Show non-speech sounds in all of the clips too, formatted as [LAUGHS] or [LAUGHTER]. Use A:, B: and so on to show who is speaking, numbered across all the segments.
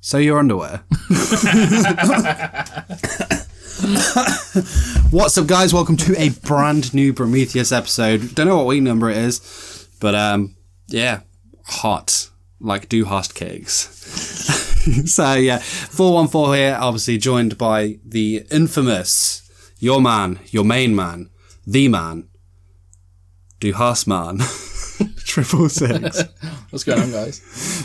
A: So your underwear. What's up, guys? Welcome to a brand new Prometheus episode. Don't know what week number it is, but um, yeah, hot like do hast cakes. [LAUGHS] so yeah, four one four here. Obviously joined by the infamous your man, your main man, the man, do hast man, [LAUGHS] triple six.
B: What's going on, [LAUGHS] guys?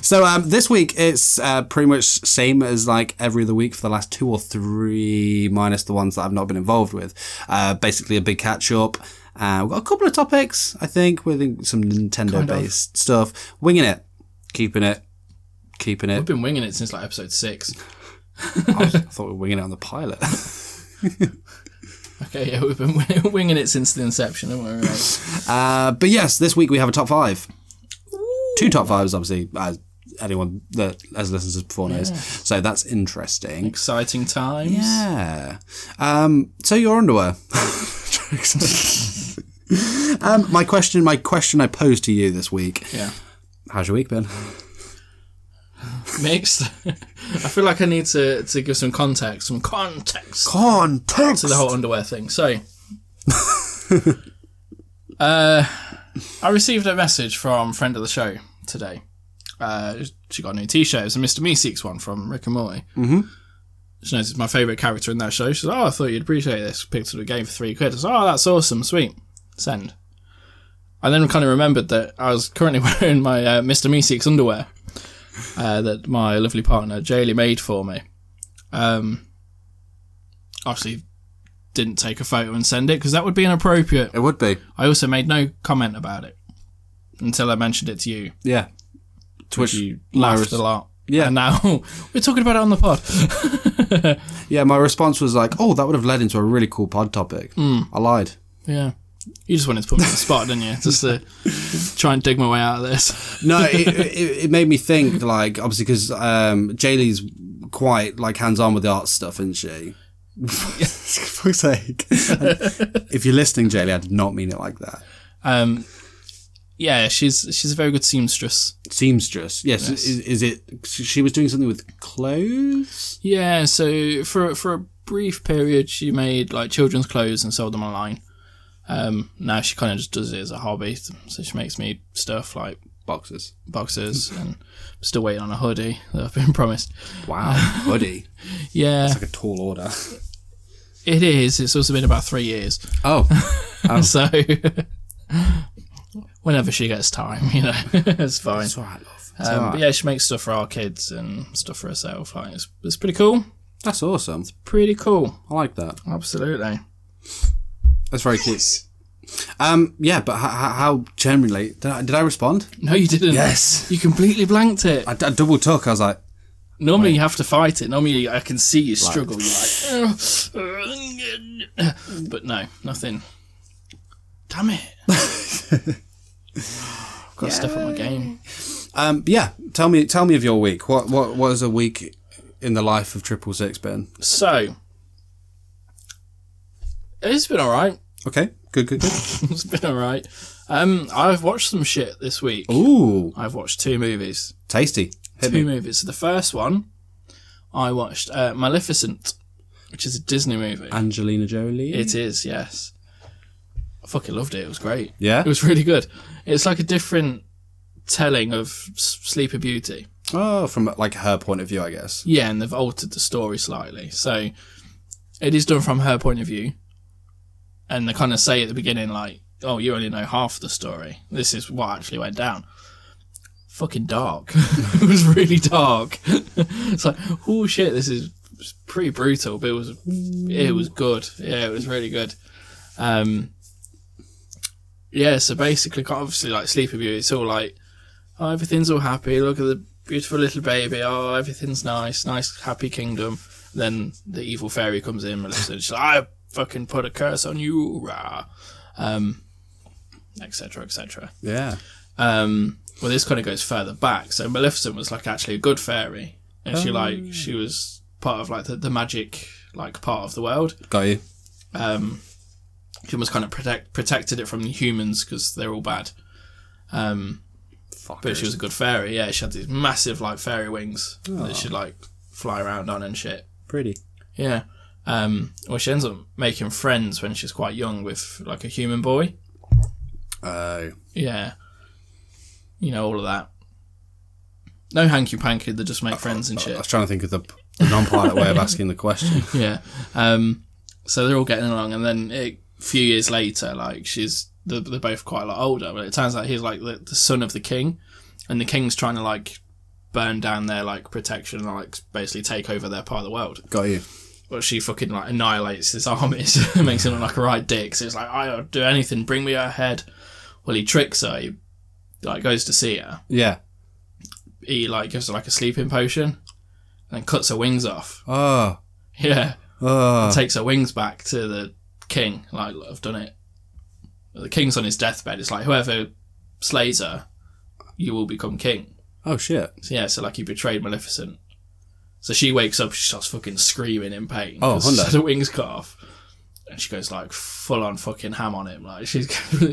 A: So um, this week it's uh, pretty much same as like every other week for the last two or three, minus the ones that I've not been involved with. Uh, basically a big catch up. Uh, we've got a couple of topics, I think, with uh, some Nintendo based stuff. Winging it, keeping it, keeping
B: I've
A: it.
B: been winging it since like episode six.
A: [LAUGHS] I thought we were winging it on the pilot. [LAUGHS]
B: Okay, yeah, we've been [LAUGHS] wing- winging it since the inception, haven't we? [LAUGHS] Right.
A: Uh, but yes, this week we have a top five. Two top fives, obviously, as anyone that has listened to this before knows. So that's interesting.
B: Exciting times.
A: Yeah. Um, so your underwear. [LAUGHS] um, my question, my question I posed to you this week.
B: Yeah.
A: How's your week been?
B: Mixed. [LAUGHS] I feel like I need to, to give some context, some context
A: Context.
B: to the whole underwear thing. So, uh, I received a message from friend of the show today. Uh, she got a new T-shirt. It was a Mr. Meeseeks one from Rick and Morty. Mm-hmm. She knows it's my favourite character in that show. She says, "Oh, I thought you'd appreciate this." Picked up a game for three quid. I said, "Oh, that's awesome, sweet." Send. I then kind of remembered that I was currently [LAUGHS] wearing my uh, Mr. Meeseeks underwear uh, that my lovely partner Jaylee made for me. Um, obviously, didn't take a photo and send it because that would be inappropriate.
A: It would be.
B: I also made no comment about it until I mentioned it to you.
A: Yeah. To which,
B: You
A: my
B: laughed
A: res-
B: a lot.
A: Yeah.
B: And now [LAUGHS] we're talking about it on the pod. [LAUGHS]
A: yeah, my response was like, "Oh, that would have led into a really cool pod topic." I lied.
B: yeah. You just wanted to put me on the spot, didn't you?
A: [LAUGHS]
B: Just to try and dig my way out of this.
A: No, it, it, it made me think. Like, obviously, because um, Jaylee's quite like hands on with the art stuff, isn't she? For fuck's sake! And if you're listening, Jaylee, I did not mean it like that.
B: Um, yeah, she's she's a very good seamstress.
A: seamstress. Yes, Is, is it? She was doing something with clothes.
B: Yeah, so for for a brief period, she made like children's clothes and sold them online. Um, now she kind of just does it as a hobby. So she makes me stuff like
A: Boxes.
B: boxes and still waiting on a hoodie that I've been [LAUGHS] promised.
A: Wow, [LAUGHS] hoodie.
B: Yeah,
A: Like a tall order.
B: it is. It's also been about three years,
A: [LAUGHS] Oh,
B: [LAUGHS] so whenever she gets time, you know, [LAUGHS] it's fine.
A: it's all right, love. It's all
B: Um,
A: right.
B: but yeah, she makes stuff for our kids and stuff for herself. Like it's, it's pretty cool.
A: That's awesome.
B: Pretty cool.
A: I like that.
B: Absolutely.
A: That's very cute. Um, yeah, but how, how generally did I, did I respond?
B: No, you didn't.
A: Yes.
B: You completely blanked it.
A: I, I double took. I was like,
B: Normally you have to fight it. Normally I can see you struggle. You're like, but no, nothing.
A: [LAUGHS]
B: Damn it! I've got stuff on my game.
A: um, yeah. Tell me, tell me of your week. What what what has a week in the life of Triple Six been?
B: So it's been all right.
A: Okay, good, good, good.
B: [LAUGHS] It's been all right. Um, I've watched some shit this week.
A: Ooh,
B: I've watched two movies.
A: tasty. Hit
B: two
A: me.
B: movies. So the first one I watched uh, Maleficent, which is a Disney movie.
A: Angelina Jolie.
B: It is, yes. I fucking loved it. It was great.
A: yeah.
B: It was really good. It's like a different telling of S- Sleepy Beauty.
A: oh, from like her point of view, I guess.
B: Yeah, and they've altered the story slightly. So it is done from her point of view. And they kind of say at the beginning, like, oh, you only know half the story. This is what actually went down. Fucking dark. [LAUGHS] it was really dark. [LAUGHS] it's like, oh shit, this is pretty brutal, but it was it was good. Yeah, it was really good. Um, yeah, so basically, obviously, like Sleepy Beauty, it's all like oh, everything's all happy. Look at the beautiful little baby. Oh, everything's nice, nice, happy kingdom. Then the evil fairy comes in, Melissa, and she's like, I fucking put a curse on you, rah. Um, et cetera, et cetera.
A: Yeah.
B: Um, well, this kind of goes further back. So Maleficent was like actually a good fairy, and she like she was part of like the, the magic like part of the world.
A: Got you.
B: Um, she almost kind of protect protected it from the humans because they're all bad. Um,
A: Fuck.
B: but she was a good fairy. Yeah, she had these massive like fairy wings that she'd like fly around on and shit.
A: Pretty.
B: Yeah. Um, well, she ends up making friends when she's quite young with like a human boy.
A: Oh.
B: Yeah. You know, all of that. No hanky panky, they just make friends and
A: I
B: shit.
A: was trying to think of the, the non-polite way of asking the question.
B: Yeah. Um, so they're all getting along, and then a few years later, like, she's, they're, they're both quite a lot older, but it turns out he's like the, the son of the king, and the king's trying to, like, burn down their, like, protection and, like, basically take over their part of the world.
A: [LAUGHS] Got you.
B: But she fucking, like, annihilates his armies, [LAUGHS] and makes him look like a right dick. So it's like, I'll do anything, bring me her head. Well, he tricks her, he, like, goes to see her.
A: Yeah.
B: he like gives her like a sleeping potion and cuts her wings off. [LAUGHS]
A: Oh.
B: Yeah.
A: Oh.
B: Takes her wings back to the king, like "Look, I've done it. The king's on his deathbed. It's like whoever slays her, you will become king.
A: Oh shit.
B: So yeah, so like he betrayed Maleficent. So she wakes up, she starts fucking screaming in pain.
A: Oh,
B: 'cause
A: Honda.
B: [LAUGHS] her wings cut off. And she goes like full on fucking ham on him. Like she's [LAUGHS]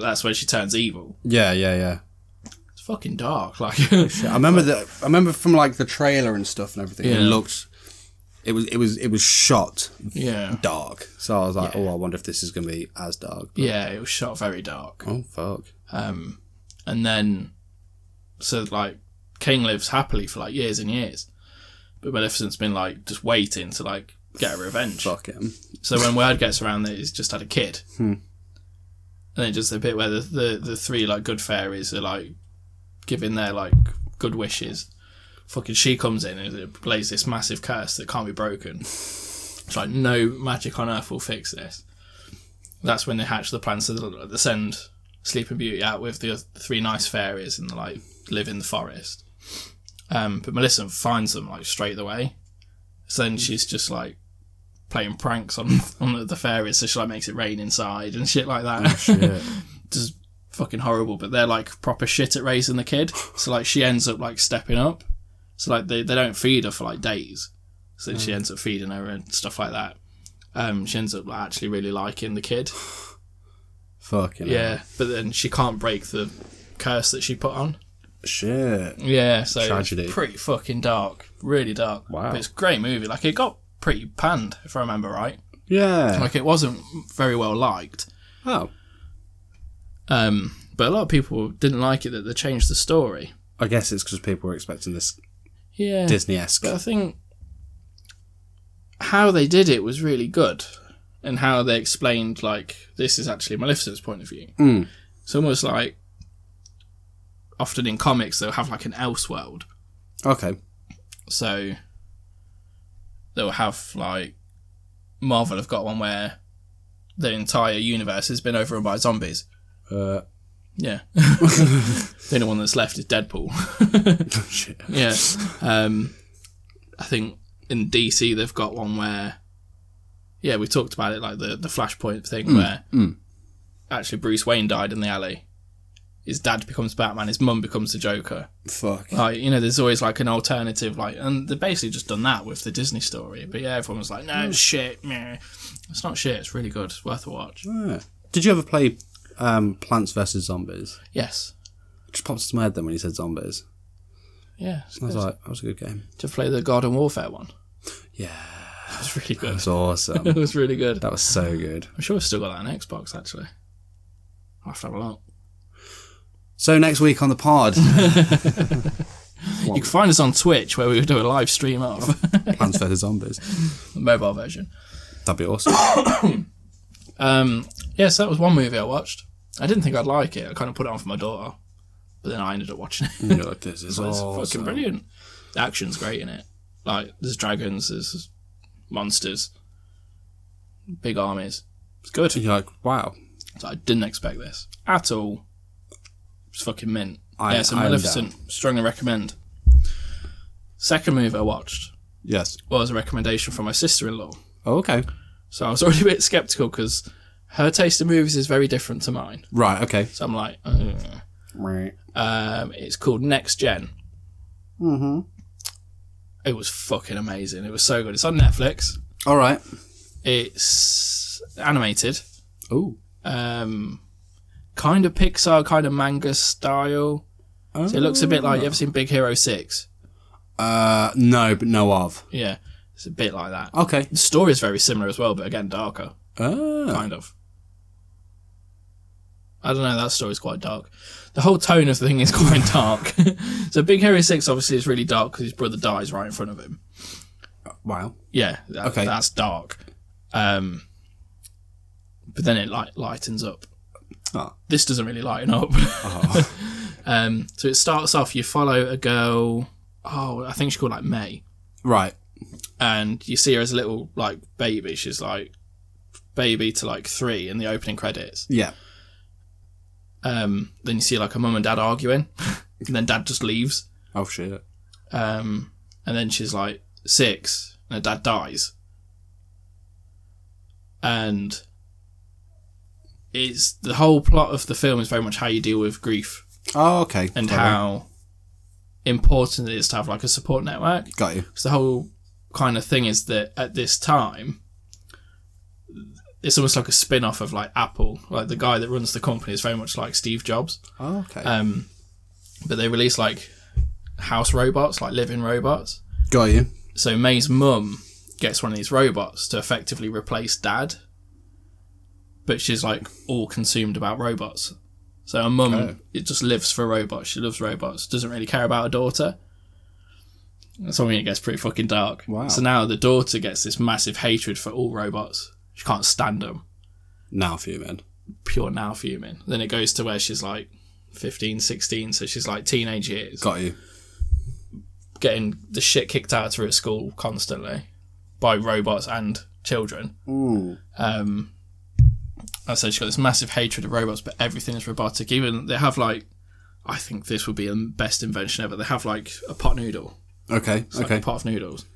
B: that's when she turns evil.
A: Yeah. Yeah. Yeah.
B: It's fucking dark. Like [LAUGHS]
A: I remember the I remember from like the trailer and stuff and everything. It
B: Yeah.
A: looked. It was it was it was shot
B: yeah.
A: dark. So I was like, oh, I wonder if this is going to be as dark. But-
B: Yeah, it was shot very dark.
A: Oh fuck.
B: Um, and then, so like, King lives happily for like years and years, but Maleficent's been like just waiting to like get her revenge.
A: Fuck [LAUGHS] him.
B: So when word gets around that he's just had a kid, and then just the bit where the, the the three like good fairies are like giving their like good wishes, fucking she comes in and it lays this massive curse that can't be broken. It's like no magic on earth will fix this. That's when they hatch the plan to they send Sleeping Beauty out with the oth- three nice fairies and like live in the forest. Um, but Melissa finds them like straight away. So then she's just like playing pranks on [LAUGHS] on the, the fairies, so she like makes it rain inside and shit like
A: Oh,
B: that. just fucking horrible. But they're like proper shit at raising the kid. So like she ends up like stepping up. So like they, they don't feed her for like days. So then
A: Mm.
B: she ends up feeding her and stuff like that. Um, she ends up like, actually really liking the kid.
A: Fucking hell.
B: Yeah, but then she can't break the curse that she put on.
A: Shit.
B: Yeah, so
A: Tragedy.
B: It's pretty fucking dark, really dark.
A: Wow.
B: but it's a great movie. Like it got pretty panned, if I remember right.
A: Yeah.
B: Like it wasn't very well liked.
A: Oh.
B: Um, but a lot of people didn't like it that they changed the story.
A: I guess it's because people were expecting this
B: Yeah,
A: Disney esque.
B: But I think how they did it was really good, and how they explained like this is actually Maleficent's point of view.
A: Mm.
B: It's almost like often in comics they'll have like an Elseworld,
A: Okay.
B: so they'll have like Marvel have got one where the entire universe has been overrun by zombies.
A: Uh, [LAUGHS]
B: Yeah, [LAUGHS] the only one that's left is Deadpool.
A: shit. [LAUGHS]
B: Yeah. Um, I think in DC they've got one where, yeah, we talked about it like the the Flashpoint thing where
A: mm.
B: actually Bruce Wayne died in the alley. His dad becomes Batman. His mum becomes the Joker.
A: Fuck.
B: Like you know, there's always like an alternative. Like, and they've basically just done that with the Disney story. But yeah, everyone was like, "No it's shit, meh. it's not shit. It's really good. It's worth a watch."
A: Yeah. Did you ever play um, Plants vs Zombies?
B: Yes,
A: It just popped into my head then when you said zombies.
B: yeah.
A: I was like, that was a good game.
B: To play the Garden Warfare one, [LAUGHS]
A: Yeah.
B: that was really good.
A: That's awesome. [LAUGHS]
B: It was really good.
A: that was so good.
B: I'm sure I've still got that on Xbox actually. I'll have to have a look.
A: So next week on the [LAUGHS] pod,
B: You can find us on Twitch where we do a live stream of [LAUGHS]
A: Plants vs Zombies.
B: the mobile version.
A: That'd be awesome.
B: Um, yes, that was one movie I watched. I didn't think I'd like it. I kind of put it on for my daughter, but then I ended up watching it.
A: [LAUGHS]
B: [LAUGHS]
A: You're like, this is
B: it's
A: awesome.
B: fucking brilliant. The action's great in it. Like there's dragons, there's monsters, big armies. It's good.
A: You're like, wow.
B: So I didn't expect this at all. It's fucking mint.
A: I-
B: yeah, so
A: I'm
B: Maleficent. Strongly recommend. Second movie I watched
A: Yes.
B: was a recommendation from my sister-in-law.
A: Oh, okay.
B: So I was [LAUGHS] already a bit skeptical because her taste in movies is very different to mine.
A: Right. Okay.
B: So I'm like, Ugh.
A: Right.
B: um, it's called Next Gen.
A: Mm-hmm.
B: It was fucking amazing. It was so good. It's on Netflix.
A: All right.
B: It's animated,
A: Ooh.
B: um, kind of
A: Oh.
B: Pixar, kind of manga style. So it looks a bit like you ever seen Big Hero Six?
A: Uh, no, but know of.
B: Yeah, it's a bit like that.
A: Okay.
B: The story is very similar as well, but again, darker,
A: Ah.
B: kind of. I don't know, that story's quite dark. The whole tone of the thing is [LAUGHS] quite dark. so, Big Hero 6 obviously is really dark because his brother dies right in front of him.
A: Wow.
B: Yeah, that,
A: Okay.
B: that's dark. Um, but then it light, lightens up.
A: Oh.
B: This doesn't really lighten up.
A: Oh.
B: [LAUGHS] Um, so it starts off you follow a girl. Oh, I think she's called like May,
A: right.
B: and you see her as a little like baby. She's like baby to like three in the opening credits.
A: Yeah.
B: Um, then you see like a mum and dad arguing, [LAUGHS] and then dad just leaves.
A: Oh shit.
B: Um, and then she's like six, and her dad dies. And it's the whole plot of the film is very much how you deal with grief
A: Oh okay.
B: and
A: Clever.
B: how important it is to have like a support network.
A: Got you.
B: So the whole kind of thing is that at this time, it's almost like a spin off of like Apple. Like the guy that runs the company is very much like Steve Jobs.
A: Oh, okay.
B: Um, but they release like house robots, like living robots.
A: Got you.
B: So May's mum gets one of these robots to effectively replace dad. But she's like all consumed about robots. So her mum
A: Oh.
B: it just lives for robots. She loves robots. Doesn't really care about her daughter. That's when it gets pretty fucking dark.
A: Wow.
B: So now the daughter gets this massive hatred for all robots. She can't stand them.
A: Now for you, man.
B: Pure now fuming. Then it goes to where she's like 15, 16. So she's like teenage years
A: Got you.
B: getting the shit kicked out of her at school constantly by robots and children.
A: Ooh.
B: Um, I said she's got this massive hatred of robots, but everything is robotic. Even they have like, I think this would be the best invention ever. They have like a pot noodle,
A: Okay.
B: like
A: okay.
B: a pot of noodles.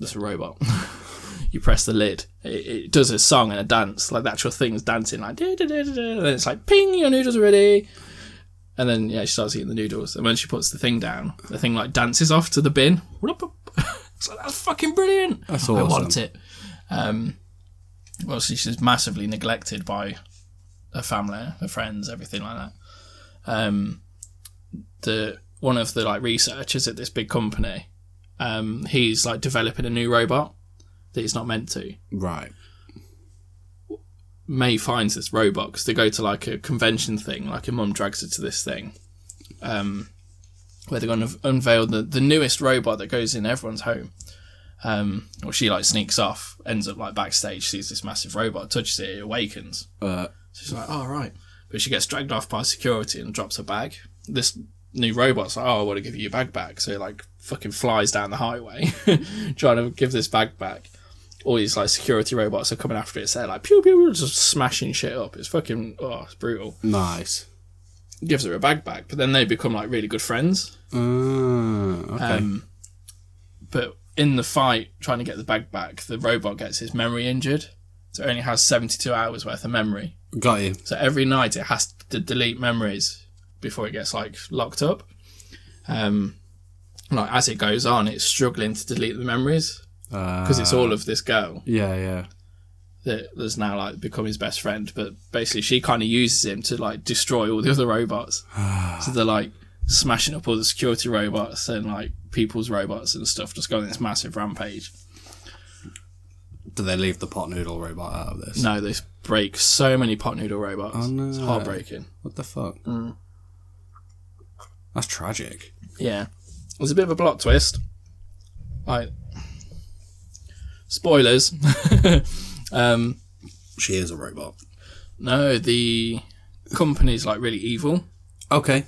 B: That's a robot. [LAUGHS] you press the lid, it, it does a song and a dance, like the actual thing's dancing, like da da da da, da. And it's like ping, your noodles are ready. And then yeah, she starts eating the noodles. And when she puts the thing down, the thing like dances off to the bin. [LAUGHS] It's like that's fucking brilliant.
A: That's
B: I
A: awesome.
B: want it. Um, well, she- she's massively neglected by her family, her friends, everything like that. Um, the one of the like researchers at this big company, um, he's like developing a new robot that he's not meant to.
A: Right.
B: May finds this robot because they go to like a convention thing, like her mum drags her to this thing, um, where they're going to unveil the, the newest robot that goes in everyone's home. Um, or she like sneaks off, ends up like backstage, sees this massive robot, touches it, it awakens.
A: Uh,
B: So she's like, oh, right. But she gets dragged off by security and drops her bag. This new robot's like, oh, I want to give you your bag back. So he like fucking flies down the highway [LAUGHS] trying to give this bag back. All these like security robots are coming after it. So they're like, pew, pew, pew, just smashing shit up. It's fucking, oh, it's brutal.
A: nice.
B: Gives her a bag back. But then they become like really good friends.
A: Uh, okay.
B: Um, but in the fight, trying to get the bag back, the robot gets his memory injured. So it only has 72 hours worth of memory.
A: Got you.
B: So every night it has to delete memories before it gets like locked up. Um, like as it goes on, it's struggling to delete the memories because
A: Because
B: it's all of this girl
A: Uh, Yeah. Yeah.
B: that has now like become his best friend. But basically, she kind of uses him to like destroy all the other
A: [SIGHS]
B: robots.
A: Ah.
B: so they're like smashing up all the security robots and like people's robots and stuff, just going on this massive rampage.
A: Do they leave the pot noodle robot out of this?
B: No, they break so many pot noodle robots.
A: Oh, no.
B: It's heartbreaking.
A: What the fuck?
B: Mm.
A: That's tragic.
B: Yeah. There's a bit of a plot twist. Like spoilers. [LAUGHS] um
A: She is a robot.
B: no, the company's like really evil.
A: Okay.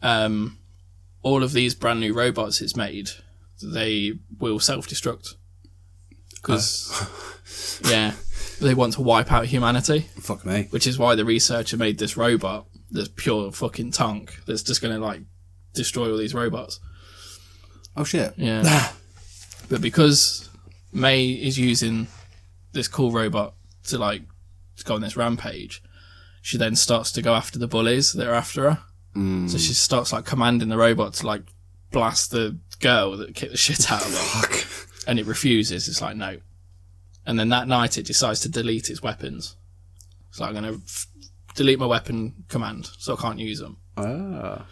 B: Um all of these brand new robots it's made, they will self-destruct. Cuz [LAUGHS] yeah, they want to wipe out humanity,
A: Fuck me.
B: which is why the researcher made this robot that's pure fucking tonk that's just going to like destroy all these robots.
A: Oh shit.
B: Yeah. but because May is using this cool robot to like go on this rampage, she then starts to go after the bullies that are after her.
A: Mm.
B: So she starts like commanding the robot to like blast the girl that kicked the shit out of her,
A: Fuck.
B: and it refuses. It's like no. And then that night, it decides to delete its weapons. It's like I'm gonna f- delete my weapon command, so I can't use them.
A: Ah.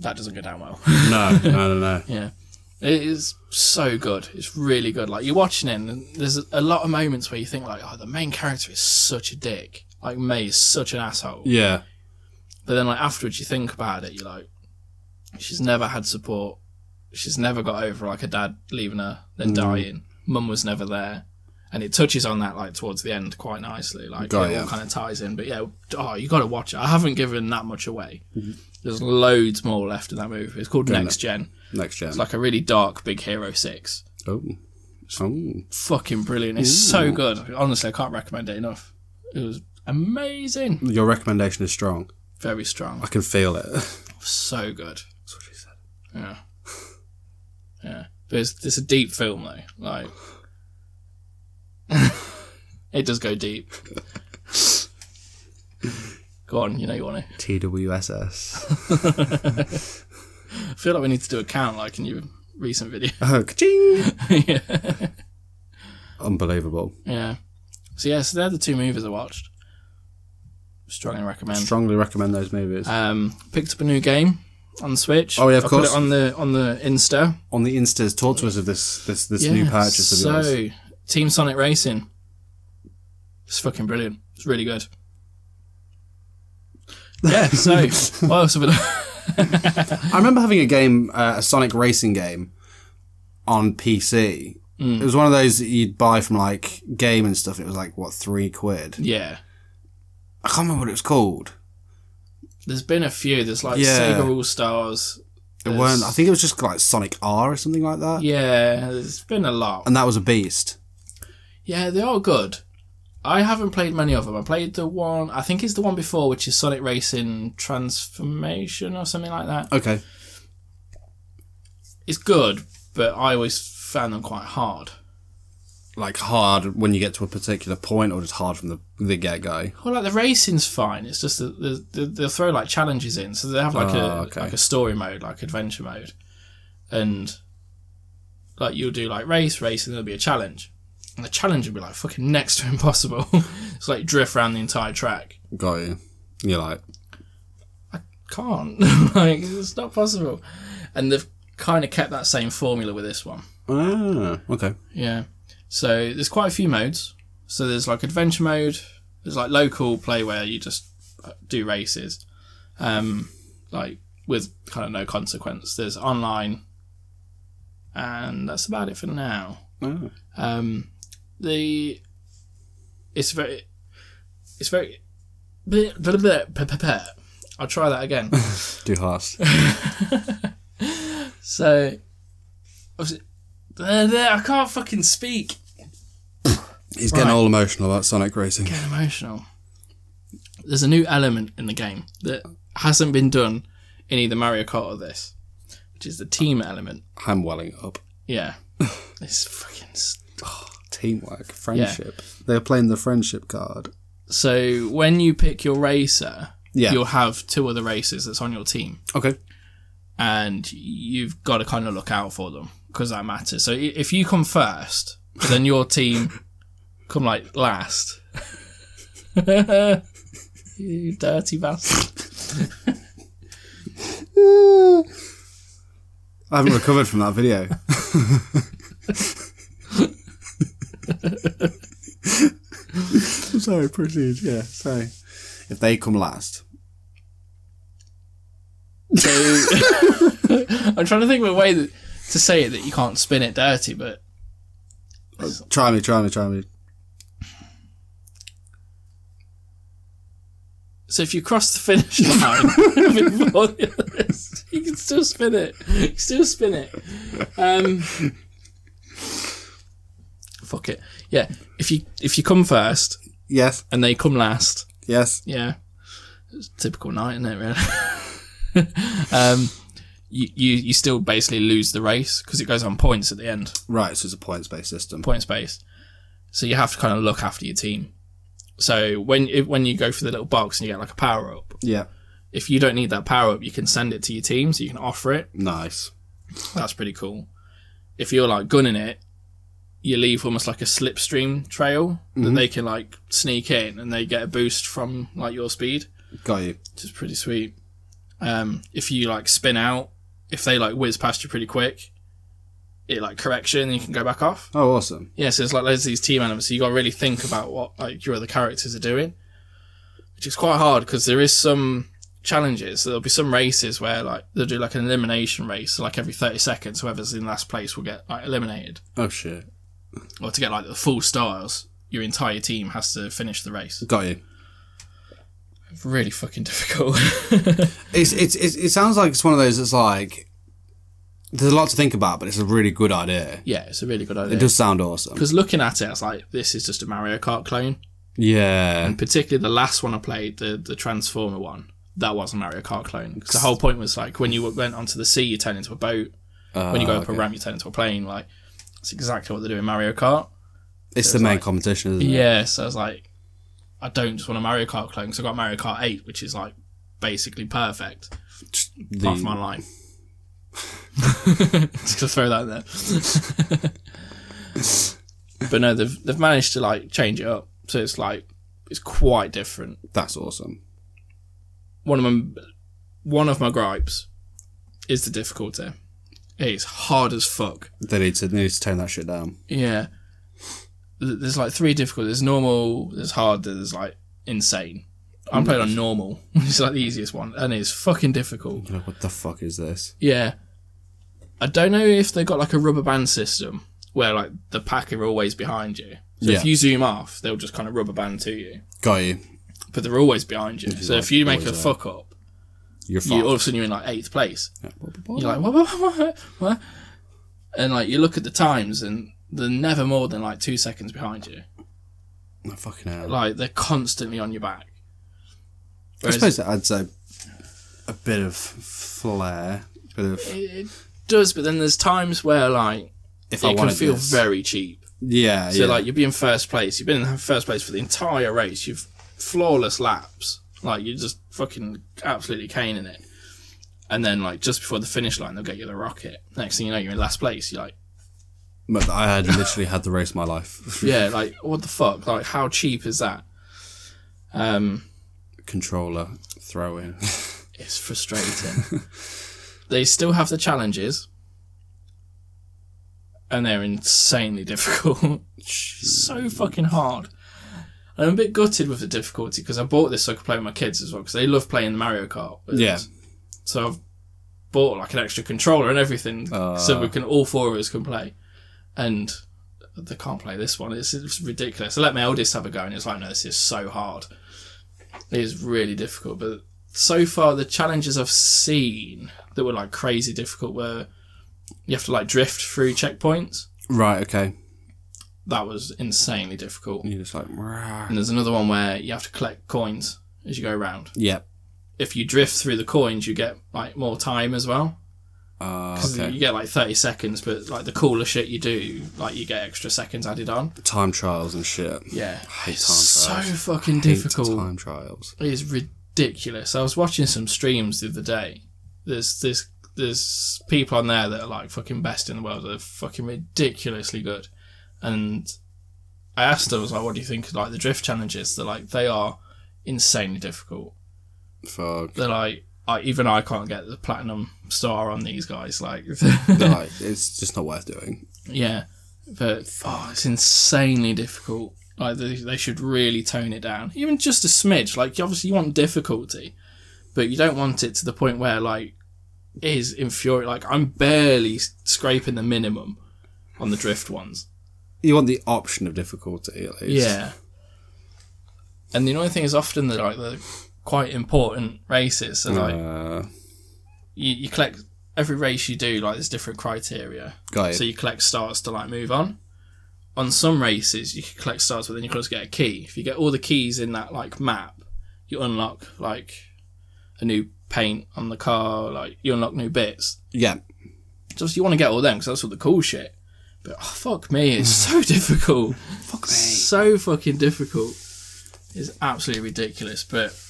B: That doesn't go down well.
A: [LAUGHS]
B: [LAUGHS]
A: No, no, no, no.
B: Yeah. It is so good. It's really good. Like you're watching it, and there's a lot of moments where you think like, oh, the main character is such a dick. Like May is such an asshole.
A: Yeah.
B: But then like afterwards, you think about it, you're like, she's never had support. She's never got over like a dad leaving her, then
A: Mm.
B: dying. Mum was never there. And it touches on that like towards the end quite nicely. Like
A: Got
B: it
A: ya.
B: all kind of ties in. But yeah, oh, you got to watch it. I haven't given that much away.
A: Mm-hmm.
B: There's loads more left in that movie. It's called Next Gen.
A: Next gen.
B: It's like a really dark Big Hero Six.
A: oh. Oh.
B: Fucking brilliant! It's so good. Honestly, I can't recommend it enough. It was amazing.
A: Your recommendation is strong.
B: Very strong.
A: I can feel it. [LAUGHS] That's
B: So good.
A: what she said.
B: Yeah. Yeah. But it's, it's a deep film, though. Like, [LAUGHS] it does go deep. go on, you know you want to.
A: TWSS.
B: I feel like we need to do a count, like in your recent video. [LAUGHS]
A: oh, [LAUGHS] ka-ching!
B: yeah.
A: Unbelievable.
B: yeah. So, yeah, so they're the two movies I watched. Strongly recommend.
A: Strongly recommend those movies.
B: Um, picked up a new game on the Switch.
A: Oh, yeah, of
B: I
A: course.
B: Put it on the on the Insta.
A: On the Instas, talk to us of this this, this new
B: Yeah,
A: purchase of
B: so, [LAUGHS]
A: yours.
B: Team Sonic Racing. It's fucking brilliant. It's really
A: [LAUGHS]
B: good. Yeah, so what else have we done?
A: I remember having a game, uh, a Sonic racing game, on PC.
B: Mm.
A: It was one of those that you'd buy from like game and stuff. It was like what three quid.
B: [LAUGHS] Yeah.
A: I can't remember what it was called.
B: There's been a few. There's like
A: Yeah.
B: Sega All Stars.
A: It weren't. I think it was just like Sonic R or something like that.
B: Yeah, there's been a lot.
A: And that was a beast.
B: Yeah, they are good. I haven't played many of them. I played the one, I think it's the one before, which is Sonic Racing Transformation or something like that.
A: Okay.
B: It's good, but I always found them quite hard.
A: Like hard when you get to a particular point, or just hard from the the get go.
B: Well, like the racing's fine. It's just that the- the- they'll throw like challenges in, so they have like a
A: Ah, okay.
B: like a story mode, like adventure mode, and like you'll do like race, race, and there'll be a challenge, and the challenge will be like fucking next to [LAUGHS] impossible. it's like drift around the entire track.
A: Got you. You're like,
B: Can't [LAUGHS] like it's not possible, and they've kind of kept that same formula with this one.
A: ah, okay.
B: Yeah. So there's quite a few modes. So there's like adventure mode. There's like local play where you just uh, do races, um, like with kind of no consequence. There's online, and that's about it for now.
A: Ah.
B: Um, the it's very, it's very. bleh, bleh, bleh, bleh, bleh, bleh. I'll try that again.
A: Do
B: [LAUGHS]
A: hard.
B: so, obviously- bleh, bleh, I can't fucking speak.
A: He's getting
B: Right.
A: all emotional about Sonic racing.
B: Getting emotional. There's a new element in the game that hasn't been done in either Mario Kart or this, which is the team element.
A: I'm welling up.
B: Yeah, it's fucking. s
A: Teamwork, friendship. They're playing the friendship card.
B: so when you pick your racer,
A: Yeah.
B: you'll have two other racers that's on your team,
A: Okay.
B: and you've got to kind of look out for them because that matters. So i- if you come first, then your team come like last. [LAUGHS] you dirty bastard.
A: I haven't recovered from that video. sorry, proceed. Yeah, sorry. If they come last,
B: So I'm trying to think of a way that, to say it that you can't spin it dirty, but
A: uh, try me, try me, try me.
B: so if you cross the finish [LAUGHS] line before the others, you can still spin it. You can still spin it. Um, fuck it. Yeah, if you if you come first
A: Yes,
B: and they come last,
A: yes.
B: yeah, it's a typical night, isn't it? Really. [LAUGHS] um, you, you you still basically lose the race because it goes on points at the end.
A: Right, so it's a points-based system.
B: points based. So you have to kind of look after your team. So when if- when you go for the little box and you get like a power up,
A: Yeah,
B: if you don't need that power up, you can send it to your team, so you can offer it.
A: nice.
B: That's pretty cool. If you're like gunning it, you leave almost like a slipstream trail that they can like sneak in and they get a boost from like your speed,
A: Got you.
B: which is pretty sweet. Um, if you like spin out, if they like whiz past you pretty quick, it like corrects you and you can go back off.
A: Oh, awesome.
B: Yeah, so it's like loads of these team elements. So you got to really think about what like your other characters are doing, which is quite hard because there is some challenges. So there'll be some races where like they'll do like an elimination race, so, like every thirty seconds, whoever's in last place will get like eliminated,
A: Oh, shit.
B: or to get like the full stars, your entire team has to finish the race.
A: Got you.
B: It's really fucking [LAUGHS] difficult.
A: It's, it's, it's, it sounds like it's one of those that's like, there's a lot to think about, but it's a really good idea.
B: yeah, it's a really good
A: It
B: idea.
A: does sound awesome.
B: Because looking at it, I was like, this is just a Mario Kart clone.
A: Yeah.
B: And particularly the last one I played, the the Transformer one, that was a Mario Kart clone. Because the whole point was like when you went onto the sea, you turn into a boat. when you go
A: Ah, uh,
B: up a ramp, you turn into a plane. Like it's exactly what they do in Mario Kart.
A: It's the main competition, isn't it?
B: Yeah, so I was like, I don't just want a Mario Kart clone because I got Mario Kart Eight, which is like basically perfect.
A: The-
B: Half my line. [LAUGHS] just to throw that in there. but no, they've they've managed to like change it up, so it's like it's quite different.
A: That's awesome.
B: one of my one of my gripes is the difficulty. It's hard as fuck.
A: They need to they need to tone that shit down.
B: Yeah. Th- There's like three difficulties. There's normal, there's hard, there's like insane. I'm playing on normal, [LAUGHS] which is like the easiest one, and it's fucking difficult.
A: Like, what the fuck is this?
B: Yeah. I don't know if they got like a rubber band system where like the pack are always behind you. So
A: Yeah.
B: if you zoom off, they'll just kind of rubber band to you.
A: Got you.
B: But they're always behind you. So
A: like
B: if you make a
A: always there.
B: fuck up,
A: You're
B: you, all
A: fucked.
B: of a sudden you're in like eighth place.
A: Yeah.
B: You're like, what, what, what, what, what? And like, you look at the times and they're never more than like two seconds behind you.
A: Oh, fucking hell.
B: Like, they're constantly on your back.
A: I
B: Whereas
A: suppose that adds a, a bit of flair. Bit of,
B: it, it does, but then there's times where like,
A: if I
B: it can
A: wanted
B: feel
A: this.
B: very cheap.
A: yeah,
B: So
A: yeah.
B: like, you'd be in first place. You've been in first place for the entire race. You've flawless laps. Like, you're just fucking absolutely caning it. And then like, just before the finish line, they'll get you the rocket. Next thing you know, you're in last place. You're like,
A: But I had literally had the race of my life. [LAUGHS]
B: yeah, like, what the fuck? Like, how cheap is that? Um,
A: Controller throw
B: [LAUGHS]
A: in.
B: It's frustrating. [LAUGHS] they still have the challenges, and they're insanely difficult. so fucking hard. I'm a bit gutted with the difficulty because I bought this so I could play with my kids as well because they love playing the Mario Kart. with
A: yeah.
B: us. So I've bought like an extra controller and everything so we can all four of us can play. And they can't play this one. It's, it's ridiculous. I let my eldest have a go and it's like, no, this is so hard. It is really difficult. But so far, the challenges I've seen that were like crazy difficult were you have to like drift through checkpoints.
A: Right. Okay.
B: That was insanely difficult.
A: You're just like. "Rah."
B: And there's another one where you have to collect coins as you go around.
A: Yeah.
B: If you drift through the coins, you get like more time as well.
A: Uh,
B: 'Cause
A: okay.
B: You get like 30 seconds, but like the cooler shit you do, like you get extra seconds added on.
A: Time trials and shit.
B: Yeah.
A: hate
B: It's
A: time
B: so
A: trials.
B: fucking
A: Hate
B: difficult.
A: Time trials.
B: It is ridiculous. I was watching some streams the other day. There's this there's people on there that are like fucking best in the world. They're fucking ridiculously good. And I asked them, I was like, what do you think of like the drift challenges? They're like, they are insanely difficult.
A: Fuck.
B: They're like, I, even I can't get the platinum star on these guys. Like,
A: [LAUGHS]
B: [LAUGHS]
A: like, it's just not worth doing.
B: Yeah, but oh, it's insanely difficult. Like they, they should really tone it down, even just a smidge. Like obviously you want difficulty, but you don't want it to the point where like it is infuriating. Like I'm barely s- scraping the minimum on the drift ones.
A: You want the option of difficulty at least.
B: Yeah, and the annoying thing is often they're like the quite important races, and like
A: Uh,
B: you, you collect every race you do like there's different criteria.
A: got it.
B: So you collect stars to like move on. On some races, you can collect stars, but then you can also get a key. If you get all the keys in that like map, you unlock like a new paint on the car. Like you unlock new bits.
A: yeah.
B: Just you want to get all them because that's all the cool shit. But oh, fuck me, it's so [LAUGHS] difficult.
A: Fuck
B: So fucking difficult. It's absolutely ridiculous. But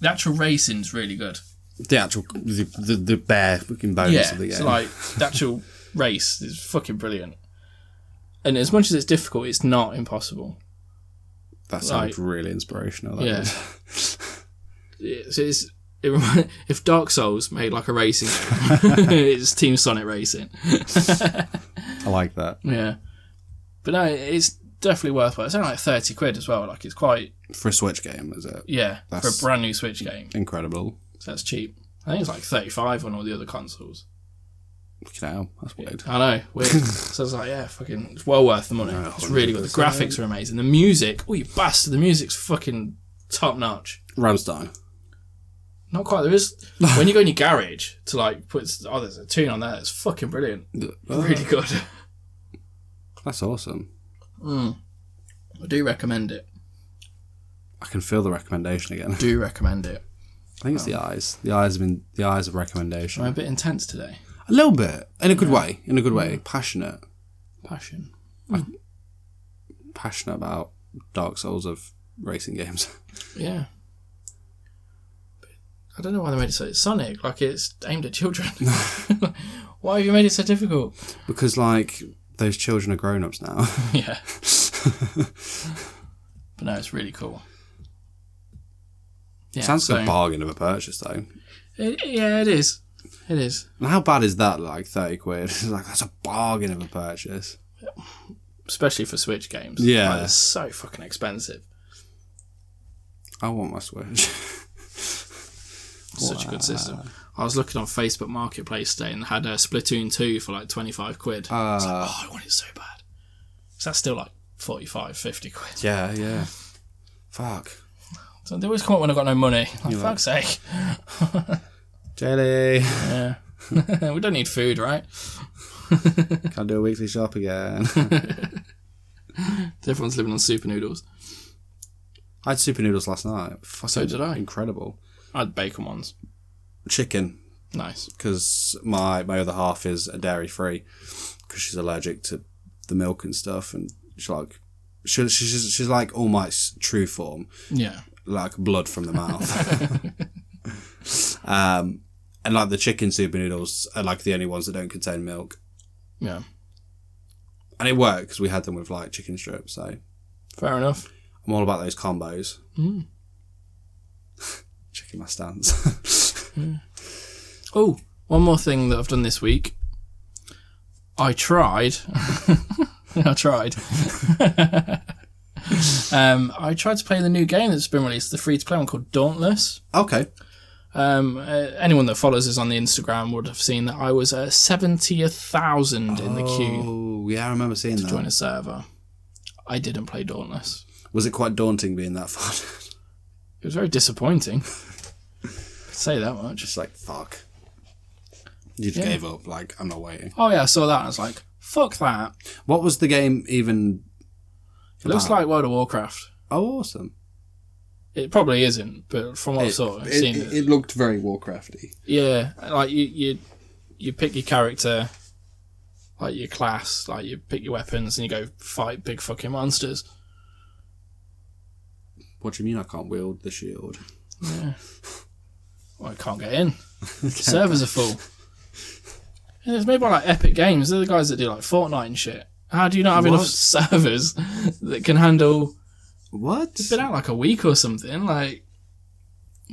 B: the actual racing's really good.
A: The actual, the, the, the bare fucking bonus
B: Yeah,
A: of the game.
B: it's like
A: [LAUGHS]
B: the actual race is fucking brilliant. And as much as it's difficult, it's not impossible.
A: that sounds
B: like-
A: really inspirational. that
B: Yeah.
A: is.
B: It's, it's, it, remi- [LAUGHS]
A: [LAUGHS]
B: if [LAUGHS] Dark Souls made like a racing game, it's Team Sonic Racing.
A: [LAUGHS] I like that.
B: [LAUGHS] Yeah. But no, it's definitely worthwhile. It's only like 30 quid as well. Like, it's quite,
A: For a Switch game, is it?
B: yeah,
A: That's-
B: for a brand new Switch game.
A: Incredible.
B: So that's cheap. I think it's like 35 on all the other consoles.
A: Fucking hell, that's weird.
B: I know, weird. [LAUGHS] so it's like, yeah, fucking, it's well worth the money. it's really good. The graphics are amazing. The music, oh, you bastard, the music's fucking top notch.
A: Ramstein.
B: Not quite. There [LAUGHS] is when you go in your garage to like put oh, there's a tune on there. It's fucking brilliant. Really good.
A: That's awesome.
B: I do recommend it.
A: I can feel the recommendation again. [LAUGHS]
B: Do recommend it.
A: I think it's the
B: Um,
A: eyes. The eyes have been the eyes of recommendation.
B: I'm a bit intense today.
A: A little bit, in a good way. In a good way,
B: Mm.
A: passionate,
B: Passion.
A: passionate about Dark Souls of racing games. [LAUGHS]
B: Yeah. But I don't know why they made it so it's Sonic. Like it's aimed at [LAUGHS] children. why have you made it so difficult?
A: because like those children are grown ups now.
B: [LAUGHS]
A: [LAUGHS]
B: yeah. but no, it's really cool. Yeah,
A: Sounds
B: so-
A: like a bargain of a purchase though.
B: It- yeah, it is. It is.
A: And how bad is that? Like thirty quid. [LAUGHS] It's like that's a bargain of a purchase.
B: Especially for Switch games.
A: Yeah.
B: Like, they're so fucking expensive.
A: I want my
B: [LAUGHS]
A: Switch.
B: Such a good system. I was looking on Facebook Marketplace today and had a Splatoon 2 for like 25 quid. I was
A: Ah.
B: like, oh, I want it so bad. So that's still like 45, 50 quid.
A: yeah, yeah. Fuck.
B: So they always come up when I've got no money. Like, fuck's sake.
A: Jelly. [LAUGHS]
B: Yeah. [LAUGHS] we don't need food, right?
A: Can't do a weekly shop again. [LAUGHS]
B: Everyone's living on super noodles.
A: I had super noodles last night. Fucking
B: So did I.
A: Incredible.
B: I had bacon ones.
A: Chicken.
B: Nice.
A: because my my other half is a dairy free because she's allergic to the milk and stuff, and she's like she, she's she's like All Might's true form,
B: Yeah.
A: like blood from the mouth. um, and like the chicken super noodles are like the only ones that don't contain milk,
B: Yeah.
A: and it worked because we had them with like chicken strips. So
B: Fair enough.
A: I'm all about those combos.
B: Mm.
A: [LAUGHS] Checking my stance. [LAUGHS]
B: Oh, one more thing that I've done this week. I tried. [LAUGHS] I tried. [LAUGHS] um, I tried to play the new game that's been released, the free to play one called Dauntless.
A: okay,
B: Um, uh, anyone that follows us on the Instagram would have seen that I was uh, 70,000 in the queue
A: Oh yeah, I remember seeing that.
B: to join a server. I didn't play Dauntless.
A: Was it quite daunting being that far? [LAUGHS]
B: It was very disappointing. [LAUGHS] Could say that much.
A: just like fuck. You just gave up. Like I'm not waiting.
B: Oh yeah, I saw that. and I was like, "Fuck that!"
A: What was the game even?
B: It looks like World of Warcraft.
A: Oh, awesome!
B: It probably isn't, but from what I saw, Oh, I've seen it.
A: looked very Warcrafty.
B: Yeah, like you, you, you pick your character, like your class, like you pick your weapons, and you go fight big fucking monsters.
A: What do you mean I can't wield the shield?
B: Well, I can't get [LAUGHS] in. Servers are full. Yeah, It's made by like Epic Games. They're the guys that do like Fortnite and shit. How do you not have enough
A: What?
B: [LAUGHS] servers that can handle?
A: What?
B: It's been out like a week or something. Like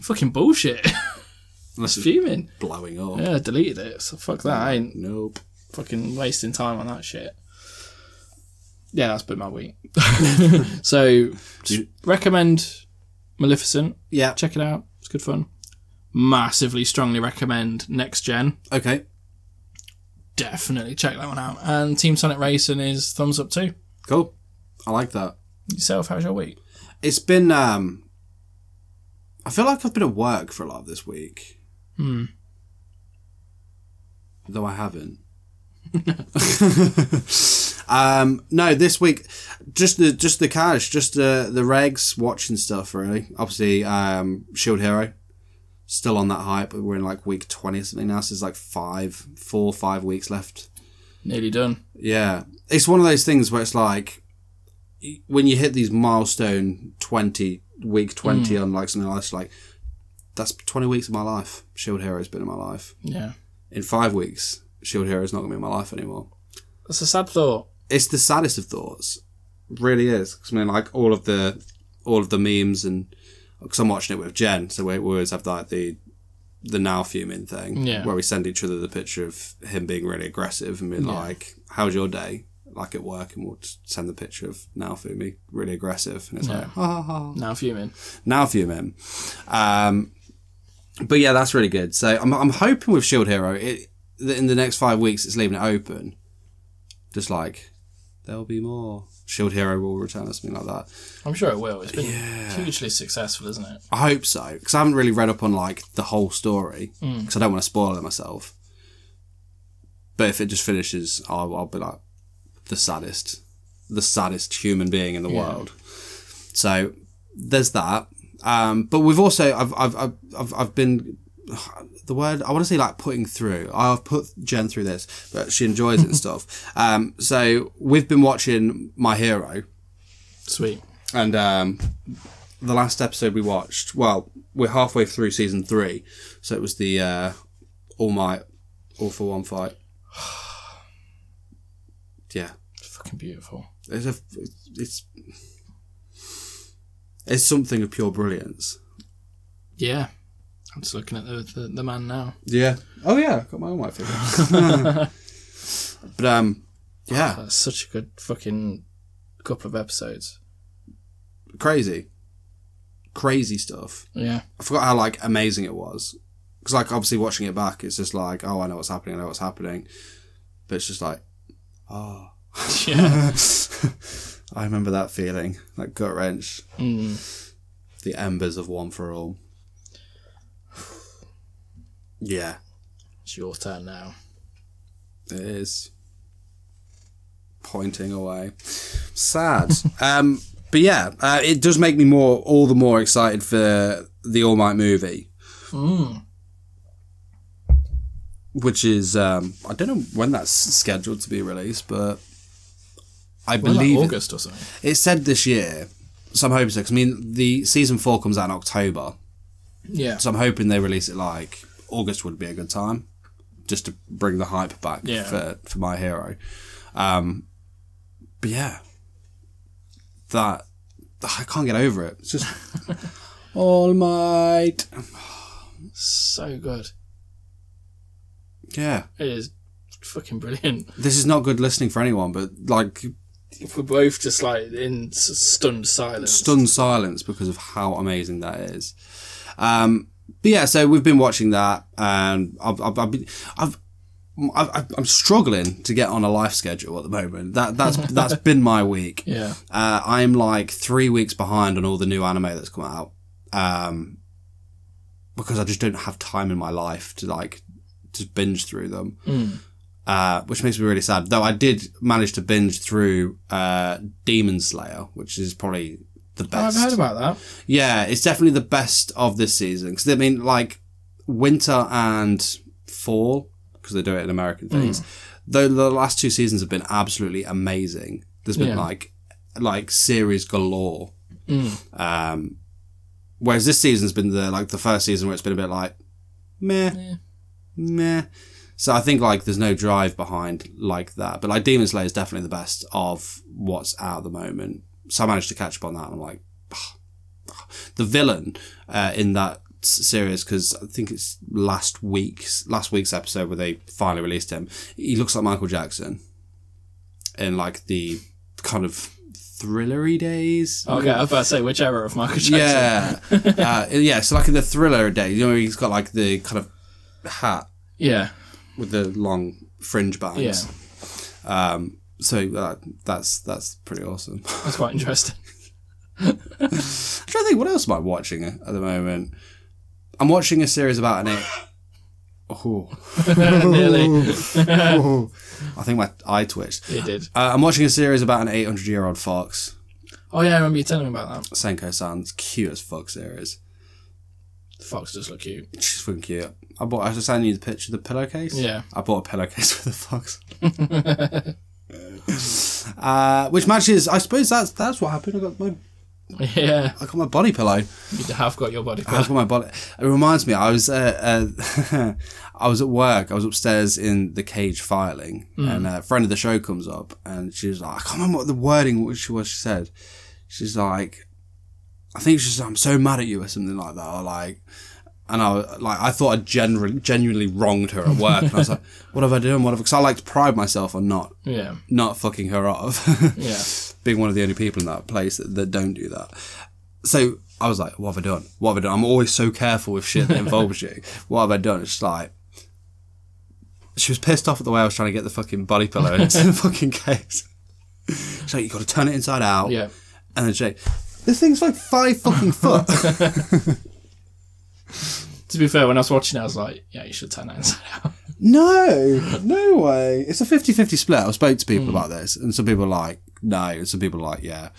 B: fucking bullshit. [LAUGHS]
A: Unless it's
B: Fuming.
A: blowing up.
B: Yeah, I deleted it. So fuck that. I ain't
A: Nope.
B: fucking wasting time on that shit. Yeah, that's been my [LAUGHS] week. so
A: You-
B: recommend Maleficent.
A: Yeah.
B: Check it out. It's good fun. Massively strongly recommend Next Gen.
A: Okay.
B: Definitely check that one out. And Team Sonic Racing is thumbs up too.
A: Cool. I like that.
B: Yourself, how's your week?
A: It's been. um I feel like I've been at work for a lot of this week.
B: Hmm.
A: Though I haven't. [LAUGHS] um, no, this week, just the just the cash, just the the regs, watching stuff really. Obviously, um, Shield Hero, still on that hype. We're in like week twenty or something now. So there's like five, four, five weeks left.
B: Nearly done.
A: Yeah, it's one of those things where it's like y- when you hit these milestone twenty week twenty on like something like this, like that's twenty weeks of my life. Shield Hero's been in my life.
B: Yeah.
A: In five weeks, Shield Hero's not gonna be in my life anymore.
B: That's a sad thought.
A: It's the saddest of thoughts, It really is. 'Cause, I mean, like all of the all of the memes and because I'm watching it with Jen, so we we always have like the the now fuming thing,
B: Yeah.
A: where we send each other the picture of him being really aggressive and being like, "How's your day?" Like at work, and we'll just send the picture of now fuming really aggressive, and it's like, "Ha ha ha."
B: Now fuming.
A: now fuming. Um, but yeah, that's really good. So I'm, I'm hoping with Shield Hero, it, that in the next five weeks, it's leaving it open. Just like there'll be more. Shield Hero will return or something like that.
B: I'm sure it will. It's been hugely successful, isn't it?
A: I hope so because I haven't really read up on like the whole story because I don't want to spoil it myself. But if it just finishes, I'll, I'll be like the saddest, the saddest human being in the world. So there's that. Um, but we've also I've I've I've I've, I've been [SIGHS] the word I want to say like putting through. I've put Jen through this, but she enjoys it and stuff. Um, so we've been watching My Hero.
B: Sweet.
A: And um, the last episode we watched, well, we're halfway through season three, so it was the uh, All Might, All for One fight. [SIGHS] Yeah,
B: It's fucking beautiful.
A: it's a, it's it's something of pure brilliance.
B: Yeah. I'm just looking at the, the, the man [LAUGHS] now.
A: Yeah. Oh yeah, I've got my All Might figure. but um, yeah,
B: That's such a good fucking couple of episodes.
A: crazy, crazy stuff.
B: Yeah.
A: I forgot how like amazing it was because like obviously watching it back, it's just like oh I know what's happening, I know what's happening, but it's just like oh [LAUGHS]
B: [LAUGHS] Yeah.
A: I remember that feeling, that gut wrench,
B: mm.
A: the embers of one for all. [SIGHS] Yeah,
B: It's your turn now.
A: it is pointing away. Sad, [LAUGHS] um, but yeah, uh, it does make me more all the more excited for the All Might movie.
B: Mm.
A: which is um, I don't know when that's scheduled to be released, but I
B: Well, like
A: believe it-
B: August or something.
A: it, said this year. So I'm hoping so. 'cause I mean, the season four comes out in October,
B: Yeah.
A: so I'm hoping they release it like August would be a good time, just to bring the hype back
B: Yeah.
A: for for my hero. Um, but yeah, that I can't get over it. It's just all might.
B: So good.
A: Yeah,
B: It is fucking brilliant.
A: this is not good listening for anyone, but like
B: We're both just like in s- stunned silence.
A: stunned silence because of how amazing that is. Um, but yeah, so we've been watching that, and I've, I've, I've, been, I've, I've, I've- I'm struggling to get on a life schedule at the moment. That
B: [LAUGHS]
A: that's that's been my week.
B: yeah.
A: Uh, I'm like three weeks behind on all the new anime that's come out, um, because I just don't have time in my life to like just binge through them.
B: Hmm.
A: Uh, which makes me really sad. Though I did manage to binge through uh, Demon Slayer, which is probably the best.
B: I've Oh, heard about that.
A: Yeah, it's definitely the best of this season because I mean, like winter and fall because they do it in American things. Though the last two seasons have been absolutely amazing. There's been
B: Yeah.
A: like like series galore.
B: Hmm.
A: Um, whereas this season's been the like the first season where it's been a bit like meh, meh. So I think like there's no drive behind like that. But like Demon Slayer is definitely the best of what's out at the moment. So I managed to catch up on that. And I'm like, "Ah, the villain uh, in that s- series because I think it's last week's last week's episode where they finally released him. He looks like Michael Jackson in like the kind of thrillery days.
B: Okay, I was about to say whichever of Michael Jackson.
A: Yeah, uh, yeah. So like in the thriller days, you know, he's got like the kind of hat
B: Yeah.
A: with the long fringe bands.
B: Yeah.
A: Um, so uh, that's that's pretty awesome.
B: That's quite interesting. [LAUGHS]
A: I'm trying to think what else am I watching at the moment. I'm watching a series about an. Oh.
B: Nearly.
A: I think my eye twitched.
B: It did.
A: Uh, I'm watching a series about an 800 year old fox,
B: Oh, yeah, I remember you telling me about that.
A: Senko San's cute as fuck series.
B: The fox does look cute.
A: She's fucking cute. I bought. I was sending you the picture of the pillowcase.
B: Yeah. [LAUGHS]
A: I bought a pillowcase [LAUGHS] with a fox. uh, which matches. I suppose that's that's what happened. I got my
B: Yeah.
A: I got my body pillow.
B: You have got your body.
A: [LAUGHS] I've got my body. It reminds me. I was uh, uh, I was at [LAUGHS] work. I was upstairs in the cage filing, and a friend of the show comes up, and she was like, I can't remember what the wording was. She was she said, she's like, I think she's like, I'm so mad at you or something like that, or like. and I was- like I thought I genuinely genuinely wronged her at work. and I was like, [LAUGHS] what have I done? What have? Because I like to pride myself on not
B: Yeah.
A: not fucking her [LAUGHS] off.
B: Yeah.
A: Being one of the only people in that place that, that don't do that. So I was like, what have I done? What have I done? I'm always so careful with shit that involves you. What have I done? It's like, she was pissed off at the way I was trying to get the fucking body pillow into the fucking case. She's like, you got to turn it inside out.
B: Yeah.
A: And then she's like, this thing's like five fucking foot.
B: To be fair, when I was watching it, I was like, yeah, you should turn that inside out.
A: No, no way. It's a 50 50 split. I spoke to people about this, and some people are like, no, and some people are like, yeah.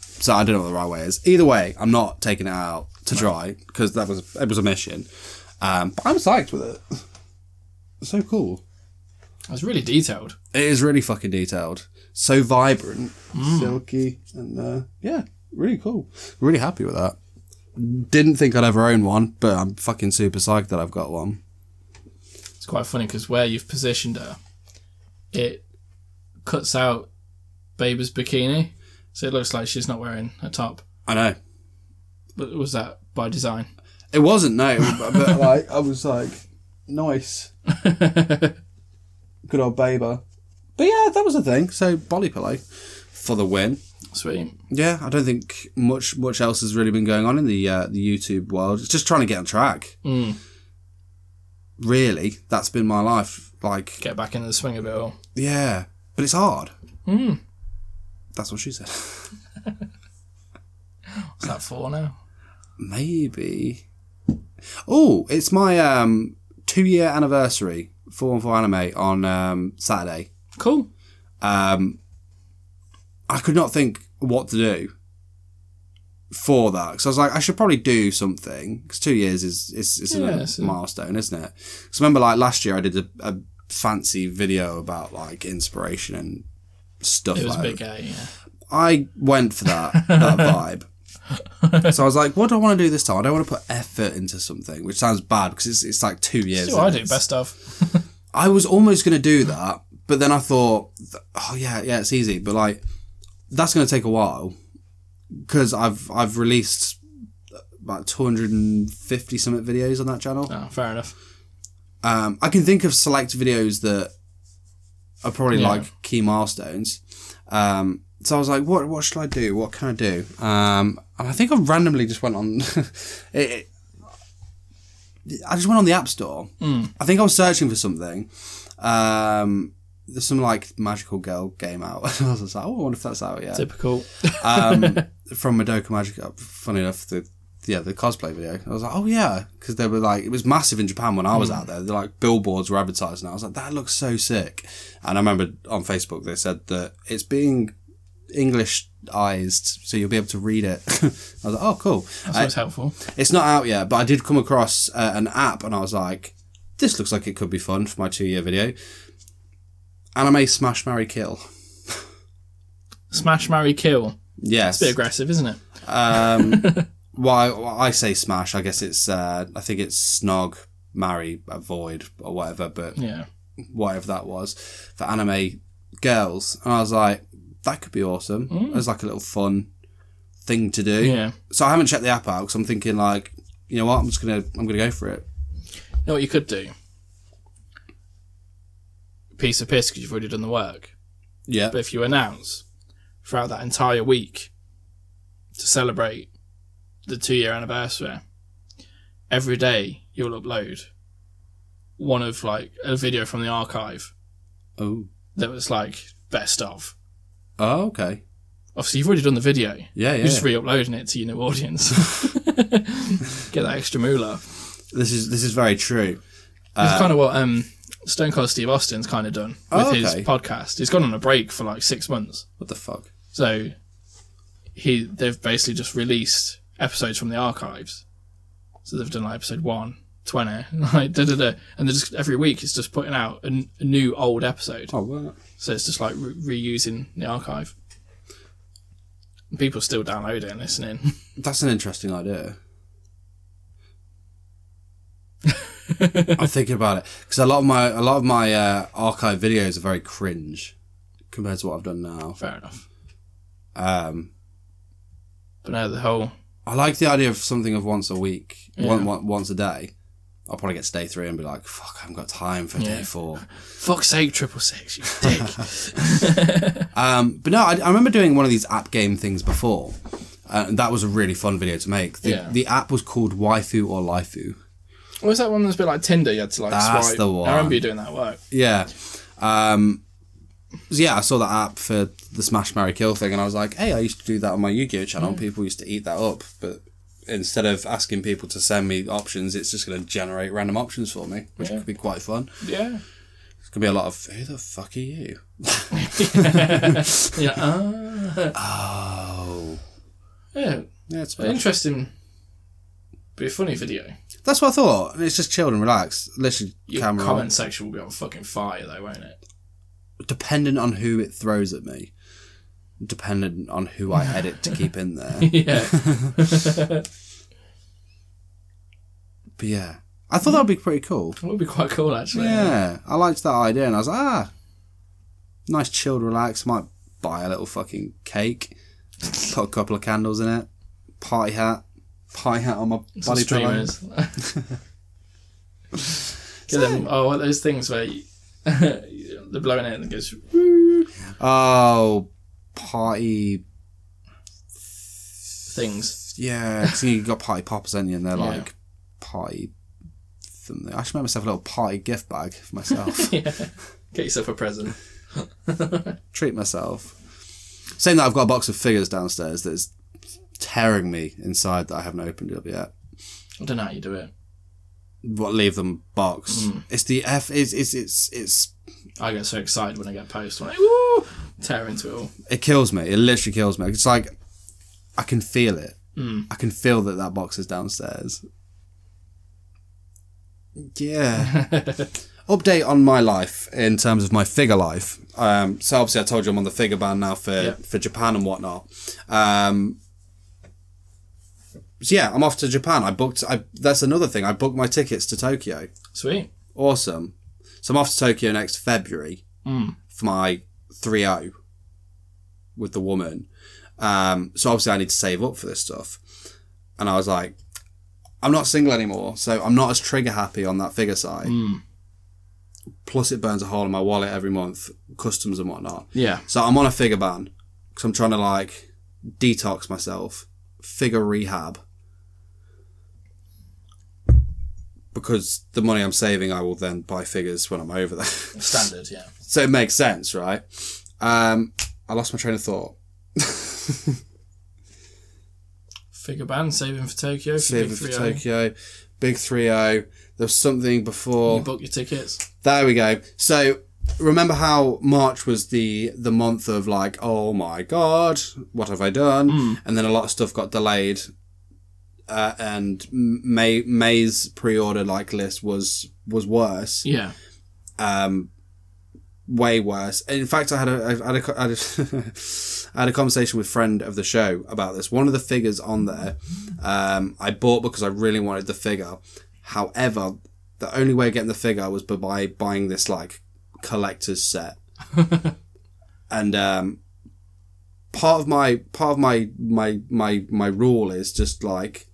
A: So I don't know what the right way is. Either way, I'm not taking it out to dry because that was it was a mission. Um, but I'm psyched with it. It's so cool.
B: It was really detailed.
A: It is really fucking detailed. So vibrant, silky, and uh, yeah, really cool. Really happy with that. Didn't think I'd ever own one, but I'm fucking super psyched that I've got one.
B: It's quite funny because where you've positioned her, it cuts out Baby's bikini, so it looks like she's not wearing a top.
A: I know.
B: But was that by design? [LAUGHS]
A: It wasn't no, but, but, like I was like, nice, good old baber. But yeah, that was a thing. So body pillow for the win.
B: Sweet.
A: Yeah, I don't think much much else has really been going on in the uh, the YouTube world. It's just trying to get on track.
B: Mm.
A: Really, that's been my life. Like,
B: Get back into the swing of it all.
A: yeah, but it's hard. That's what she said. [LAUGHS]
B: What's that for now?
A: Maybe. Oh, it's my um, two year anniversary. Four and four anime on um, Saturday.
B: Cool.
A: um, I could not think what to do for that because I was like, I should probably do something because two years is is, is
B: Yeah,
A: a
B: it's a-
A: milestone, isn't it? Because remember, like last year, I did a, a fancy video about like inspiration and stuff.
B: It was
A: like
B: big A. Yeah.
A: I went for that
B: [LAUGHS]
A: that vibe. so I was like, what do I want to do this time? I don't want to put effort into something, which sounds bad because it's, it's like two years.
B: See what I
A: in
B: do
A: it.
B: best of.
A: I was almost going to do that, but then I thought, oh yeah, yeah, it's easy, but like that's going to take a while because I've I've released uh, about 250 something videos on that channel.
B: Oh, fair enough.
A: Um, I can think of select videos that are probably
B: Yeah.
A: like key milestones. Um, so I was like, what what should I do? What can I do? Um, and I think I randomly just went on. [LAUGHS] it, it, I just went on the App Store. I think I was searching for something. Um, there's some like magical girl game out. [LAUGHS] I was just like, oh, I wonder if that's out yet.
B: Typical.
A: Um, from Madoka Magica. Funny enough, the yeah the cosplay video. I was like, oh yeah, because they were like it was massive in Japan when I
B: Hmm.
A: was out there. They're like billboards were advertising. I was like, that looks so sick. And I remember on Facebook they said that it's being Englishized, so you'll be able to read it. [LAUGHS] I was like, oh cool.
B: That's
A: I-
B: always helpful.
A: it's not out yet, but I did come across uh, an app and I was like, this looks like it could be fun for my two year video. Anime Smash Marry Kill.
B: Smash, marry, kill.
A: Yes.
B: It's a bit aggressive, isn't it? [LAUGHS]
A: Um, well, I, I say smash. I guess it's. Uh, I think it's snog, marry, avoid, or whatever. But
B: Yeah.
A: whatever that was for anime girls, and I was like, that could be awesome. It was like a little fun thing to do.
B: Mm. Yeah.
A: So I haven't checked the app out because I'm thinking like, you know what? I'm just gonna. I'm gonna go for it.
B: You know what you could do? Piece of piss because you've already done the work.
A: Yeah.
B: But if you announce throughout that entire week to celebrate the two year anniversary, every day you'll upload one of like a video from the archive
A: Oh.
B: that was like best of.
A: Oh. Okay.
B: Obviously, you've already done the video.
A: Yeah. Yeah.
B: You're just re uploading it to your new audience. Get that extra moolah.
A: This is this is very true.
B: It's kind of what um, Stone Cold Steve Austin's kind of done with
A: Uh, Oh,
B: his
A: okay.
B: podcast. He's gone on a break for like six months.
A: What the fuck?
B: So he they've basically just released episodes from the archives. So they've done like episode one, 20, [LAUGHS] like da da da, and they're just every week it's just putting out a, n- a new old episode.
A: Oh. Well,
B: So it's just like re- reusing the archive. And People still download it and listening. [LAUGHS]
A: That's an interesting idea. I'm thinking about it because a lot of my a lot of my uh, archive videos are very cringe compared to what I've done now.
B: Fair enough.
A: Um,
B: But now the whole
A: I like the idea of something of once a week, one, one, once a day. I'll probably get to day three and be like, fuck, I haven't got time for day four.
B: Fuck's sake, triple six, you dick.
A: [LAUGHS]
B: [LAUGHS]
A: Um, but no, I, I remember doing one of these app game things before. Uh, and that was a really fun video to make. The,
B: Yeah.
A: the app was called Waifu or Lifu.
B: what was that one that's a bit like Tinder? You had to like
A: That's
B: swipe.
A: the
B: I
A: one.
B: remember you doing that work.
A: Yeah. Um, so yeah, I saw that app for the Smash Marry Kill thing, and I was like, hey, I used to do that on my Yu Gi Oh channel.
B: Mm.
A: People used to eat that up, but instead of asking people to send me options, it's just going to generate random options for me, which
B: Yeah.
A: could be quite fun. [LAUGHS]
B: Yeah.
A: It's going to be a lot of who the fuck are you?
B: Yeah. Ah.
A: Oh,
B: yeah.
A: yeah, it's
B: An interesting. Be a funny video.
A: that's what I thought. And it's just chilled and relaxed. Literally,
B: Your
A: camera on.
B: comment section will be on fucking fire though, won't
A: [LAUGHS]
B: it?
A: dependent on who it throws at me, dependent on who I edit to keep in there.
B: [LAUGHS] yeah.
A: But yeah, I thought that'd be pretty cool.
B: That would be quite cool actually.
A: Yeah, I liked that idea, and I was like, ah, nice, chilled, relaxed. Might buy a little fucking cake, put a couple of candles in it, party hat, party hat on my
B: Some
A: body pillow. [LAUGHS]
B: streamers. Get them, oh, what are those things where you, [LAUGHS] they're blowing it and it goes. "Woo,"
A: Oh, party.
B: Things. [LAUGHS]
A: Yeah, 'cause you got party poppers, haven't you? And they're
B: Yeah.
A: like party. Something. I should make myself a little party gift bag for myself.
B: [LAUGHS] yeah. Get yourself a present.
A: treat myself. Saying that I've got a box of figures downstairs that is tearing me inside that I haven't opened it up yet.
B: I don't know how you do it.
A: What leave them box? It's the F. It's it's it's it's
B: I get so excited when I get posts. I'm like, woo! Tear into it all.
A: it kills me. It literally kills me. It's like I can feel it. I can feel that that box is downstairs. Yeah. Update on my life in terms of my figure life. Um, so obviously, I told you I'm on the figure ban now for
B: Yeah.
A: for Japan and whatnot. Um, so yeah, I'm off to Japan. I booked. I that's another thing. I booked my tickets to Tokyo.
B: Sweet.
A: Awesome. So I'm off to Tokyo next February for my 3 0 with the woman. Um, so obviously, I need to save up for this stuff. And I was like, I'm not single anymore, so I'm not as trigger happy on that figure side. Plus, it burns a hole in my wallet every month, customs and whatnot.
B: Yeah.
A: So I'm on a figure ban because I'm trying to like detox myself, figure rehab. Because the money I'm saving, I will then buy figures when I'm over there. [LAUGHS]
B: Standard, yeah.
A: so it makes sense, right? Um, I lost my train of thought.
B: Figure band, saving for Tokyo.
A: Saving for
B: oh.
A: Tokyo, Big 3 0. There's something before.
B: You book your tickets.
A: There we go. So remember how March was the the month of like, oh my god, what have I done? And then a lot of stuff got delayed. Uh, and M- May May's pre-order like list was was worse,
B: Yeah.
A: um, way worse. And in fact, I had a I had a, co- I had a, [LAUGHS] I had a conversation with a friend of the show about this. One of the figures on there, um, I bought because I really wanted the figure. However, the only way of getting the figure was by buying this like collector's set. and um, part of my part of my my my my rule is just like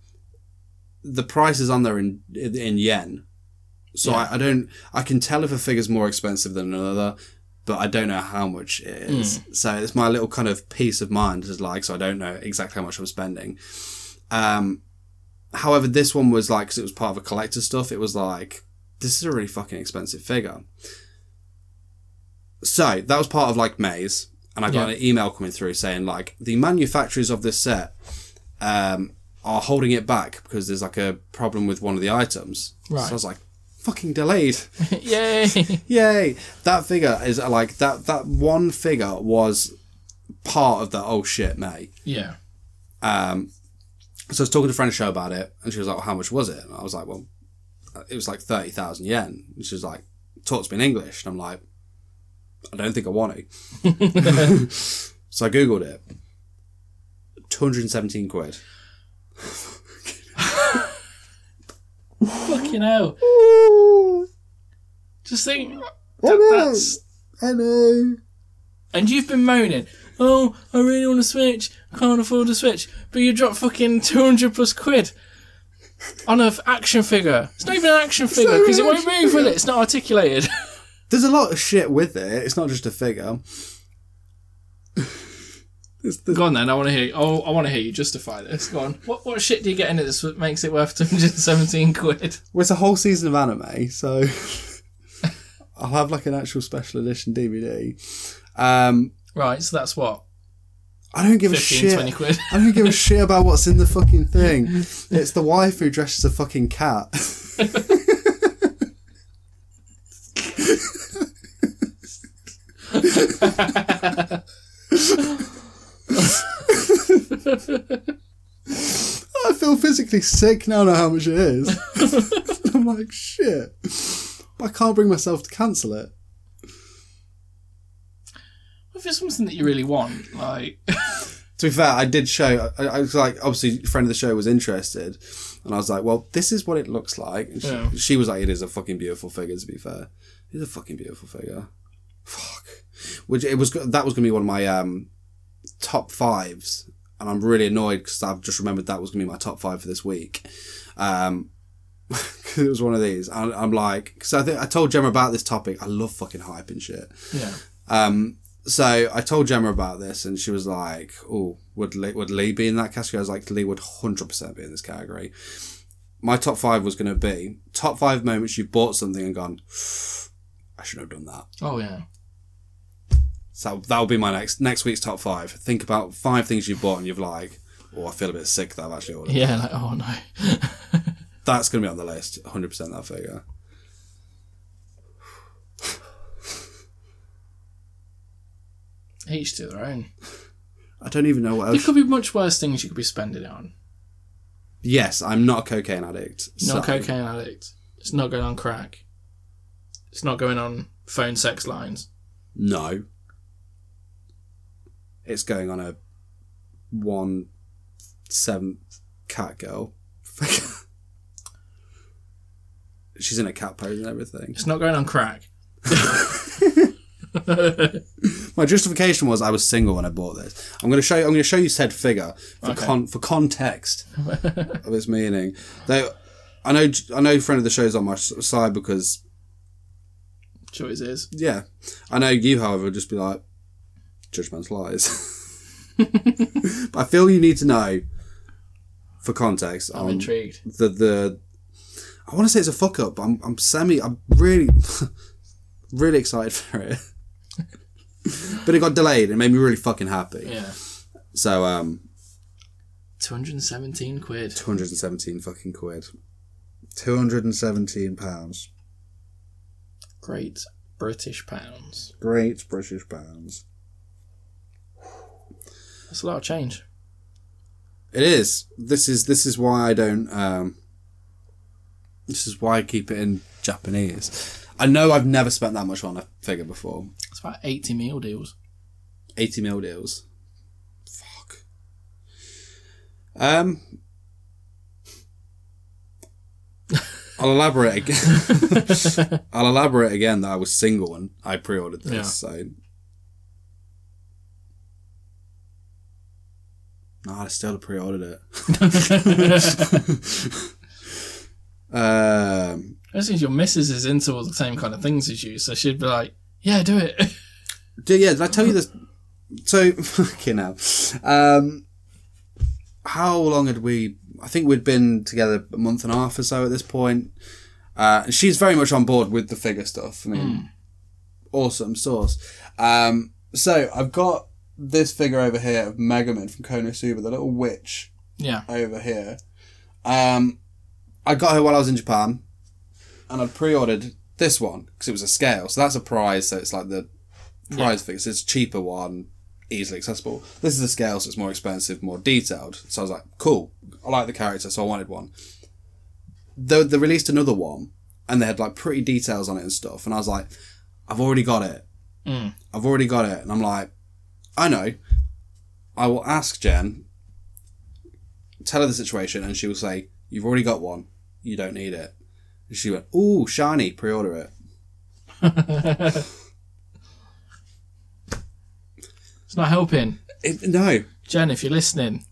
A: the prices on there in in yen. So I, I don't I can tell if a figure's more expensive than another, but I don't know how much it is. So it's my little kind of peace of mind is like so I don't know exactly how much I'm spending. Um however this one was like 'cause it was part of a collector stuff it was like this is a really fucking expensive figure so that was part of like maze and i got
B: Yeah.
A: an email coming through saying like the manufacturers of this set um, are holding it back because there's like a problem with one of the items so
B: Right.
A: i was like fucking delayed
B: [LAUGHS]
A: [LAUGHS]
B: Yay!
A: Yay! That figure is uh, like that. That one figure was part of the oh shit, mate.
B: yeah.
A: Um, So I was talking to a friend of the show about it, and she was like, well, "How much was it?" And I was like, "Well, it was like thirty thousand yen." And she was like, "Talk to me in English," and I'm like, "I don't think I want to." so I googled it. Two hundred and seventeen quid.
B: Fucking hell. Just think.
A: I know.
B: That's
A: I know.
B: and you've been moaning, oh, I really want a Switch, I can't afford a Switch, but you dropped fucking 200 plus quid on an action figure. It's not even an action figure because it won't move, will it? It's not articulated.
A: There's a lot of shit with it. It's not just a figure. It's the-
B: [LAUGHS] Go on then, I want to hear. You. Oh, I want to hear you justify this. Go on. What what shit do you get in it that makes it worth 217 quid?
A: well, it's a whole season of anime, so [LAUGHS] I'll have like an actual special edition DVD. Um,
B: Right, so that's what
A: I don't give a
B: 15,
A: shit.
B: 20 quid.
A: I don't give a shit about what's in the fucking thing. It's the wife who dresses a fucking cat. I feel physically sick now. I know how much it is. [LAUGHS] I'm like shit. But I can't bring myself to cancel it.
B: [LAUGHS] If it's something that you really want, like [LAUGHS]
A: to be fair, I did show. I, I was like, obviously, a friend of the show was interested, and I was like, "Well, this is what it looks like." And she,
B: Yeah.
A: she was like, "It is a fucking beautiful figure." To be fair, it's a fucking beautiful figure. Fuck. Which it was. go- That was gonna be one of my um, top fives, and I'm really annoyed because I've just remembered that was gonna be my top five for this week. Um, [LAUGHS] 'cause it was one of these. I, I'm like, because I think I told Gemma about this topic. I love fucking hype and shit.
B: yeah,
A: Um, so I told Gemma about this, and she was like, "Oh, would Lee, would Lee be in that category?" I was like, "Lee would hundred percent be in this category." My top five was going to be top five moments you bought something and gone, "I should have done that."
B: oh yeah,
A: So that will be my next next week's top five. Think about five things you bought and you've like, "Oh, I feel a bit sick that I've actually ordered."
B: yeah, like oh no,
A: That's going to be on the list, hundred percent. That figure.
B: each to their own.
A: I don't even know what
B: There
A: else.
B: could be much worse things you could be spending it on.
A: Yes, I'm not a cocaine addict.
B: You're not
A: so-
B: a cocaine addict. It's not going on crack. It's not going on phone sex lines.
A: No. It's going on a one seventh cat girl. [LAUGHS] She's in a cat pose and
B: [LAUGHS]
A: everything.
B: It's not going on crack.
A: My justification was I was single when I bought this. I'm gonna show you I'm gonna show you said figure for
B: Okay.
A: con- for context of its meaning. Though I know I know friend of the show's on my s- side because
B: Choice is.
A: yeah. I know you, however, would just be like judgment's
B: [LAUGHS]
A: lies. but I feel you need to know for context
B: I'm
A: on
B: intrigued.
A: the the I want to say it's a fuck up. But I'm I'm semi. I'm really [LAUGHS] really excited for it. [LAUGHS] but it got delayed. It made me really fucking happy.
B: Yeah.
A: So um,
B: 217 quid.
A: two hundred and seventeen fucking quid. Two hundred and seventeen pounds.
B: Great British pounds.
A: Great British pounds.
B: That's a lot of change.
A: It is. This is this is why I don't. Um, this is why I keep it in Japanese. I know I've never spent that much on a figure before.
B: It's about 80 meal [LAUGHS] deals.
A: 80 mil deals. Fuck. Um, I'll elaborate again. [LAUGHS] I'll elaborate again that I was single and I pre-ordered this,
B: Yeah.
A: so. No, I still pre-ordered it. [LAUGHS] Um,
B: As soon as your missus is into all the same kind of things as you, so she'd be like, yeah, do it. [LAUGHS]
A: Dude, yeah, did I tell you this? So, [LAUGHS] fucking hell. Um, how long had we? I think we'd been together a month and a half or so at this point. Uh, and she's very much on board with the figure stuff. I mean, awesome source. Um, so I've got this figure over here of Megaman from Konosuba, the little witch
B: yeah.
A: over here. Um, I got her while I was in Japan, and I pre-ordered this one because it was a scale, so that's a prize. So it's like the prize figure. So it's a cheaper one, easily accessible. This is a scale, so it's more expensive, more detailed. So I was like, cool. I like the character, so I wanted one. They, they released another one, and they had like pretty details on it and stuff. And I was like, I've already got it.
B: Mm.
A: I've already got it. And I'm like, I know. I will ask Jen tell her the situation, and she will say, "You've already got one. You don't need it." And she went, "Ooh, shiny! Pre-order it."
B: It's not helping.
A: It, no,
B: Jen, if you're listening,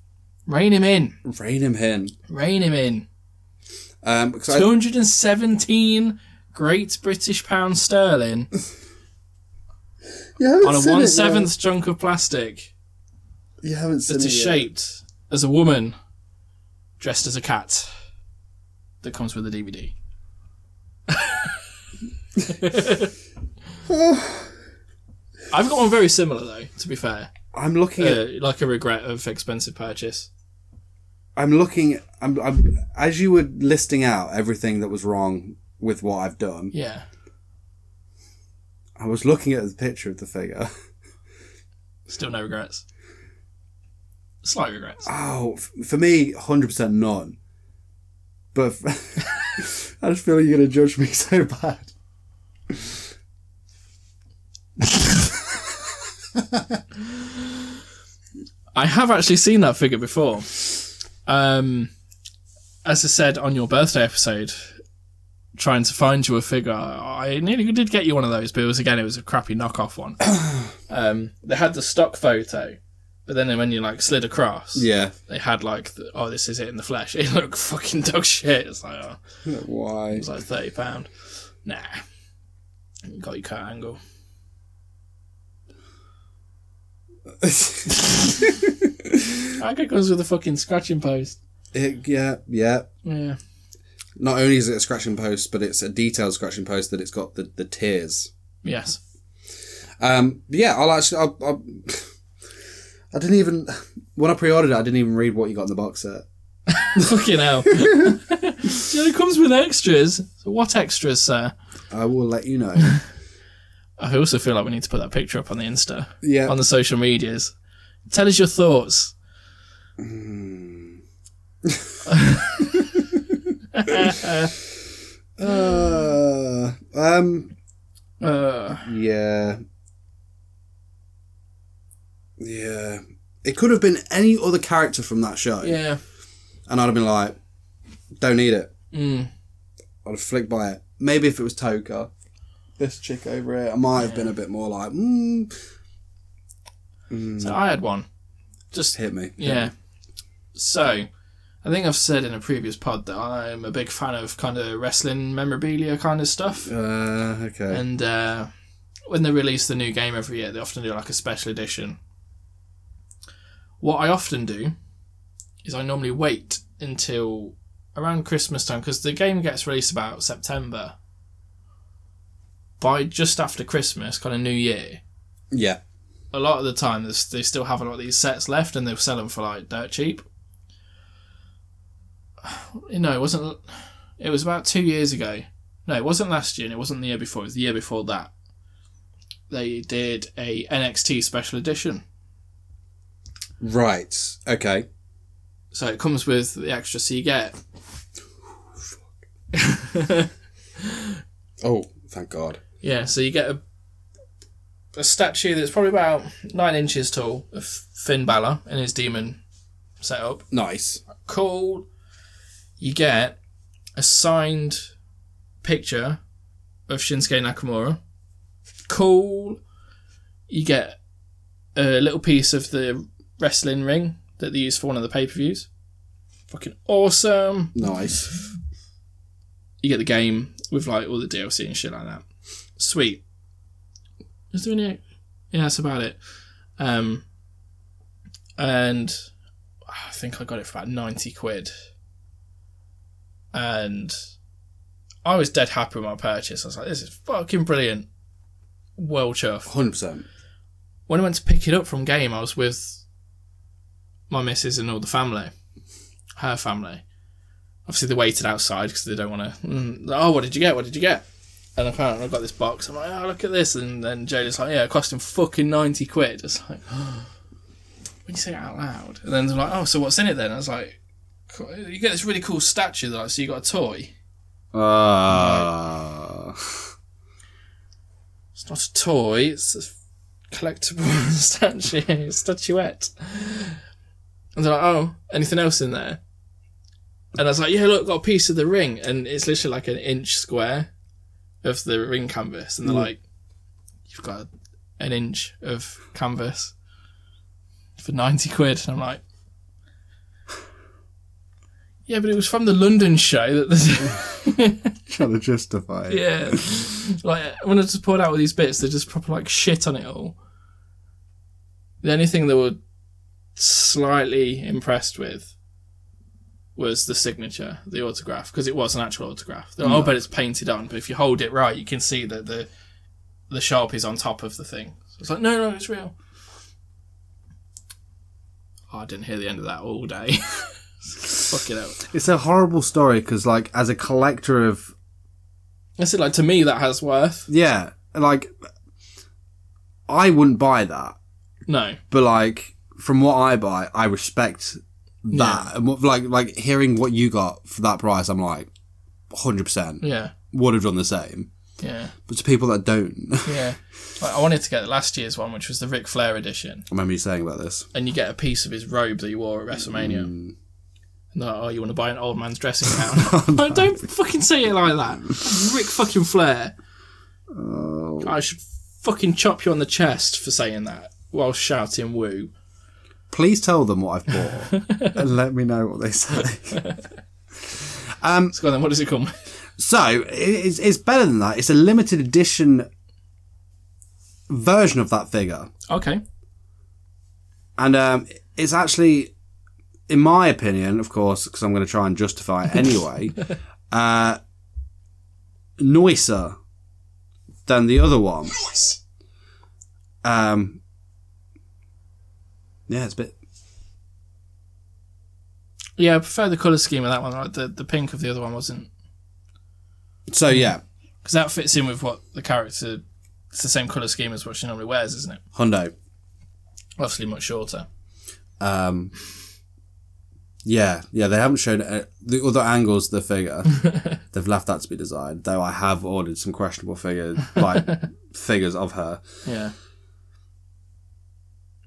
B: rein him in.
A: rein him in.
B: Rein him in.
A: Um, because I,
B: 217 Great British Pound Sterling
A: you haven't
B: on a
A: seen it
B: one
A: yet.
B: seventh chunk of plastic
A: You haven't seen
B: that is
A: it yet.
B: shaped as a woman dressed as a cat that comes with a DVD.
A: [SIGHS]
B: I've got one very similar though. To be fair,
A: I'm looking at.
B: uh, like a regret of expensive purchase.
A: I'm looking. I'm, I'm. As you were listing out everything that was wrong with what I've done,
B: Yeah,
A: I was looking at the picture of the figure. [LAUGHS]
B: still no regrets. Slight regrets.
A: Oh, f- for me, hundred percent none. But [LAUGHS] f- I just feel like you're gonna judge me [LAUGHS] so bad.
B: I have actually seen that figure before. Um, as I said on your birthday episode, trying to find you a figure, I nearly did get you one of those, but it was again, it was a crappy knockoff [COUGHS] one. um, they had the stock photo, but then when you like slid across,
A: Yeah.
B: they had like, the, oh, this is it in the flesh. [LAUGHS] It looked fucking dog shit. It's like, oh,
A: [LAUGHS] Why?
B: it's like thirty pound. Nah, got your cut angle. I think it comes with a fucking scratching post.
A: [LAUGHS] It, yeah, yeah.
B: Yeah.
A: Not only is it a scratching post, but it's a detailed scratching post that it's got the the tears.
B: Yes. [LAUGHS]
A: Um. but Yeah. I'll actually. I'll, I'll, [SIGHS] I didn't even when I pre-ordered it. I didn't even read what you got in the box set.
B: Fucking hell. [LAUGHS] you know, it comes with extras. So what extras, sir?
A: I will let you
B: [LAUGHS]
A: know.
B: I also feel like we need to put that picture up on the Insta,
A: Yeah.
B: on the social medias. Tell us your thoughts.
A: Hmm. Uh, um.
B: Uh,
A: Yeah. Yeah. It could have been any other character from that show,
B: yeah.
A: and I'd have been like, "Don't need it."
B: Mm.
A: I'd have flicked by it. Maybe if it was Toka, this chick over here, I might have been a bit more like, mm,
B: So I had one. Just
A: "Hit me."
B: Yeah. So, I think I've said in a previous pod that I'm a big fan of kind of wrestling memorabilia kind of stuff.
A: Uh, okay.
B: And uh, when they release the new game every year, they often do like a special edition. What I often do is I normally wait until around Christmas time because the game gets released about September. By just after Christmas, kind of New Year,
A: yeah.
B: a lot of the time there's- they still have a lot of these sets left and they'll sell them for like dirt cheap. [SIGHS] You know, it wasn't. It was about two years ago. No, it wasn't last year, and it wasn't the year before. It was the year before that. They did a NXT special edition,
A: Right. Okay.
B: so it comes with the extras so you get.
A: Oh, thank God.
B: Yeah, so you get a a statue that's probably about nine inches tall of Finn Balor and his demon setup.
A: Nice.
B: cool. You get a signed picture of Shinsuke Nakamura. Cool. You get a little piece of the wrestling ring that they use for one of the pay per views. Fucking awesome.
A: Nice.
B: You get the game with like all the DLC and shit like that. Sweet. Is there any? Yeah, that's about it. Um, and I think I got it for about ninety quid. And I was dead happy with my purchase. I was like, "This is fucking brilliant." Well chuffed.
A: Hundred percent.
B: When I went to pick it up from game, I was with my missus and all the family, her family. Obviously, they waited outside because they don't want to. Mm, oh, what did you get? What did you get? And apparently, I got this box. I'm like, oh, look at this. And then Jodie's like, yeah, it cost him fucking 90 quid. It's like, [GASPS] when you say it out loud. And then they're like, oh, so what's in it then? I was like, cool. you get this really cool statue. They're Like, so you got a toy.
A: Uh, [LAUGHS]
B: It's not a toy, it's a collectible [LAUGHS] statue, statuette. And they're like, oh, anything else in there? And I was like, yeah, look, got a piece of the ring. And it's literally like an inch square of the ring canvas. And they're like, you've got an inch of canvas. for 90 quid. And I'm like, yeah, but it was from the London show that the. [LAUGHS]
A: Trying to justify it.
B: yeah. Like, when I just poured out all these bits, they just proper like shit on it all. The only thing they were slightly impressed with was the signature, the autograph, because it was an actual autograph. They're like, Oh, but it's painted on, but if you hold it right, you can see that the the sharpie's on top of the thing. So it's like, no, no, it's real. Oh, I didn't hear the end of that all day. [LAUGHS] Fuck it out.
A: It's a horrible story because, like, as a collector of
B: I said, like to me, that has worth.
A: yeah, like, I wouldn't buy that,
B: No,
A: but like, from what I buy, I respect that. And what, like, like hearing what you got for that price, I'm like, hundred percent
B: yeah,
A: would have done the same.
B: yeah.
A: But to people that don't, [LAUGHS] I
B: Yeah. Like, I wanted to get last year's one, which was the Ric Flair edition,
A: remember you saying about this.
B: and you get a piece of his robe that he wore at WrestleMania. And they're like, oh, you want to buy an old man's dressing gown? Like, don't fucking say it like that. Rick fucking Flair. I should fucking chop you on the chest for saying that while shouting woo.
A: Please tell them what I've bought and let me know what they say. Um,
B: So go on then, what does it come with?
A: So it's, it's better than that. It's a limited edition version of that figure.
B: [LAUGHS] Okay.
A: And um, it's actually, in my opinion, of course, because I'm going to try and justify it anyway, uh, nicer than the other one. Um, yeah, it's a bit.
B: Yeah, I prefer the colour scheme of that one. Like the, the pink of the other one wasn't.
A: So yeah,
B: Because that fits in with what the character. It's the same colour scheme as what she normally wears, isn't it?
A: Hundo.
B: Obviously, much shorter.
A: Um, yeah, yeah, they haven't shown uh, the other angles of the figure. They've left that to be desired. Though I have ordered some questionable figures, like figures of her.
B: Yeah.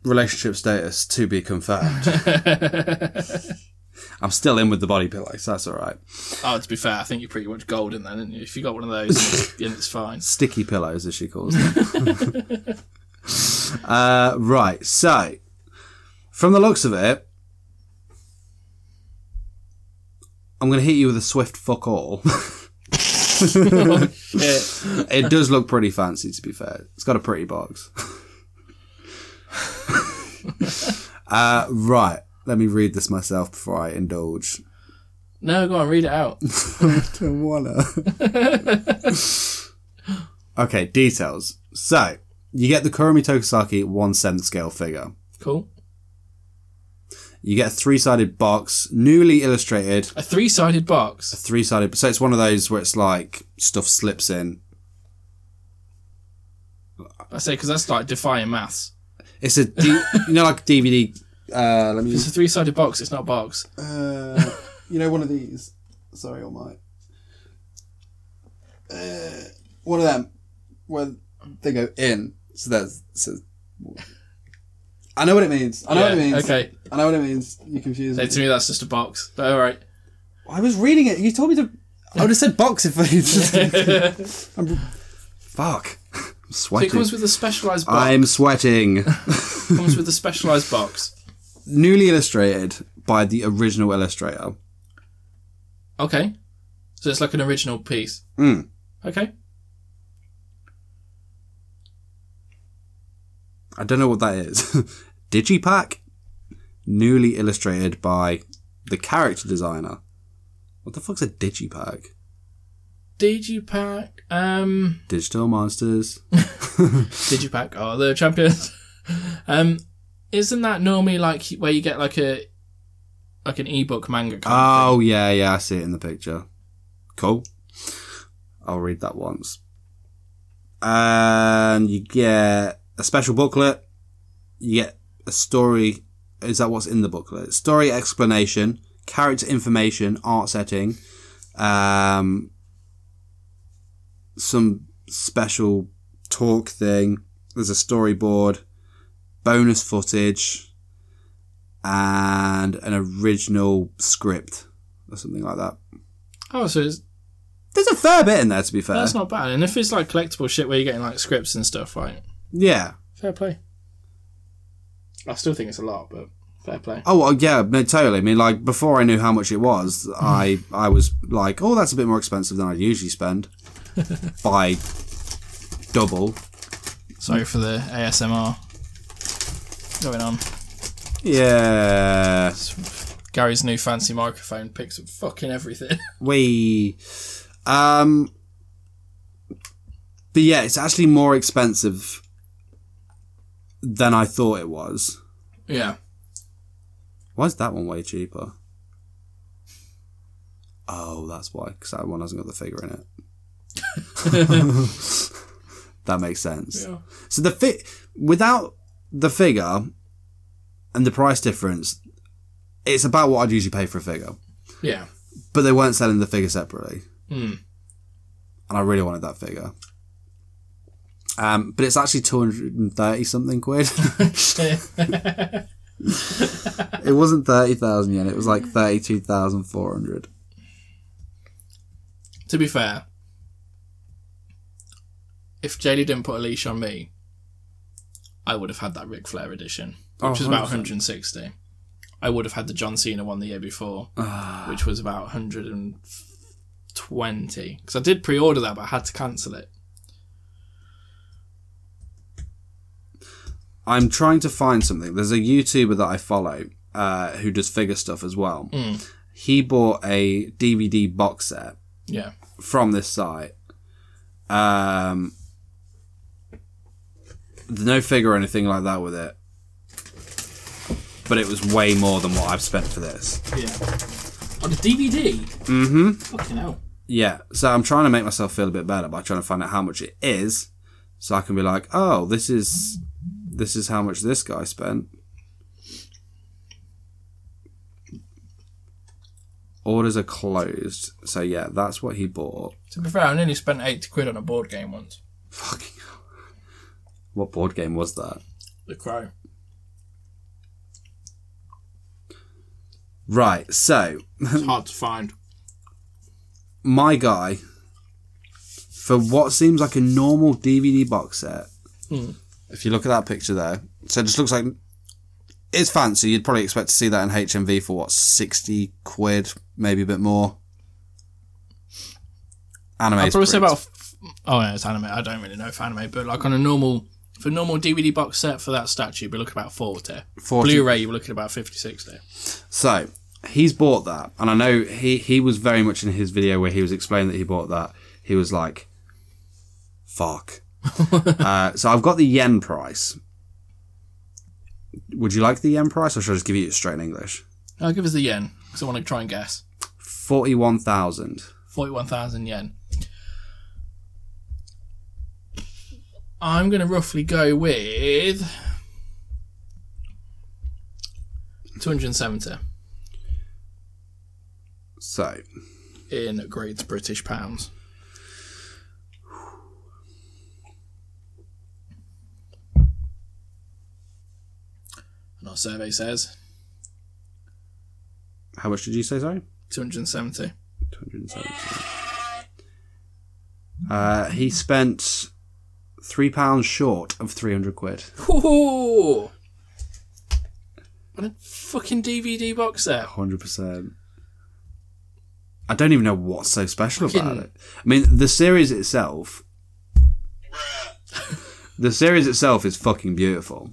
A: relationship status to be confirmed. I'm still in with the body pillow, so that's all right.
B: Oh, to be fair, I think you're pretty much golden then, didn't you? If you got one of those, then it's- then it's fine.
A: Sticky pillows, as she calls them. [LAUGHS] uh, right, so from the looks of it, I'm going to hit you with a swift fuck all. [LAUGHS]
B: Yeah.
A: it does look pretty fancy, to be fair. It's got a pretty box. uh, right, let me read this myself before I indulge.
B: No, go on, read it out.
A: Don't wanna. [LAUGHS] okay, details. So, you get the Kurumi Tokusaki 1 cent scale figure.
B: Cool.
A: You get a three sided box, newly illustrated,
B: A three sided box.
A: three sided. So, it's one of those where it's like stuff slips in.
B: I say, because that's like defying maths.
A: It's a, D- [LAUGHS] you know, like a DVD. Uh, let me.
B: It's a three sided box, it's not a box.
A: Uh, you know, one of these. Sorry, all my. Uh, one of them where they go in. So that's. So, I know what it means. I know what it
B: Yeah,
A: means.
B: okay.
A: I know what it means. You confuse
B: Hey,
A: me.
B: to me, that's just a box. But all right.
A: I was reading it. You told me to. I would have said box if I.
B: [LAUGHS]
A: I'm- Fuck. I'm
B: So it
A: sweating.
B: comes with a specialised box.
A: I'm sweating.
B: It comes with a specialised box.
A: Newly illustrated by the original illustrator.
B: Okay. So it's like an original piece.
A: Mm.
B: Okay.
A: I don't know what that is. [LAUGHS] Digipack, newly illustrated by the character designer. What the fuck's a digipack?
B: Digipack. Um,
A: Digital monsters.
B: Digipack are Oh, the champions. [LAUGHS] um, isn't that normally like where you get like a like an ebook manga? Kind of
A: Oh yeah, yeah, I see it in the picture. Cool. I'll read that once. And you get a special booklet. You get a story. Is that what's in the booklet? Story explanation, character information, art setting, um, some special talk thing. There's a storyboard, bonus footage and an original script or something like that.
B: Oh, so it's,
A: There's a fair bit in there, to be fair.
B: that's not bad. And if it's like collectible shit where you're getting like scripts and stuff, right?
A: yeah.
B: Fair play. I still think it's a lot, but fair play.
A: Oh well, yeah, no, totally. I mean, like before I knew how much it
B: [LAUGHS]
A: was, I I was like, oh, that's a bit more expensive than I usually
B: [LAUGHS]
A: spend by double.
B: Sorry for the ASMR going on.
A: Yeah,
B: Gary's new fancy microphone picks up fucking everything. [LAUGHS]
A: we. Um, but yeah, it's actually more expensive than I thought it was.
B: yeah.
A: Why is that one way cheaper? Oh, that's why, because that one hasn't got the figure in it. [LAUGHS] that makes sense.
B: Yeah.
A: So the fit without the figure and the price difference, it's about what I'd usually pay for a figure.
B: Yeah.
A: But they weren't selling the figure separately,
B: Hmm. [LAUGHS]
A: and I really wanted that figure. Um, but it's actually two hundred and thirty something quid. [LAUGHS] it wasn't thirty thousand yen. It was like thirty two thousand four hundred.
B: To be fair, if Jaylee didn't put a leash on me, I would have had that Ric Flair edition,
A: Oh,
B: which is about
A: 100%.
B: 160. I would have had the John Cena one the year before, which was about 120. Because I did pre order that, but I had to cancel it.
A: I'm trying to find something. There's a YouTuber that I follow uh, who does figure stuff as well. He bought a DVD box set
B: Yeah.
A: from this site. Um, there's no figure or anything like that with it, but it was way more than what I've spent for this.
B: Yeah. On the DVD? Mm hmm. Fucking hell.
A: Yeah, so I'm trying to make myself feel a bit better by trying to find out how much it is, so I can be like, oh, this is this is how much this guy spent. Orders are closed, so yeah, that's what he bought. [LAUGHS]
B: To be fair, I nearly spent 80 quid on a board game once.
A: Fucking hell. What board game was that?
B: The Crow.
A: Right, so
B: It's hard to find.
A: my guy, for what seems like a normal DVD box set,
B: Hmm.
A: if you look at that picture there, so it just looks like it's fancy. You'd probably expect to see that in HMV for what, 60 quid, maybe a bit more. Anime.
B: I'd probably say about. f- Oh, yeah, it's anime. I don't really know if anime, but like on a normal. For a normal DVD box set for that statue, we're looking about 40.
A: 40.
B: Blu ray, you're looking about 50, 60.
A: So he's bought that, and I know he he was very much in his video where he was explaining that he bought that. He was like, "Fuck." uh, so I've got the yen price. Would you like the yen price, or should I just give you it straight in English?
B: I'll give us the yen, because I want to try and guess.
A: Forty-one thousand.
B: 41,000 yen. I'm going to roughly go with 270
A: So
B: in great British pounds. And our survey says
A: how much did you say? Sorry,
B: 270.
A: two hundred and seventy. Uh, he spent three pounds short of three hundred quid.
B: Whoa! What a fucking DVD box set.
A: Hundred percent. I don't even know what's so special about
B: Fucking-
A: it. I mean, the series itself, the series itself is fucking beautiful.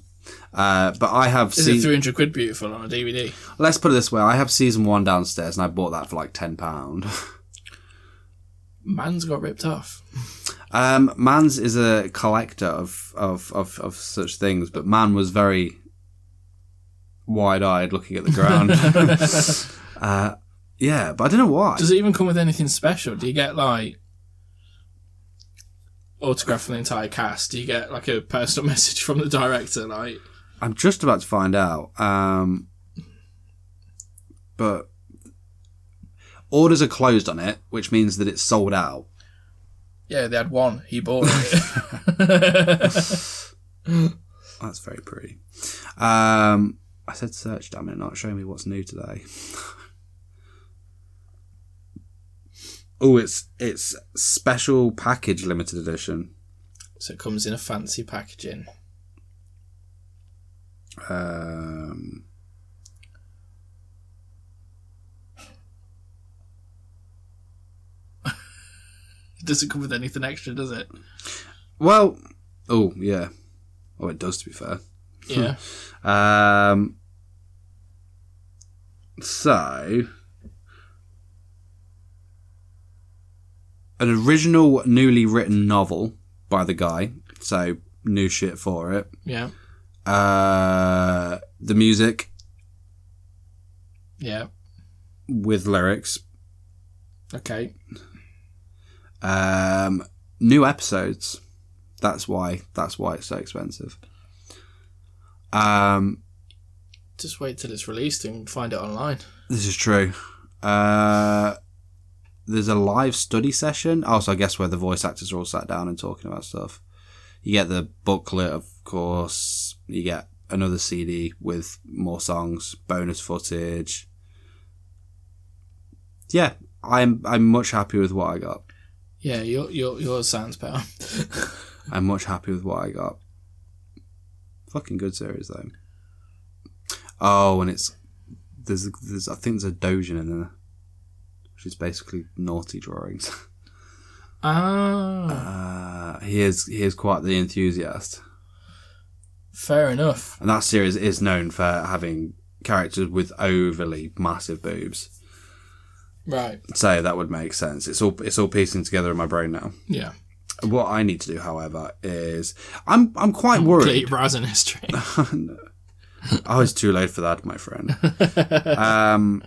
A: Uh, but I have
B: Is
A: seen.
B: it 300 quid beautiful on a DVD?
A: let's put it this way: I have season one downstairs, and I bought that for like ten pound.
B: Man's got ripped [LAUGHS] off.
A: Um, Mans is a collector of, of, of, of such things, but Man was very wide eyed looking at the
B: [LAUGHS]
A: ground. uh, yeah, but I don't know why.
B: Does it even come with anything special? Do you get like autograph from the entire cast? Do you get like a personal [LAUGHS] message from the director? Like,
A: I'm just about to find out. Um, but orders are closed on it, which means that it's sold out.
B: yeah, they had one. He bought it. [LAUGHS]
A: That's very pretty. Um, I said search, damn it, not showing me what's new today. [LAUGHS] oh, it's it's special package limited edition.
B: so it comes in a fancy packaging.
A: Um,
B: It doesn't come with anything extra, does it?
A: well, oh yeah, oh it does to be fair.
B: Yeah.
A: Um, so, an original, newly written novel by the guy. So new shit for it.
B: yeah.
A: Uh, the music
B: Yeah.
A: with lyrics.
B: Okay.
A: Um, new episodes. That's why. That's why it's so expensive. Um,
B: Just wait till it's released and find it online.
A: this is true. Uh, there's a live study session. Also, I guess where the voice actors are all sat down and talking about stuff. You get the booklet, of course. You get another CD with more songs, bonus footage. Yeah, I'm I'm much happy with what I got.
B: Yeah, your your yours sounds [LAUGHS] better.
A: I'm much happy with what I got. Fucking good series though. Oh, and it's there's there's I think there's a dojin in there, which is basically naughty drawings. [LAUGHS]
B: ah,
A: Uh, he is he is quite the enthusiast,
B: fair enough.
A: and that series is known for having characters with overly massive boobs.
B: Right.
A: So that would make sense. It's all it's all piecing together in my brain now.
B: Yeah.
A: What I need to do, however, is I'm I'm quite worried.
B: Complete browsing history.
A: [LAUGHS] I was Oh, too late for that, my
B: [LAUGHS]
A: friend. um,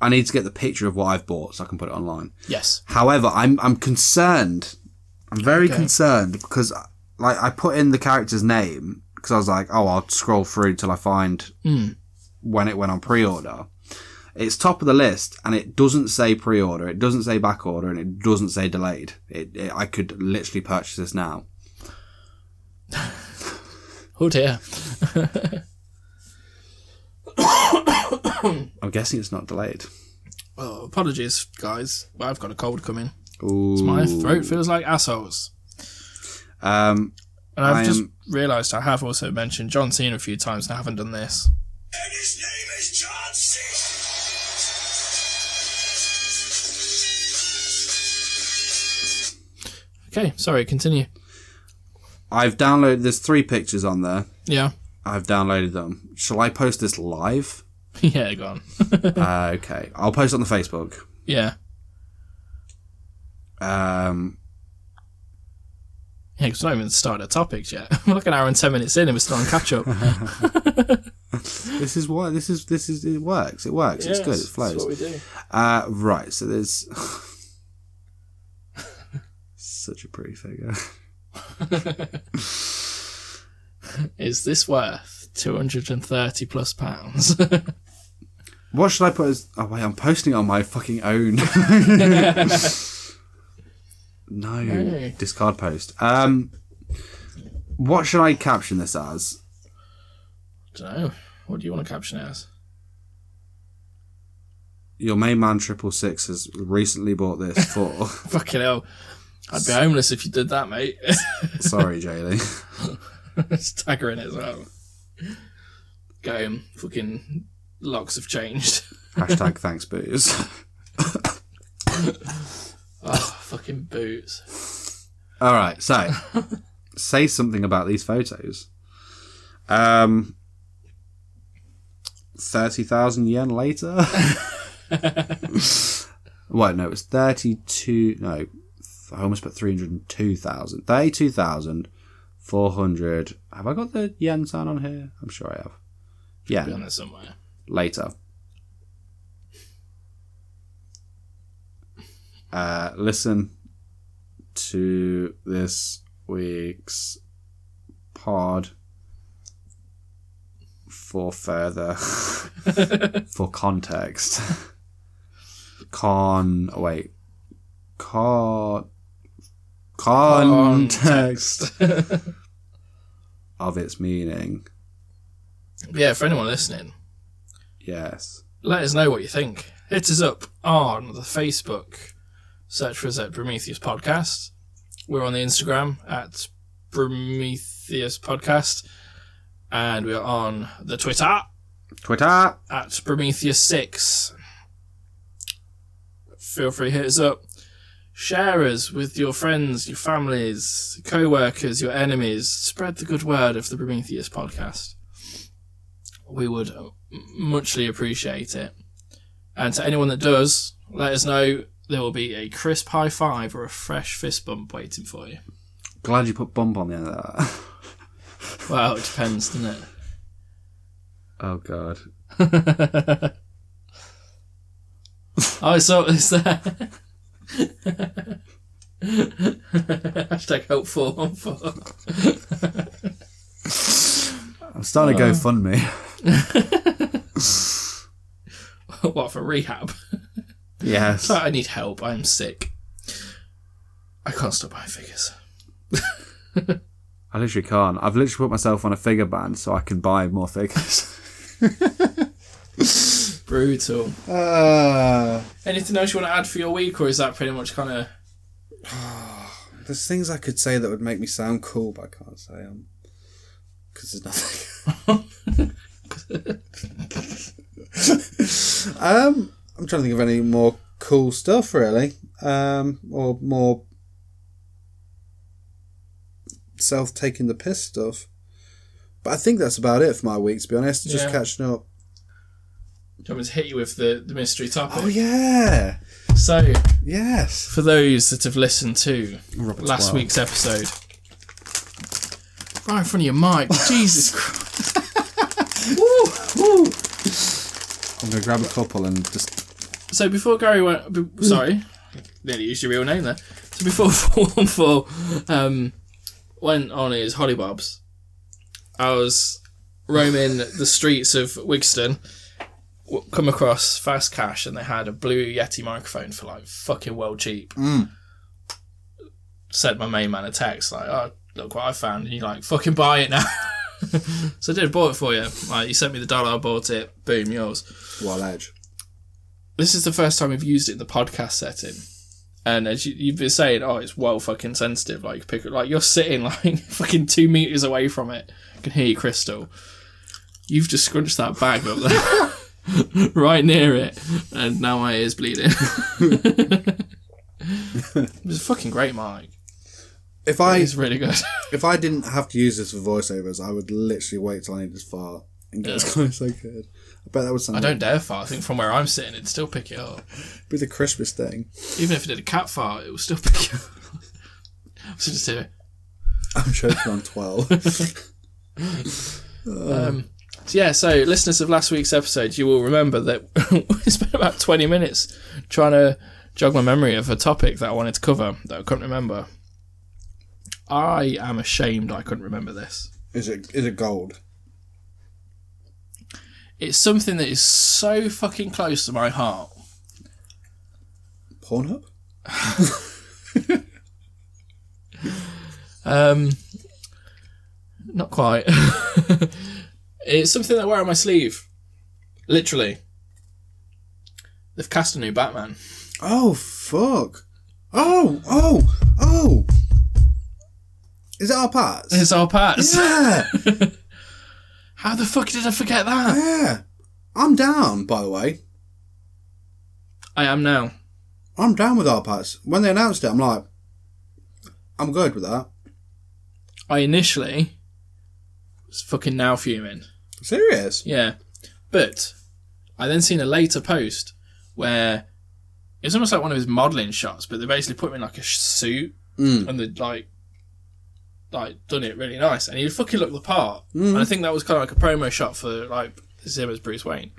A: I need to get the picture of what I've bought so I can put it online.
B: yes.
A: However, I'm I'm concerned. I'm very
B: Okay.
A: concerned because like I put in the character's name because I was like, oh, I'll scroll through till I find
B: Hmm.
A: when it went on pre-order. It's top of the list, and it doesn't say pre-order. It doesn't say back order, and it doesn't say delayed. It, it I could literally purchase this now.
B: Oh dear.
A: I'm guessing it's not delayed.
B: Oh, apologies, guys. I've got a cold coming.
A: Ooh.
B: My throat feels like assholes.
A: Um,
B: And I've
A: I
B: just
A: am-
B: realised I have also mentioned John Cena a few times and I haven't done this.
C: And his name is John C.
B: Okay, sorry, continue.
A: I've downloaded. There's three pictures on there.
B: Yeah. [LAUGHS]
A: I've downloaded them. Shall I post this live?
B: yeah, gone.
A: uh, okay, I'll post on the Facebook.
B: [LAUGHS] Yeah.
A: Um,
B: Yeah, because we not even started our topics yet. [LAUGHS] we're like an hour and ten minutes in and we're still on catch up.
A: this is why this is this is it works. It works. [LAUGHS] it's good. It flows.
B: we do.
A: Uh, right. So there's [LAUGHS] such a pretty figure.
B: Is this worth two hundred and thirty plus pounds? [LAUGHS]
A: What should I put as? Oh wait, I'm posting on my fucking own. [LAUGHS] no,
B: No.
A: discard post. Um, what should I caption this as?
B: don't know. What do you want to caption it as?
A: Your main man triple six has recently bought this for.
B: Fucking hell. I'd be homeless if you did that, mate. [LAUGHS]
A: Sorry, Jaylee.
B: Staggering as well. Go home. Fucking locks have changed. [LAUGHS]
A: Hashtag thanks booze.
B: Oh, fucking boots.
A: All right, so say something about these photos. Um, thirty thousand yen later. Wait, no, it's thirty-two. No, I almost put three hundred two thousand. Thirty-two thousand four hundred. Have I got the yen sign on here? I'm sure I have.
B: Be
A: Yeah,
B: on there somewhere. [LAUGHS]
A: later. Uh, listen to this week's pod for further [LAUGHS] for context. Con oh wait, con context of its meaning.
B: Yeah, for anyone listening,
A: Yes.
B: let us know what you think. Hit us up on the Facebook. Search for us at Prometheus Podcast. We're on the Instagram at Prometheus Podcast. and we are on the Twitter
A: Twitter.
B: at Prometheus Six. Feel free to hit us up. Share us with your friends, your families, co-workers, your enemies. Spread the good word of the Prometheus podcast. We would m- muchly appreciate it. And to anyone that does, let us know there will be a crisp high five or a fresh fist bump waiting for you.
A: Glad you put bump on the end of that.
B: Well, it depends, doesn't it?
A: Oh god.
B: Oh, I saw it's there. Hashtag help four one four.
A: I'm starting to go fund me.
B: [LAUGHS] What for rehab?
A: [LAUGHS] Yes.
B: I need help. I'm sick. I can't stop buying figures.
A: I literally can't. I've literally put myself on a figure ban so I can buy more figures.
B: Brutal.
A: Uh,
B: Anything else you want to add for your week, or is that pretty much kind of?
A: there's things I could say that would make me sound cool, but I can't say them. Because there's nothing. [LAUGHS] um, I'm trying to think of any more cool stuff, really. Um, or more self taking the piss stuff. But I think that's about it for my week, to be honest. Just
B: Yeah.
A: catching up.
B: Do you want me to hit you with the, the mystery topic?
A: Oh, yeah.
B: So,
A: Yes.
B: for those that have listened to
A: Robert
B: last
A: Swell.
B: week's episode, right in front of your [LAUGHS] mic, Jesus Christ! woo, woo.
A: I'm going to grab a couple and just.
B: So before Gary went, b- sorry, nearly used your real name there. So before [LAUGHS] Form Four um, went on his Holly Bobs, I was roaming the streets of Wigston, w- come across Fast Cash, and they had a Blue Yeti microphone for like fucking well cheap. Sent my main man a text like, "Oh, look what I found," and you like fucking buy it now. [LAUGHS] so I did bought it for you. Like you sent me the dollar, I bought it. Boom, yours
A: Well, edge.
B: this is the first time we've used it in the podcast setting. And as you, you've been saying, oh, it's well fucking sensitive. Like, pick, like you're sitting [LAUGHS] like fucking two meters away from it. I can hear you, Crystal. You've just scrunched that bag up there, [LAUGHS] right near it, and now my ear's bleeding. [LAUGHS] it was a fucking great mic.
D: If I
B: It's really good.
D: if I didn't have to use this for voiceovers, I would literally wait till I needed to fart and get as close as I could. I bet that would sound
B: I don't dare fart. I think from where I'm sitting, it'd still pick it up.
D: be the crispest thing.
B: Even if it did a cat fart, it would still [LAUGHS] pick it up. so just hear it.
D: I'm choking on twelve. [LAUGHS]
B: Um, Yeah, so listeners of last week's episode, you will remember that [LAUGHS] we spent about 20 minutes trying to jog my memory of a topic that I wanted to cover that I couldn't remember. I am ashamed I couldn't remember this.
D: Is it is it gold?
B: It's something that is so fucking close to my heart.
D: Pornhub?
B: Um, not quite. [LAUGHS] it's something that I wear on my sleeve. Literally. They've cast a new Batman.
D: Oh fuck! Oh oh oh! Is it our parts?
B: It's our parts.
D: [LAUGHS] Yeah
B: [LAUGHS] How the fuck did I forget that?
D: yeah. I'm down. By the way,
B: I am now.
D: I'm down with our parts. When they announced it, I'm like, I'm good with that.
B: I initially was fucking now fuming.
D: Serious?
B: Yeah. But I then seen a later post where it was almost like one of his modelling shots, but they basically put him in like a sh- suit and they'd like like done it really nice and he fucking looked the part. And I think that was kinda like a promo shot for like him as Bruce Wayne.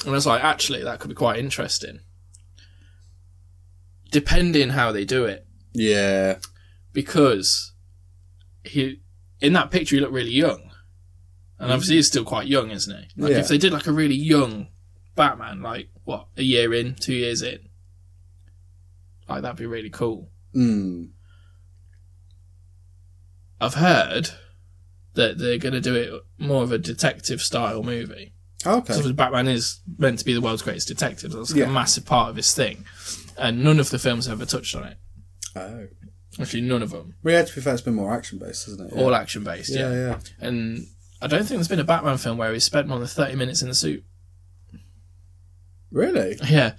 B: And I was like, actually that could be quite interesting. Depending how they do it
D: Yeah.
B: because he in that picture he looked really young, and obviously he's still quite young, isn't he? Like
D: Mm-hmm. Yeah.
B: if they did like a really young Batman, like what a year in, two years in, like that'd be really cool.
D: Mm.
B: I've heard that they're going to do it more of a detective style movie.
D: Okay.
B: Because Batman is meant to be the world's greatest detective. That's like
D: Yeah.
B: a massive part of his thing, and none of the films ever touched on it.
D: Oh.
B: Actually, none of them.
A: But yeah, to be fair, it's been more action based, isn't it?
B: All action based.
A: yeah,
B: yeah.
A: yeah.
B: And I don't think there's been a Batman film where he spent more than thirty minutes in the suit. [LAUGHS]
A: Really?
B: Yeah.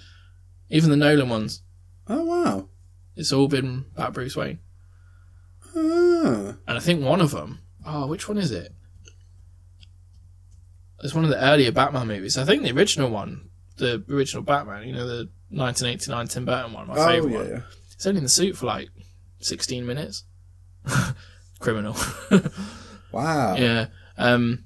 B: Even the Nolan ones,
A: Oh wow.
B: it's all been about Bruce Wayne.
A: Ah.
B: And I think one of them, oh, which one is it? It's one of the earlier Batman movies. I think the original one, the original Batman, you know, the 1989 Tim Burton one, my
A: Oh
B: favourite
A: yeah,
B: one.
A: yeah.
B: It's only in the suit for like 16 minutes. [LAUGHS] Criminal. [LAUGHS]
A: Wow.
B: yeah. Um,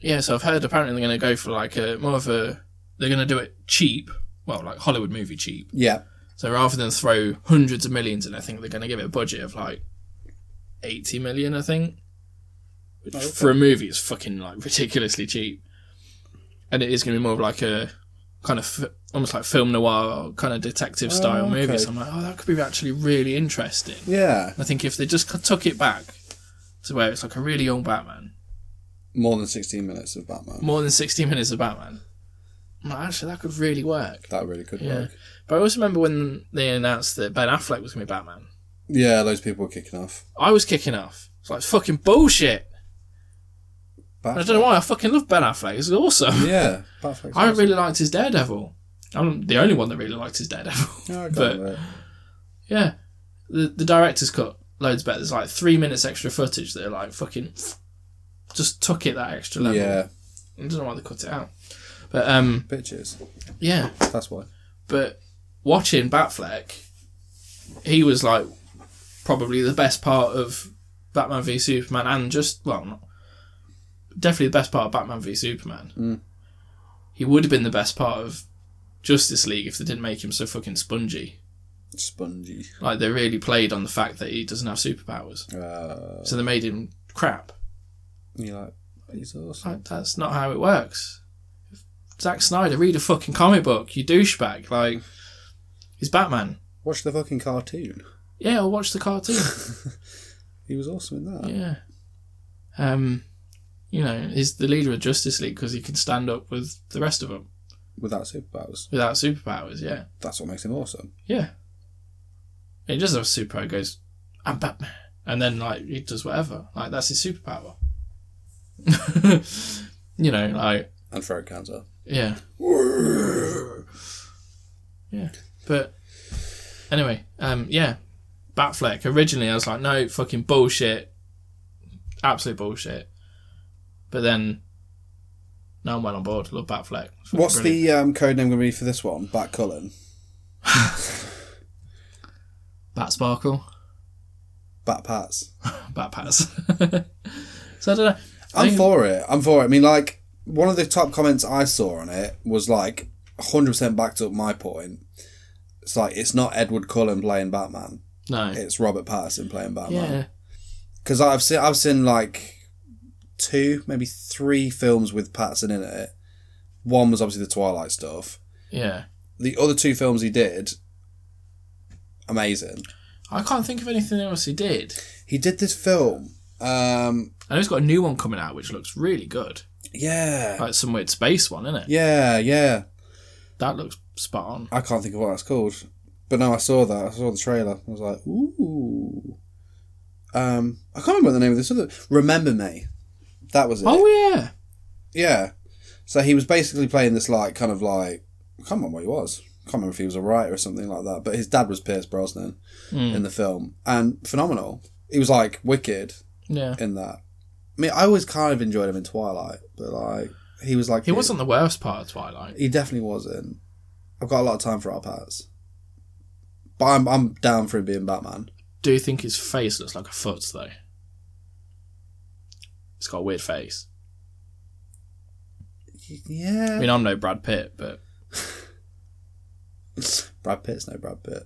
B: yeah, so I've heard apparently they're going to go for like a more of a. They're going to do it cheap. Well, like Hollywood movie cheap.
A: Yeah.
B: So rather than throw hundreds of millions in, I think they're going to give it a budget of like 80 million, I think. Which for a movie is fucking like [LAUGHS] ridiculously cheap. And it is going to be more of like a kind of f- almost like film noir or kind of detective style movie.
A: okay.
B: So I'm like, oh, that could be actually really interesting.
A: Yeah.
B: I think if they just c- took it back to where it's like a really young Batman,
A: More than sixteen minutes of Batman.
B: more than 60 [LAUGHS] minutes of Batman, I'm like, actually, that could really work.
A: That really could
B: Yeah.
A: work.
B: But I also remember when they announced that Ben Affleck was going to be Batman.
A: Yeah, those people were kicking off.
B: I was kicking off. It's like fucking bullshit.
A: Batfleck.
B: And I don't know why. I fucking love Ben Affleck. It's awesome. [LAUGHS]
A: Yeah, Batfleck's
B: I
A: awesome.
B: really liked his Daredevil. I'm the only one that really liked his
A: [LAUGHS]
B: Daredevil.
A: Yeah, I
B: but-
A: got it.
B: yeah, the the director's cut loads better. There's like three minutes extra footage that are like fucking just took it that extra level.
A: Yeah,
B: I don't know why they cut it out. But um,
A: bitches.
B: yeah.
A: That's why.
B: But watching Batfleck, he was like probably the best part of Batman v Superman, and just well, not, definitely the best part of Batman v Superman. He would have been the best part of Justice League if they didn't make him so fucking spongy.
A: Spongy.
B: Like they really played on the fact that he doesn't have superpowers,
A: Uh,
B: so they made him crap.
A: you're like, "Oh, he's awesome.
B: Like that's not how it works. Zack Snyder, read a fucking comic book, you douchebag. Like he's Batman.
A: Watch the fucking cartoon.
B: Yeah, I'll watch the cartoon.
A: He was awesome in that.
B: Yeah. Um, you know, he's the leader of Justice League because he can stand up with the rest of them
A: Without superpowers.
B: without superpowers. Yeah.
A: That's what makes him awesome.
B: Yeah. He does have a superpower. he Goes, I'm Batman, and then like he does whatever. Like that's his superpower. [LAUGHS] you know, like
A: And throat cancer.
B: yeah, yeah. But anyway, um, yeah. Batfleck. Originally, I was like, no, fucking bullshit, absolute bullshit. But then, now I'm well on board. Love Batfleck. It's fucking
A: What's
B: brilliant.
A: the um, code name going to be for this one? Bat Cullen.
B: Bat Sparkle?
A: Bat Pats.
B: Bat Pats. [LAUGHS] so I don't know.
A: I'm
B: think-
A: for it. I'm for it. I mean, like, one of the top comments I saw on it was like 100% backed up my point. It's like, it's not Edward Cullen playing Batman,
B: No.
A: it's Robert Patterson playing Batman.
B: Yeah.
A: because I've seen I've seen like two, maybe three films with Patterson in it. One was obviously the Twilight stuff.
B: Yeah.
A: The other two films he did, amazing.
B: I can't think of anything else he did.
A: He did this film. Um,
B: I know he's got a new one coming out which looks really good.
A: yeah,
B: Like some weird space one, isn't it?
A: yeah, yeah.
B: That looks spot on.
A: I can't think of what that's called, but no, I saw that. I saw the trailer. I was like, ooh. Um, I can't remember the name of this other. Remember Me. That was it.
B: Oh yeah.
A: Yeah. So he was basically playing this like kind of like I can't remember what he was. I can't remember if he was a writer or something like that. But his dad was Pierce Brosnan
B: Hmm.
A: in the film. And phenomenal. He was like wicked
B: Yeah.
A: in that. I mean, I always kind of enjoyed him in Twilight, but like he was like
B: He wasn't the worst part of Twilight.
A: he definitely wasn't. I've got a lot of time for our pats. But I'm I'm down for him being Batman.
B: Do you think his face looks like a foot though? It's got a weird face. I
A: Yeah.
B: mean, I'm no Brad Pitt, but
A: Brad Pitt's no Brad Pitt.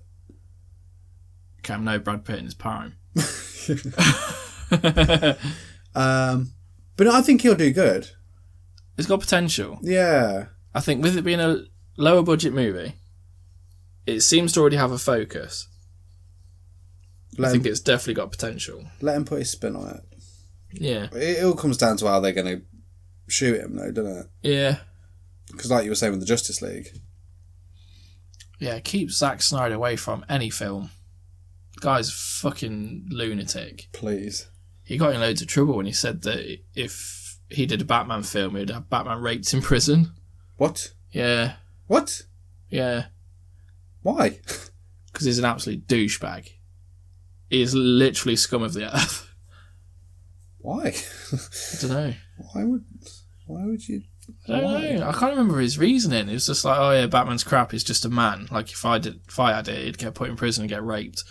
B: okay, I'm no Brad Pitt in his prime. [LAUGHS]
A: Um but no, I think he'll do good.
B: it's got potential.
A: Yeah.
B: I think with it being a lower budget movie, it seems to already have a focus. I
A: Let him,
B: think it's definitely got potential.
A: let him put his spin on it.
B: Yeah.
A: it, it all comes down to how they're going to shoot him, though, doesn't it?
B: Yeah.
A: Because, like you were saying with the Justice League,
B: Yeah, keep Zack Snyder away from any film. guy's a fucking lunatic.
D: Please.
B: He got in loads of trouble when he said that if he did a Batman film, he'd have Batman raped in prison.
D: What?
B: Yeah,
D: What?
B: yeah,
D: Why?
B: because he's an absolute douchebag. He is literally scum of the earth. [LAUGHS]
D: Why?
B: I don't know.
D: why would? Why would you?
B: I don't know. I can't remember his reasoning. It was just like, oh yeah, Batman's crap. He's just a man. Like if I did, if I had it, he'd get put in prison and get raped.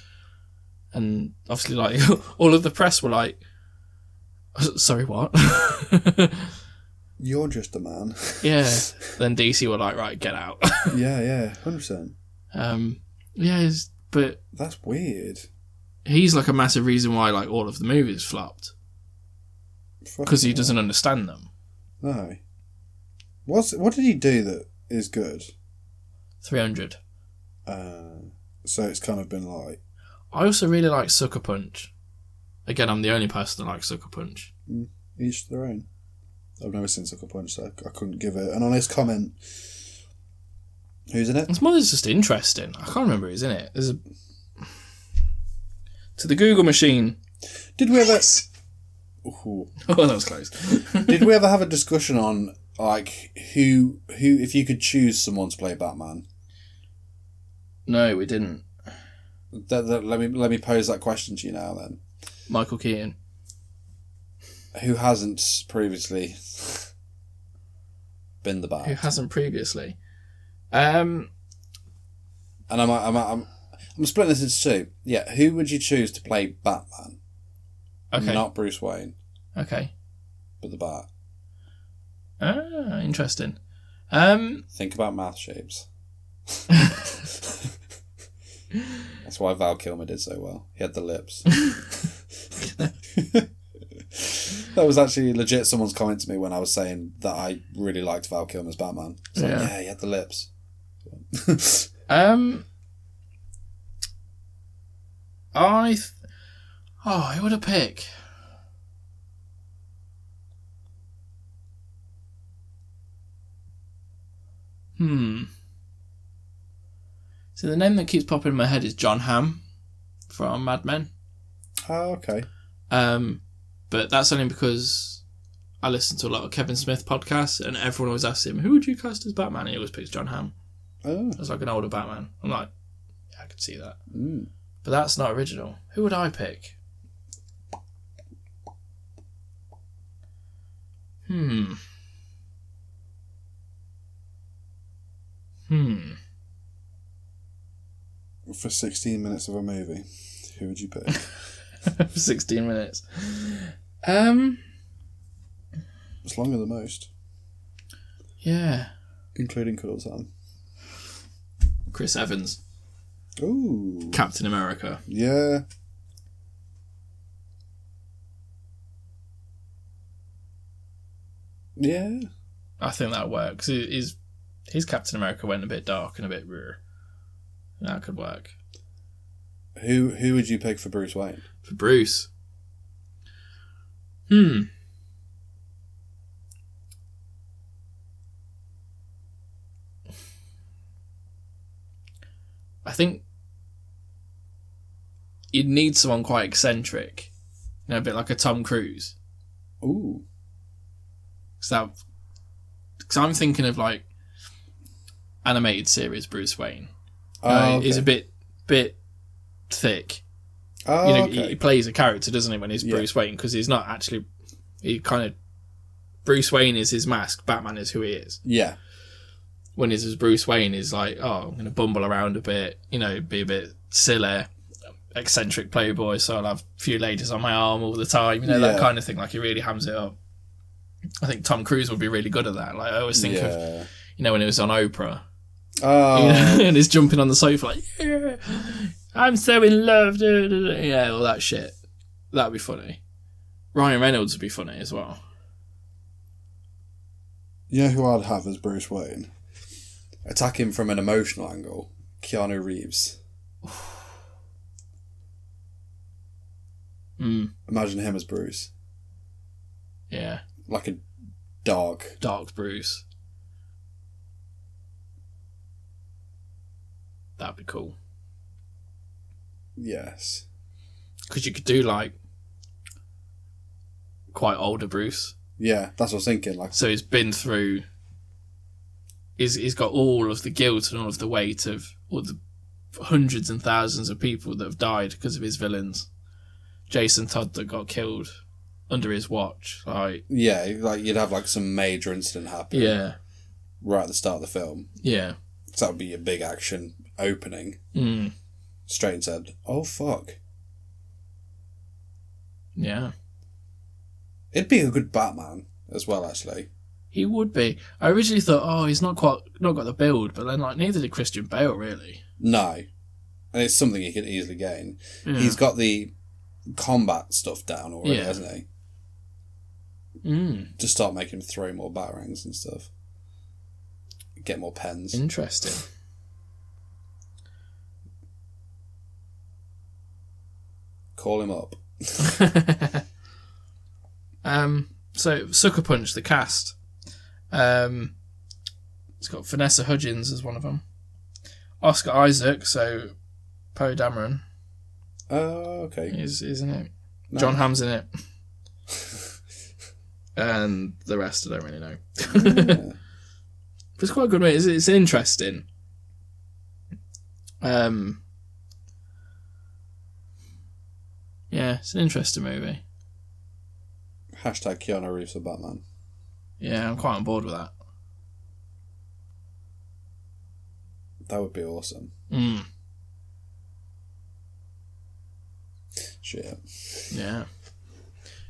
B: And obviously, like [LAUGHS] all of the press were like, [LAUGHS] sorry, what? [LAUGHS]
D: You're just a man. [LAUGHS]
B: yeah. Then DC were like, right, get out. [LAUGHS]
D: yeah, yeah, hundred percent.
B: um, yeah, he's- but
D: That's weird.
B: he's like a massive reason why like all of the movies flopped because he doesn't understand them.
D: No. What's what did he do that is good?
B: Three hundred.
D: Uh, so it's kind of been like
B: I also really like Sucker Punch. Again, I'm the only person that likes Sucker Punch.
D: each their own. I've never seen Sucker Punch, so I, I couldn't give it an honest comment. Who's in it?
B: His mother's just interesting. I can't remember who's in it. There's a to the Google machine. [LAUGHS]
D: Did we ever? Ooh.
B: Oh, that was close.
D: Did we ever have a discussion on like who who if you could choose someone to play Batman?
B: no, we didn't.
D: That, that, let me let me pose that question to you now. Then
B: Michael Keaton.
D: who hasn't previously been the Bat?
B: Who hasn't previously? Um,
D: and I'm, I'm, I'm, I'm splitting this into two. Yeah, who would you choose to play Batman?
B: okay,
D: Not Bruce Wayne,
B: okay.
D: but the Bat.
B: Ah, interesting. Um,
D: Think about mouth shapes. That's why Val Kilmer did so well. He had the lips. that was actually legit someone's comment to me when I was saying that I really liked Val Kilmer's Batman. It's like,
B: Yeah.
D: yeah, he had the lips. [LAUGHS]
B: um, I. Th- oh, who would I pick? Hmm. So the name that keeps popping in my head is John Hamm from Mad Men.
D: Oh, okay.
B: Um, but that's only because I listen to a lot of Kevin Smith podcasts, and everyone always asks him, "Who would you cast as Batman?" And he always picks John Hamm.
D: Oh,
B: It's like an older Batman. I'm like, yeah, I could see that.
D: mm.
B: But that's not original. Who would I pick? Hmm. Hmm.
D: For 16 minutes of a movie, who would you pick?
B: 16 minutes. Um,
D: it's longer than most,
B: yeah.
D: including Cuddle Time.
B: Chris Evans,
D: Ooh.
B: Captain America.
D: Yeah. Yeah.
B: I think that works. He- His, his Captain America went a bit dark and a bit rare. That could work.
D: Who who would you pick for Bruce Wayne?
B: for Bruce. Hmm. I think you'd need someone quite eccentric, you know, a bit like a Tom Cruise.
D: Ooh.
B: Because that, because I'm thinking of like animated series Bruce Wayne.
D: Oh,
B: Uh, He's a bit, bit thick
D: Oh,
B: you know,
D: okay.
B: he, he plays a character, doesn't he, when he's
D: Yeah.
B: Bruce Wayne? Because he's not actually. He kind of. Bruce Wayne is his mask. Batman is who he is.
D: yeah.
B: When he's as Bruce Wayne, he's like, oh, I'm going to bumble around a bit, you know, be a bit silly, eccentric playboy. So I'll have a few ladies on my arm all the time, you know, that
D: Yeah.
B: kind of thing. Like he really hams it up. I think Tom Cruise would be really good at that. Like I always think of,
D: yeah.
B: you know, when he was on Oprah, [LAUGHS]
D: Oh.
B: and he's jumping on the sofa like, yeah, I'm so in love, da, da, da," yeah, all that shit. That'd be funny. Ryan Reynolds would be funny as well.
D: You know who I'd have as Bruce Wayne? Attack him from an emotional angle. Keanu Reeves.
B: Mm,
D: Imagine him as Bruce.
B: yeah,
D: Like a dog.
B: Dark Bruce. That'd be cool.
D: Yes.
B: because you could do like quite older Bruce.
D: Yeah, that's what I was thinking. Like,
B: So he's been through. He's, he's got all of the guilt and all of the weight of all the hundreds and thousands of people that have died because of his villains. Jason Todd that got killed under his watch. Like,
D: yeah, like you'd have like some major incident happen
B: yeah,
D: right at the start of the film.
B: yeah.
D: So that would be your big action opening.
B: Mm,
D: Straight and said, "Oh fuck."
B: yeah.
D: It'd be a good Batman as well, actually.
B: He would be. I originally thought, oh, he's not quite not got the build, but then like neither did Christian Bale really.
D: No, and it's something he could easily gain.
B: Yeah.
D: He's got the combat stuff down already,
B: Hmm. Yeah.
D: hasn't he?
B: Mm,
D: Just start making him throw more batarangs and stuff. Get more
B: Hmm.
D: pens.
B: interesting.
D: Call him up.
B: [LAUGHS] um, so Sucker Punch, the cast. Um, it's got Vanessa Hudgens as one of them. Oscar Isaac, so Poe Dameron
D: Oh, okay.
B: is isn't it?
D: No.
B: Hmm. John Hamm's in it. and the rest I don't really know.
D: Yeah.
B: But it's quite a good way. It's, it's interesting. Um, yeah, it's an interesting movie.
D: Hashtag Keanu Reeves for Batman.
B: Yeah, I'm quite on board with that.
D: That would be awesome.
B: Mm,
D: Shit.
B: yeah.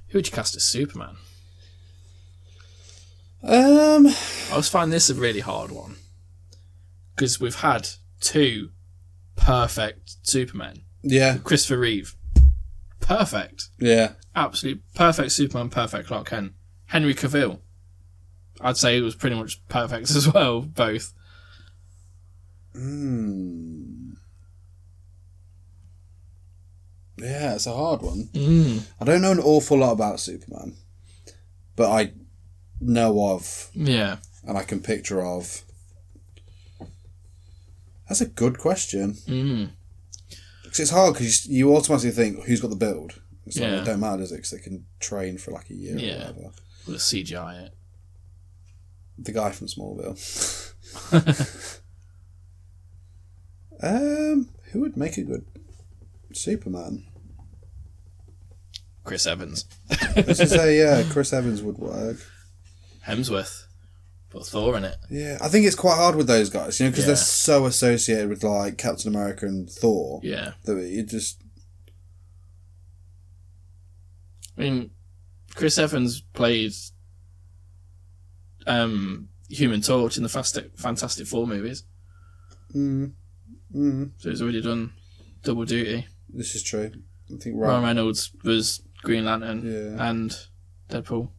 B: Who would you cast as Superman?
D: Um,
B: I was finding this a really hard one because we've had two perfect Supermen.
D: yeah,
B: Christopher Reeve, perfect,
D: yeah,
B: absolute perfect Superman, perfect Clark Kent. Henry Cavill, I'd say he was pretty much perfect [LAUGHS] as well. Both.
D: Hmm. yeah. It's a hard one.
B: Mm.
D: I don't know an awful lot about Superman, but I know of
B: Yeah.
D: and I can picture of. That's a good question.
B: Mm.
D: 'Cause it's hard because you automatically think who's got the build. It's like,
B: Yeah.
D: it don't matter, does it? Because they can train for like a year
B: Yeah.
D: or whatever.
B: Well, the CGI it.
D: The guy from
B: [LAUGHS]
D: Smallville. um, who would make a good Superman?
B: Chris Evans.
D: Let's just
B: [LAUGHS]
D: say yeah, Chris Evans would work.
B: Hemsworth. Put Thor in it.
D: Yeah, I think it's quite hard with those guys, you know, because they're
B: Yeah.
D: so associated with like Captain America and Thor
B: Yeah.
D: that you just
B: I mean, Chris Evans played um, Human Torch in the Fast- Fantastic Four movies,
D: mm, mm,
B: so he's already done double duty.
D: this is true. I think
B: Ryan
D: right.
B: Reynolds was Green Lantern
D: Yeah.
B: and Deadpool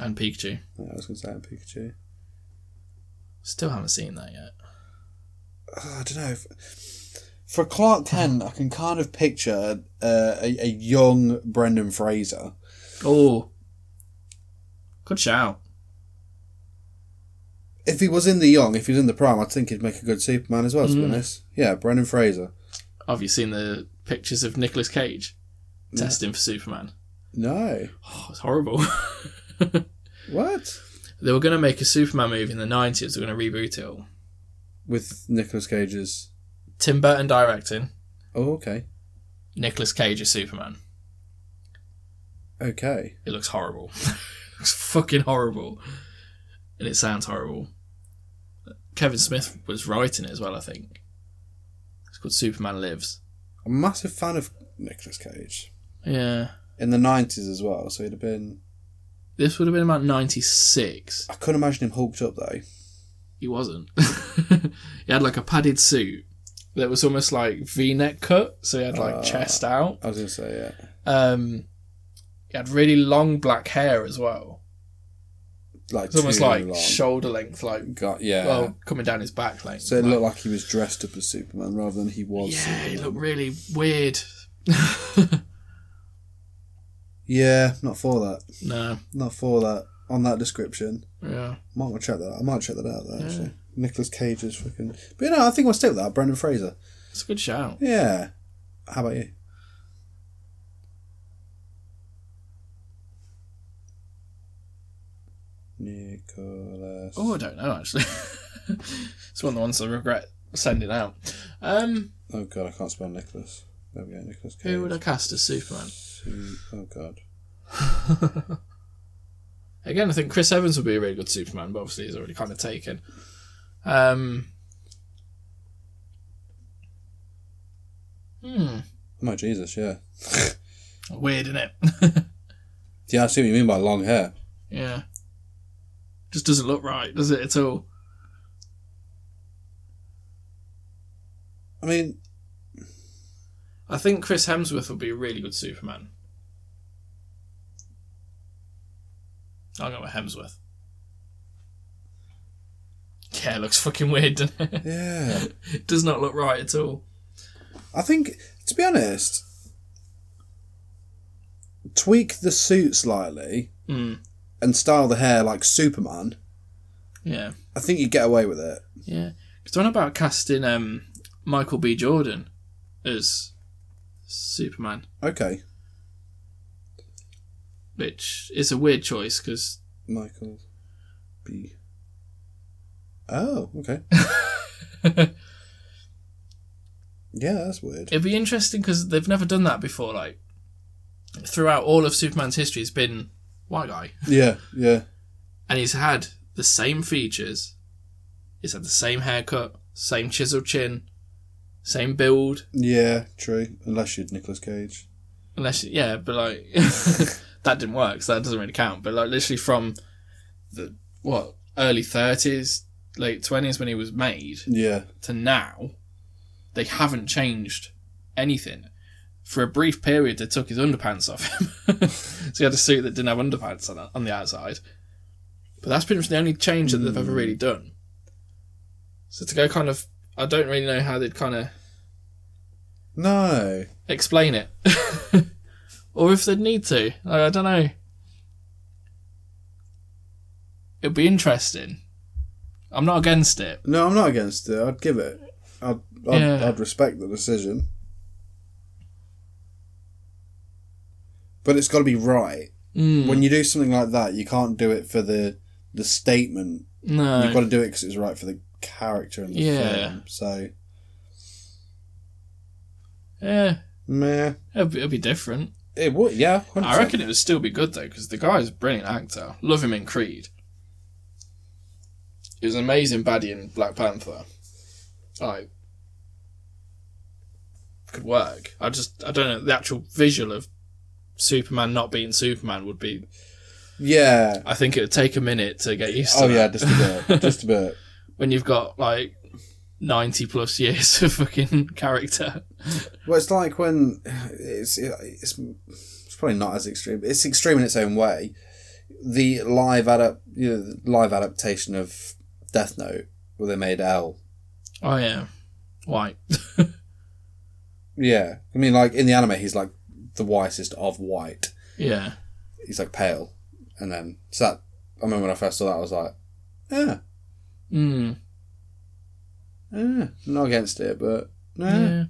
B: and Pikachu.
D: Yeah, I was gonna say Pikachu.
B: Still haven't seen that yet.
D: Oh, I don't know. If, for Clark Kent, I can kind of picture uh, a, a young Brendan Fraser.
B: Oh, good shout.
D: If he was in the young, if he was in the prime, I think he'd make a good Superman as well. To be
B: Mm.
D: honest, yeah, Brendan Fraser.
B: Have you seen the pictures of Nicolas Cage testing for Superman?
D: No,
B: Oh, it's horrible. [LAUGHS]
D: what
B: They were going to make a Superman movie in the 90s. They were going to reboot it all.
D: with Nicolas Cage's?
B: Tim Burton directing,
D: Oh, okay,
B: Nicolas Cage as Superman.
D: okay.
B: It looks horrible. [LAUGHS] it looks fucking horrible. And it sounds horrible. Kevin Smith was writing it as well, I think. It's called Superman Lives.
D: I'm a massive fan of Nicolas Cage
B: Yeah.
D: in the '90s as well. So he'd have been.
B: This would have been about 96.
D: I couldn't imagine him hulked up though.
B: He wasn't. [LAUGHS] he had like a padded suit that was almost like V neck cut, so he had like
D: Ah.
B: chest out.
D: I was gonna say yeah.
B: Um, he had really long black hair as well.
D: Like
B: It's almost
D: too
B: like
D: long.
B: shoulder length, like
D: Got yeah.
B: well, coming down his back length.
D: so it
B: like-
D: looked like he was dressed up as Superman rather than he was.
B: yeah,
D: Superman.
B: he looked really weird.
D: Yeah, not for that.
B: no,
D: Not for that. On that description,
B: yeah,
D: might want to check that. Out. I might check that out. Though,
B: Mm.
D: actually, Nicholas Cage is fucking. But you know, I think I'll stick with that. Brendan Fraser.
B: it's a good shout.
D: Yeah, How about you? Nicholas.
B: Oh, I don't know actually. [LAUGHS] it's one of the ones I regret sending out. Um,
D: Oh god, I can't spell Nicholas. There we go, Nicholas Cage.
B: who would I cast as Superman?
D: Su- Oh god.
B: Again, I think Chris Evans would be a really good Superman, but obviously he's already kind of taken. Um, hmm,
D: Oh Jesus, yeah.
B: weird, isn't it?
D: Yeah, I see what you mean by long hair.
B: [LAUGHS] yeah, just doesn't look right, does it at all?
D: I mean,
B: I think Chris Hemsworth would be a really good Superman. I'll go with Hemsworth. Yeah, it looks fucking weird, doesn't it? [LAUGHS]
D: yeah.
B: It does not look right at all.
D: I think, to be honest, tweak the suit slightly
B: Mm.
D: and style the hair like Superman.
B: Yeah.
D: I think you get away with it.
B: Yeah, because when about casting um, Michael B. Jordan as Superman,
D: Okay,
B: which is a weird choice because
D: Michael B. Oh, okay. yeah, that's weird.
B: it'd be interesting because they've never done that before. Like throughout all of Superman's history, it's been white guy,
D: Yeah, yeah,
B: and he's had the same features. He's had the same haircut, same chiseled chin, same build.
D: yeah. True. Unless you're Nicolas Cage.
B: Unless yeah, but like [LAUGHS] that didn't work, so that doesn't really count. But like literally from the what early thirties, late twenties when he was made
D: Yeah,
B: to now, they haven't changed anything. For a brief period, they took his underpants off him, [LAUGHS] so he had a suit that didn't have underpants on, on the outside. But that's pretty much the only change that they've ever really done. So to go kind of, I don't really know how they'd kind of
D: No.
B: explain it. [LAUGHS] or if they'd need to. Like, I don't know. It'd be interesting. I'm not against it.
D: No, I'm not against it. I'd give it. I'd, I'd,
B: Yeah.
D: I'd respect the decision. But it's got to be right.
B: Mm,
D: When you do something like that, you can't do it for the the statement.
B: no.
D: You've got to do it because it's right for the character and the
B: Yeah.
D: film. So,
B: yeah,
D: meh.
B: it'd be, it'd be different.
D: It would, yeah. 100%.
B: I reckon it would still be good though, because the guy's a brilliant actor. Love him in Creed. He was an amazing baddie in Black Panther. Like, could work. I just, I don't know. The actual visual of Superman not being Superman would be.
D: Yeah.
B: I think it would take a minute to get used to.
D: Oh, yeah,
B: that.
D: just a
B: [LAUGHS]
D: bit. just a bit.
B: When you've got like ninety plus years [LAUGHS] of fucking character.
D: Well, it's like when it's it's, it's probably not as extreme. It's extreme in its own way. The live adapt, you know, the live adaptation of Death Note, where they made L.
B: Oh yeah, white.
D: Yeah, I mean, like in the anime, he's like the whitest of white.
B: Yeah.
D: He's like pale, and then so that. I remember when I first saw that, I was like, yeah,
B: Mm.
D: yeah, I'm not against it, but no. Yeah.
B: Yeah.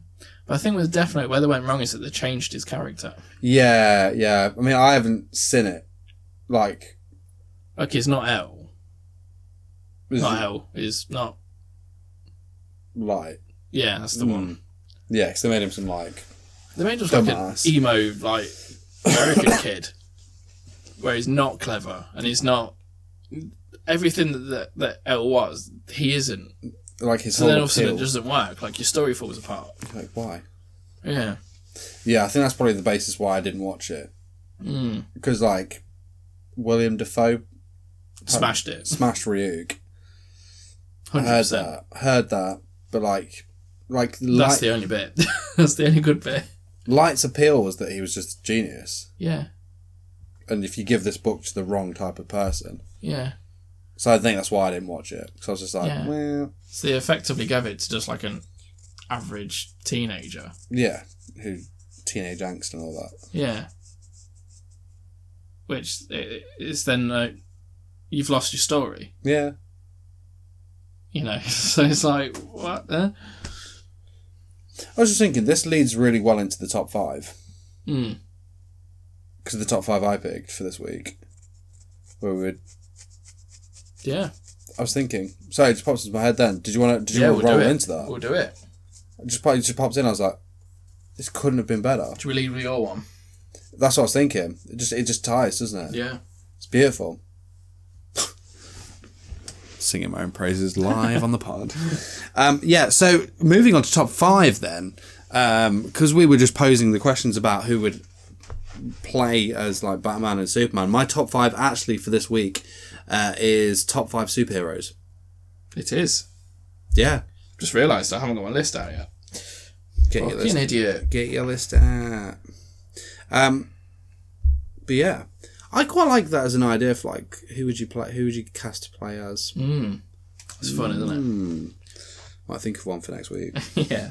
B: But I think with Death Note, where they went wrong is that they changed his character.
D: yeah, I mean, I haven't seen it. Like,
B: Okay, it's not L.
D: was
B: Not
D: it
B: L. It's not.
D: light.
B: Yeah, that's
D: Hmm.
B: the one.
D: Yeah, 'cause they made him some like
B: They made just like an
D: Dumbass.
B: emo, like American [COUGHS] kid, where he's not clever and he's not everything that that, that L was. He isn't.
D: like his
B: So
D: whole
B: then all of a sudden it
D: appeal.
B: doesn't work. Like your story falls apart.
D: Like, why?
B: Yeah.
D: Yeah, I think that's probably the basis why I didn't watch it.
B: Mm.
D: Because, like, William Defoe
B: Smashed it.
D: smashed Ryuk. I
B: Hundred
D: heard
B: percent.
D: that. Heard that. But, like, like
B: That's
D: light,
B: the only bit. [LAUGHS] that's the only good bit.
D: Light's appeal was that he was just a genius.
B: Yeah.
D: And if you give this book to the wrong type of person.
B: Yeah.
D: So I think that's why I didn't watch it. Because I was just like,
B: Yeah.
D: well,
B: So they effectively gave it to just like an average teenager.
D: yeah. Who, teenage angst and all that.
B: Yeah. Which i- i- is then like, you've lost your story,
D: Yeah.
B: [LAUGHS] you know. So it's like what? Huh?
D: I was just thinking this leads really well into the top five
B: Mm.
D: because the top five I picked for this week. Where we would,
B: Yeah.
D: I was thinking. Sorry, it just pops into my head. Then did you want to? Did you
B: yeah,
D: want to roll into that?
B: We'll do it.
D: It just pop- it just pops in. I was like, this couldn't have been better.
B: Do we leave with your one?
D: That's what I was thinking. It just it just ties, doesn't it?
B: Yeah.
D: It's beautiful.
A: [LAUGHS] singing my own
D: [LAUGHS]
A: praises live on the pod. [LAUGHS] Um, yeah, so moving on to top five then,
D: um,
A: because we were just posing the questions about who would
D: play as like Batman and Superman. My top five actually for this week uh, is top five superheroes.
B: It is.
D: Yeah,
B: Just realised I haven't got my list out yet.
D: get your
B: Fucking
D: list.
B: idiot.
D: Get your list out. Um, but yeah, I quite like that as an idea for like who would you play? Who would you cast to play as?
B: It's
D: Hmm.
B: fun, Hmm. isn't
D: Might think of one for next week.
B: it? [LAUGHS] yeah.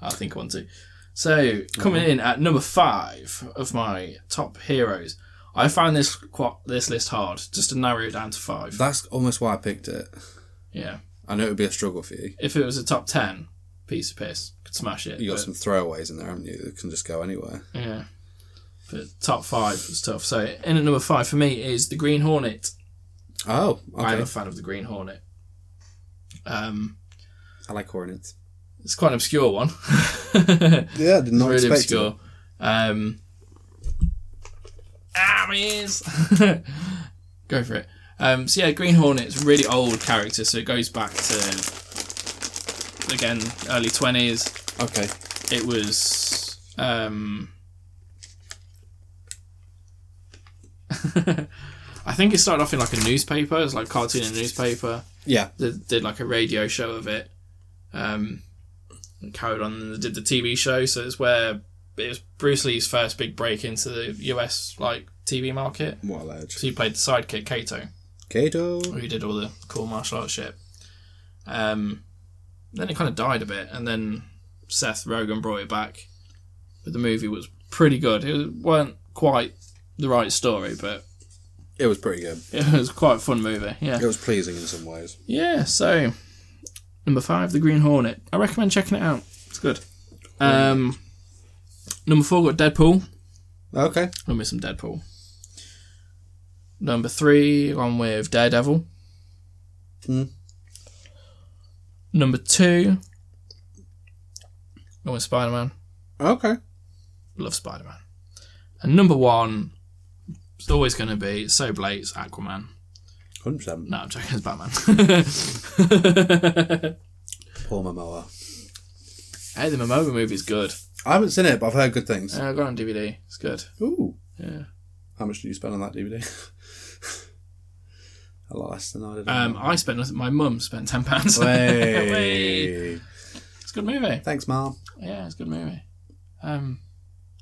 B: I think I want to. So, coming
D: Hmm.
B: in at number five of my top heroes, I found this qu- this list hard just to narrow it down to five.
D: That's almost why I picked it.
B: Yeah.
D: I know it would be a struggle for you.
B: If it was a top ten piece of piss, could smash it.
D: You got
B: but-
D: some throwaways in there, haven't you? That can just go anywhere.
B: Yeah. But top five was tough. So in at number five for me is the Green Hornet.
D: Oh,
B: I'm
D: okay.
B: a fan of the Green Hornet. Um,
D: I like hornets.
B: it's quite an obscure one. [LAUGHS]
D: Yeah, I did not
B: really
D: expect
B: obscure. Um, ah, my ears. [LAUGHS] Go for it. Um, so yeah, Green Hornet's a really old character, so it goes back to again early twenties.
D: it. Okay.
B: it was um [LAUGHS] I think it started off in like a newspaper, it was like a cartoon in a newspaper.
D: Yeah.
B: They did like a radio show of it. Um and carried on and they did the TV show, so it's where it was Bruce Lee's first big break into the US like TV market.
D: What a ledge.
B: So he played the sidekick Kato
D: Kato.
B: who did all the cool martial arts shit. Um, then it kind of died a bit, and then Seth Rogen brought it back. But the movie was pretty good. It weren't quite the right story, but
D: It was pretty good.
B: it was quite a fun movie. Yeah,
D: It was pleasing in some ways.
B: yeah. So number five, The Green Hornet. I recommend checking it out. It's good. Um, number four got Deadpool.
D: Okay.
B: I'm with some Deadpool. Number three, I'm with Daredevil.
D: Hmm.
B: Number two, I'm with Spider Man.
D: Okay.
B: Love Spider Man. And number one, it's always going to be so Blake's Aquaman.
D: 100%.
B: No, I'm joking, it's Batman.
D: Paul Momoa.
B: [LAUGHS] hey, the Momoa movie's good.
D: I haven't seen it, but I've heard good things.
B: Uh, I got it on DVD. It's good.
D: Ooh.
B: Yeah.
D: How much did you spend on that DVD? [LAUGHS] A lot less than I did. on
B: Um, I spent nothing- my mum spent ten pounds. [LAUGHS]
D: that.
B: Way.
D: Hey.
B: It's a good movie.
D: Thanks, Mom.
B: Yeah, it's a good movie. Um,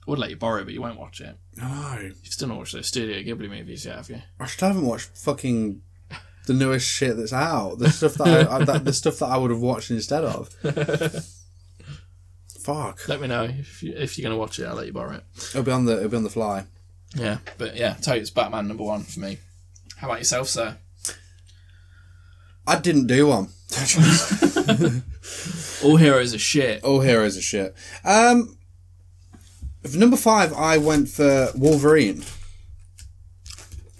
B: I would let you borrow it, but you won't watch it.
D: No.
B: You've still not watched those Studio Ghibli movies yet, have you?
D: Ah, I still haven't watched fucking the newest shit that's out.
B: [LAUGHS]
D: The stuff that I, I that, the stuff that I would have watched instead of. Fuck.
B: Let me know if, you, if you're going to watch it. I'll let you borrow it.
D: It'll be on the it'll be on the fly.
B: Yeah, but yeah, Totes Batman number one for me. How about yourself, sir?
D: I didn't do one.
B: All heroes are shit.
D: All heroes are shit. Um, for number five, I went for Wolverine.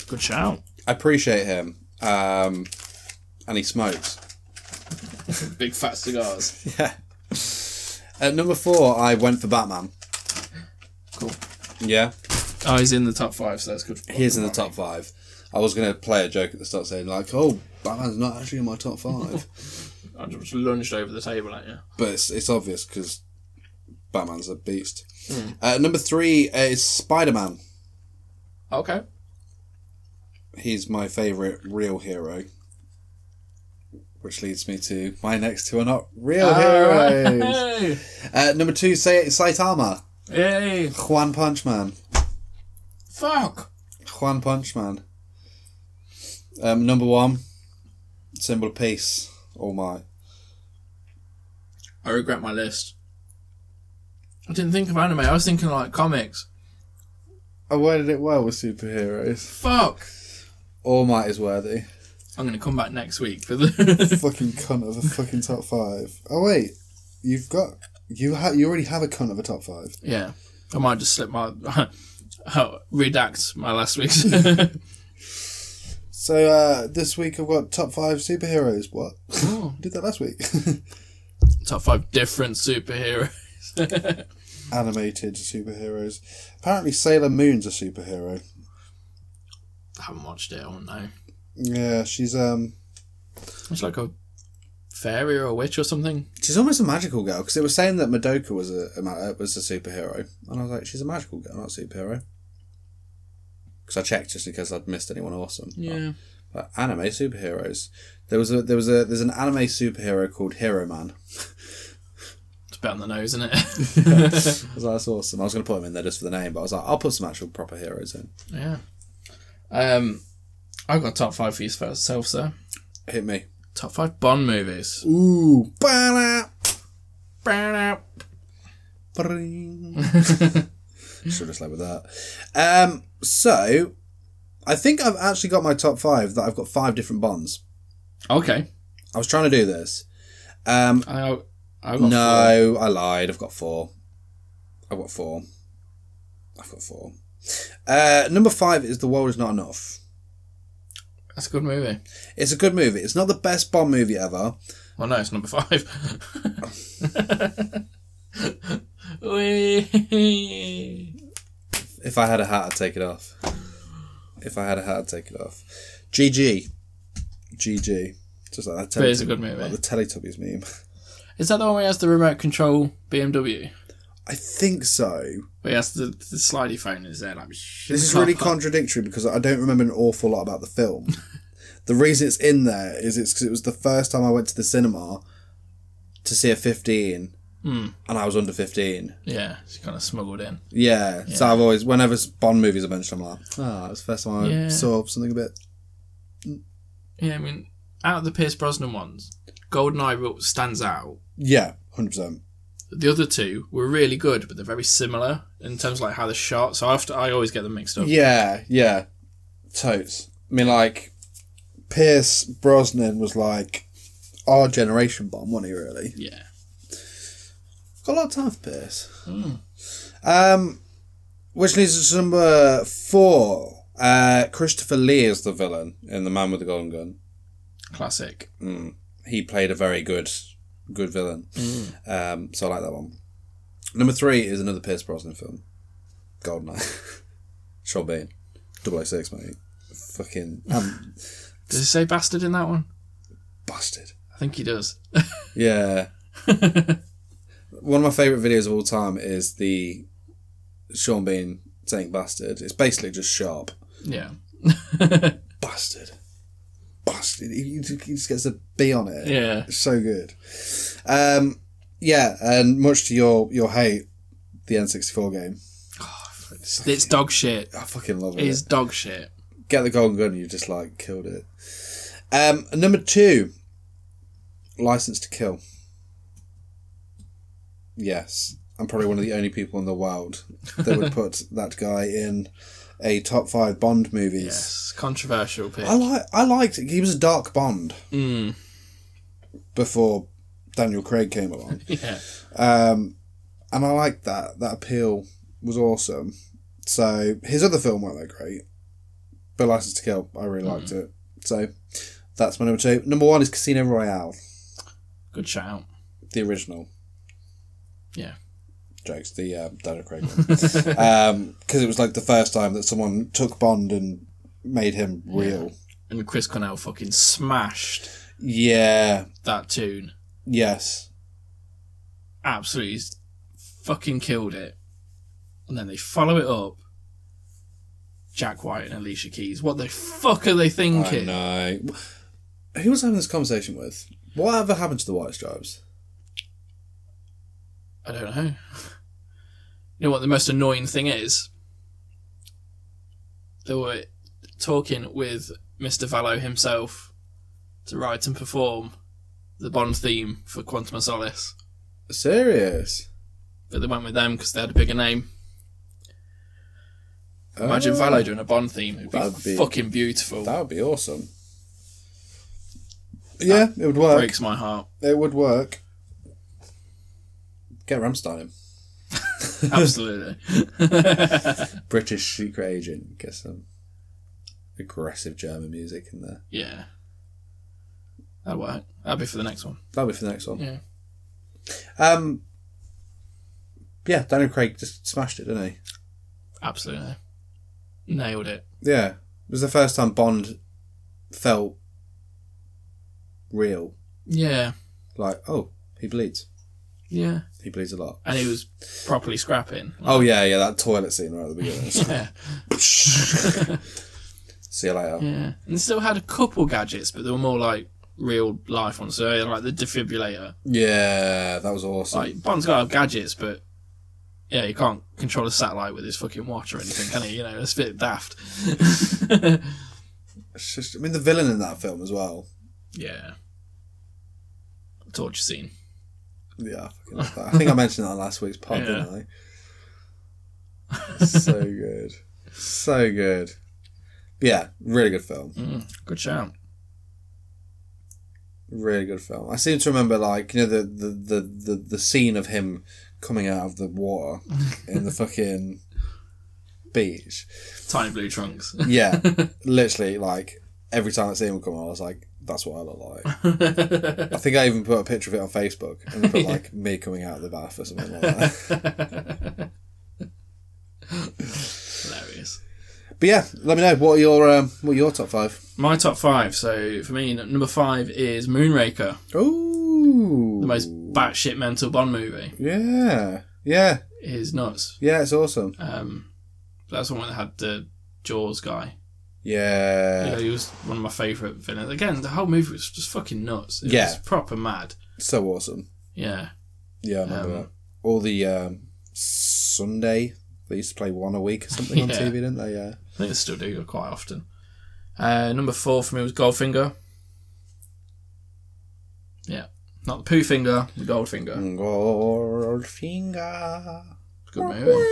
B: Good shout.
D: I appreciate him. Um, and he smokes.
B: Big fat cigars.
D: [LAUGHS] At number four, I went for Batman.
B: Cool.
D: Yeah,
B: Oh, he's in the top five, so that's good. For
D: he is in the top five. I was gonna play a joke at the start saying like, "Oh, Batman's not actually in my top five.
B: I just lunged over the table at you.
D: but it's it's obvious because Batman's a beast. Uh, number three is Spider Man.
B: Okay.
D: He's my favorite real hero. Which leads me to my next two are not real heroes.
B: Hey!
D: [LAUGHS] Uh, number two, Say- Saitama.
B: Yay!
D: Juan Punch Man.
B: Fuck!
D: Juan Punch Man. Um, number one, Symbol of Peace. All my.
B: I regret my list. I didn't think of anime. I was thinking like comics.
D: I worded it well with superheroes.
B: Fuck!
D: All Might is worthy.
B: I'm going to come back next week for the. [LAUGHS]
D: fucking cunt of a fucking top five. Oh, wait. You've got. You ha- you already have a cunt of a top five.
B: Yeah, I might just slip my [LAUGHS] oh, redact my last week's.
D: So uh, this week I've got top five superheroes. What did that last week? [LAUGHS]
B: top five different superheroes.
D: Animated superheroes. Apparently Sailor Moon's a superhero.
B: I haven't watched it. I don't know.
D: Yeah, she's um
B: It's like a fairy or a witch or something.
D: she's almost a magical girl because it was saying that Madoka was a, a ma- uh, was a superhero, and I was like, she's a magical girl, not a superhero. Because I checked just in case I'd missed anyone awesome.
B: Yeah.
D: But anime superheroes. There was a there was a there's an anime superhero called Hero Man.
B: It's a bit on the nose, isn't it? [LAUGHS]
D: I was like, that's awesome. I was going to put him in there just for the name, but I was like, I'll put some actual proper heroes in.
B: yeah. Um, I've got top five for yourself, sir.
D: Hit me.
B: Top five Bond movies.
D: Ooh, ba Should have led with that. Um, so, I think I've actually got my top five. That I've got five different bonds.
B: Okay.
D: I was trying to do this. Um,
B: I, I got four.
D: no, I lied. I've got four. I've got four. I've got four. Uh, number five is the world is not enough.
B: That's a good movie.
D: It's a good movie. It's not the best Bond movie ever.
B: Well, no, it's number [LAUGHS] five. Wee.
D: If I had a hat, I'd take it off. If I had a hat, I'd take it off. GG. GG. Just like that.
B: But it's a
D: Teletubbies-
B: good movie.
D: like the Teletubbies meme. [LAUGHS]
B: Is that the one where he has the remote control BMW?
D: I think so.
B: Where he has the, the slidey phone is there like shit.
D: This is really contradictory because I don't remember an awful lot about the film. [LAUGHS] the reason it's in there is it's because it was the first time I went to the cinema to see a 15 and I was under 15.
B: Yeah, it's kind of smuggled in.
D: Yeah. So I've always, whenever s- Bond movies are mentioned, I'm like, ah, it's the first time I
B: Yeah.
D: saw something a bit.
B: Yeah, I mean, out of the Pierce Brosnan ones, GoldenEye re- stands out.
D: Yeah, 100%.
B: The other two were really good, but they're very similar in terms of like how they're shot. So I have to, I always get them mixed up.
D: Yeah, yeah. Totes. I mean, like, Pierce Brosnan was like our generation Bond, wasn't he, really?
B: Yeah.
D: Got a lot of time for Pierce. Um, which leads us to number four. Uh, Christopher Lee is the villain in The Man with the Golden Gun.
B: Classic.
D: He played a very good, good villain. Um, so I like that one. Number three is another Pierce Brosnan film, Goldeneye. [LAUGHS] Sean Bean, 006, mate. Fucking um,
B: Does he say bastard in that one?
D: bastard.
B: I think he does.
D: Yeah. One of my favourite videos of all time is the Sean Bean saying bastard. It's basically just sharp.
B: Yeah.
D: Bastard. Bastard. He, he just gets a B on it.
B: Yeah.
D: It's so good. Um, yeah, and much to your, your hate, the N64 game.
B: It's, it's dog shit.
D: I fucking love it.
B: It's dog shit.
D: Get the golden gun and you just like killed it. Um, number two, License to Kill. Yes, I'm probably one of the only people in the world that would put that guy in a top five Bond movies.
B: Yes. Controversial pick.
D: I like. I liked. He was a dark Bond
B: Mm.
D: before Daniel Craig came along,
B: Yeah.
D: um, and I liked that. That appeal was awesome. So his other film weren't that great, but License to Kill, I really liked it. So that's my number two. Number one is Casino Royale,
B: Good shout.
D: the original.
B: Yeah.
D: Jokes, the um, Daniel Craig one, [LAUGHS] because it was like the first time that someone took Bond and made him real.
B: And Chris Cornell fucking smashed
D: Yeah.
B: that tune.
D: Yes.
B: Absolutely fucking killed it. And then they follow it up. Jack White and Alicia Keys. What the fuck are they thinking?
D: I know. Who was I having this conversation with? Whatever happened to the White Stripes?
B: I don't know. You know what the most annoying thing is? They were talking with Mr. Vallow himself to write and perform the Bond theme for Quantum of Solace,
D: Serious.
B: but they went with them because they had a bigger name. Imagine
D: Oh.
B: Vallow doing a Bond theme. It'd be,
D: That'd be-
B: fucking beautiful.
D: That would be awesome. Yeah, it would work. [LAUGHS]
B: Breaks my heart.
D: It would work. Get Ramstein in.
B: Absolutely. [LAUGHS]
D: British secret agent. Get some aggressive German music in there.
B: Yeah. That'll work. That'll be for the next one.
D: That'll be for the next one.
B: Yeah.
D: Um. Yeah, Daniel Craig just smashed it, didn't he?
B: Absolutely. Nailed it.
D: Yeah, it was the first time Bond felt real.
B: Yeah.
D: Like, oh, he bleeds.
B: Yeah.
D: He bleeds a lot.
B: And he was properly scrapping.
D: Oh yeah, yeah, that toilet scene right at the beginning.
B: [LAUGHS] Yeah.
D: See you later.
B: Yeah. And still had a couple gadgets, but they were more like real life ones. So, yeah, like the defibrillator.
D: Yeah, that was awesome.
B: Like, Bond's got gadgets, but yeah, you can't control a satellite with his fucking watch or anything, can he? You know, it's a bit daft. [LAUGHS]
D: It's just- I mean, the villain in that film as well.
B: yeah. Torture scene.
D: Yeah, I fucking love that. I think I mentioned that on last week's pod,
B: Yeah.
D: didn't I? so good, so good. But yeah, really good film.
B: Mm, good shout.
D: Really good film. I seem to remember, like you know, the the the the, the scene of him coming out of the water in the fucking beach.
B: Tiny blue trunks. [LAUGHS]
D: Yeah, literally, like every time that scene would come on, I was like, "That's what I look like." I think I even put a picture of it on Facebook and put like me coming out of the bath or something like that. [LAUGHS]
B: Hilarious.
D: But yeah, let me know what are your um, what are your top five.
B: My top five. So for me, n- number five is Moonraker,
D: Ooh,
B: the most batshit mental Bond movie.
D: yeah, yeah,
B: It is nuts.
D: yeah. It's awesome.
B: Um, that's the one that had the Jaws guy.
D: Yeah,
B: Yeah, he was one of my favourite villains. Again, the whole movie was just fucking nuts. It
D: Yeah.
B: was proper mad.
D: so awesome.
B: Yeah.
D: Yeah, I remember
B: Um,
D: that. All the um, Sunday they used to play one a week or something on
B: Yeah.
D: TV, didn't they? Yeah,
B: I think they still do quite often. Uh, number four for me was Goldfinger. Yeah. Not the poo finger, the
D: Mm.
B: Goldfinger.
D: Goldfinger.
B: Good movie.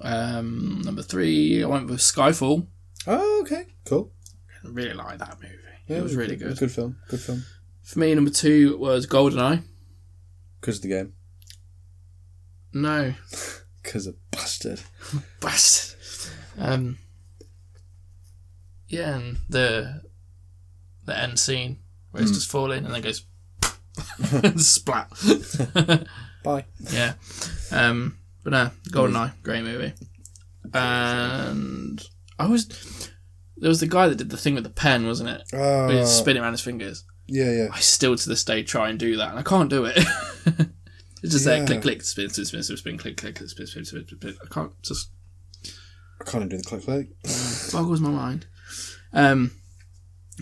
B: Um, number three, I went with Skyfall.
D: Oh, okay, cool.
B: I really liked that movie.
D: Yeah,
B: it was really good.
D: Good film. Good film.
B: For me, number two was Goldeneye.
D: Because of the game.
B: No,
D: Because of bastard.
B: bastard. Um, yeah, and the the end scene where
D: Hmm.
B: it's just falling and
D: [LAUGHS]
B: then goes [LAUGHS] splat.
D: Bye. Hmm.
B: yeah. Um, but no, Goldeneye, great movie. And I was there was the guy that did the thing with the pen, wasn't it?
D: Uh,
B: Where he'd spin it around his fingers.
D: yeah, yeah.
B: I still to this day try and do that, and I can't do it. [LAUGHS] it's just
D: Yeah.
B: there, click, click, spin, spin, spin, spin, spin, click, click, click, spin, spin, spin, spin, spin. I can't just
D: I can't even do the click click.
B: boggles my mind. Um,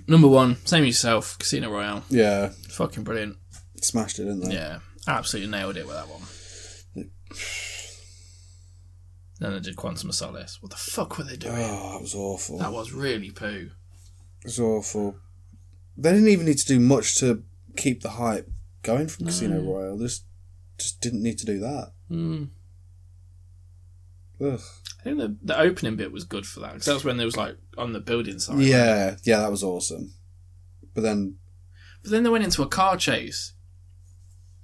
B: number one, same as yourself, Casino Royale,
D: Yeah,
B: fucking brilliant.
D: smashed it, didn't they?
B: Yeah, absolutely nailed it with that one. Then I did Quantum of Solace. What the fuck were they doing?
D: Oh, that was awful.
B: That was really poo.
D: It was awful. They didn't even need to do much to keep the hype going from Casino Royale. They Just, just didn't need to do that.
B: Mm.
D: Ugh.
B: I think the, the opening bit was good for that because that was when there was like on the building side.
D: Yeah, yeah, that was awesome. But then,
B: But then they went into a car chase.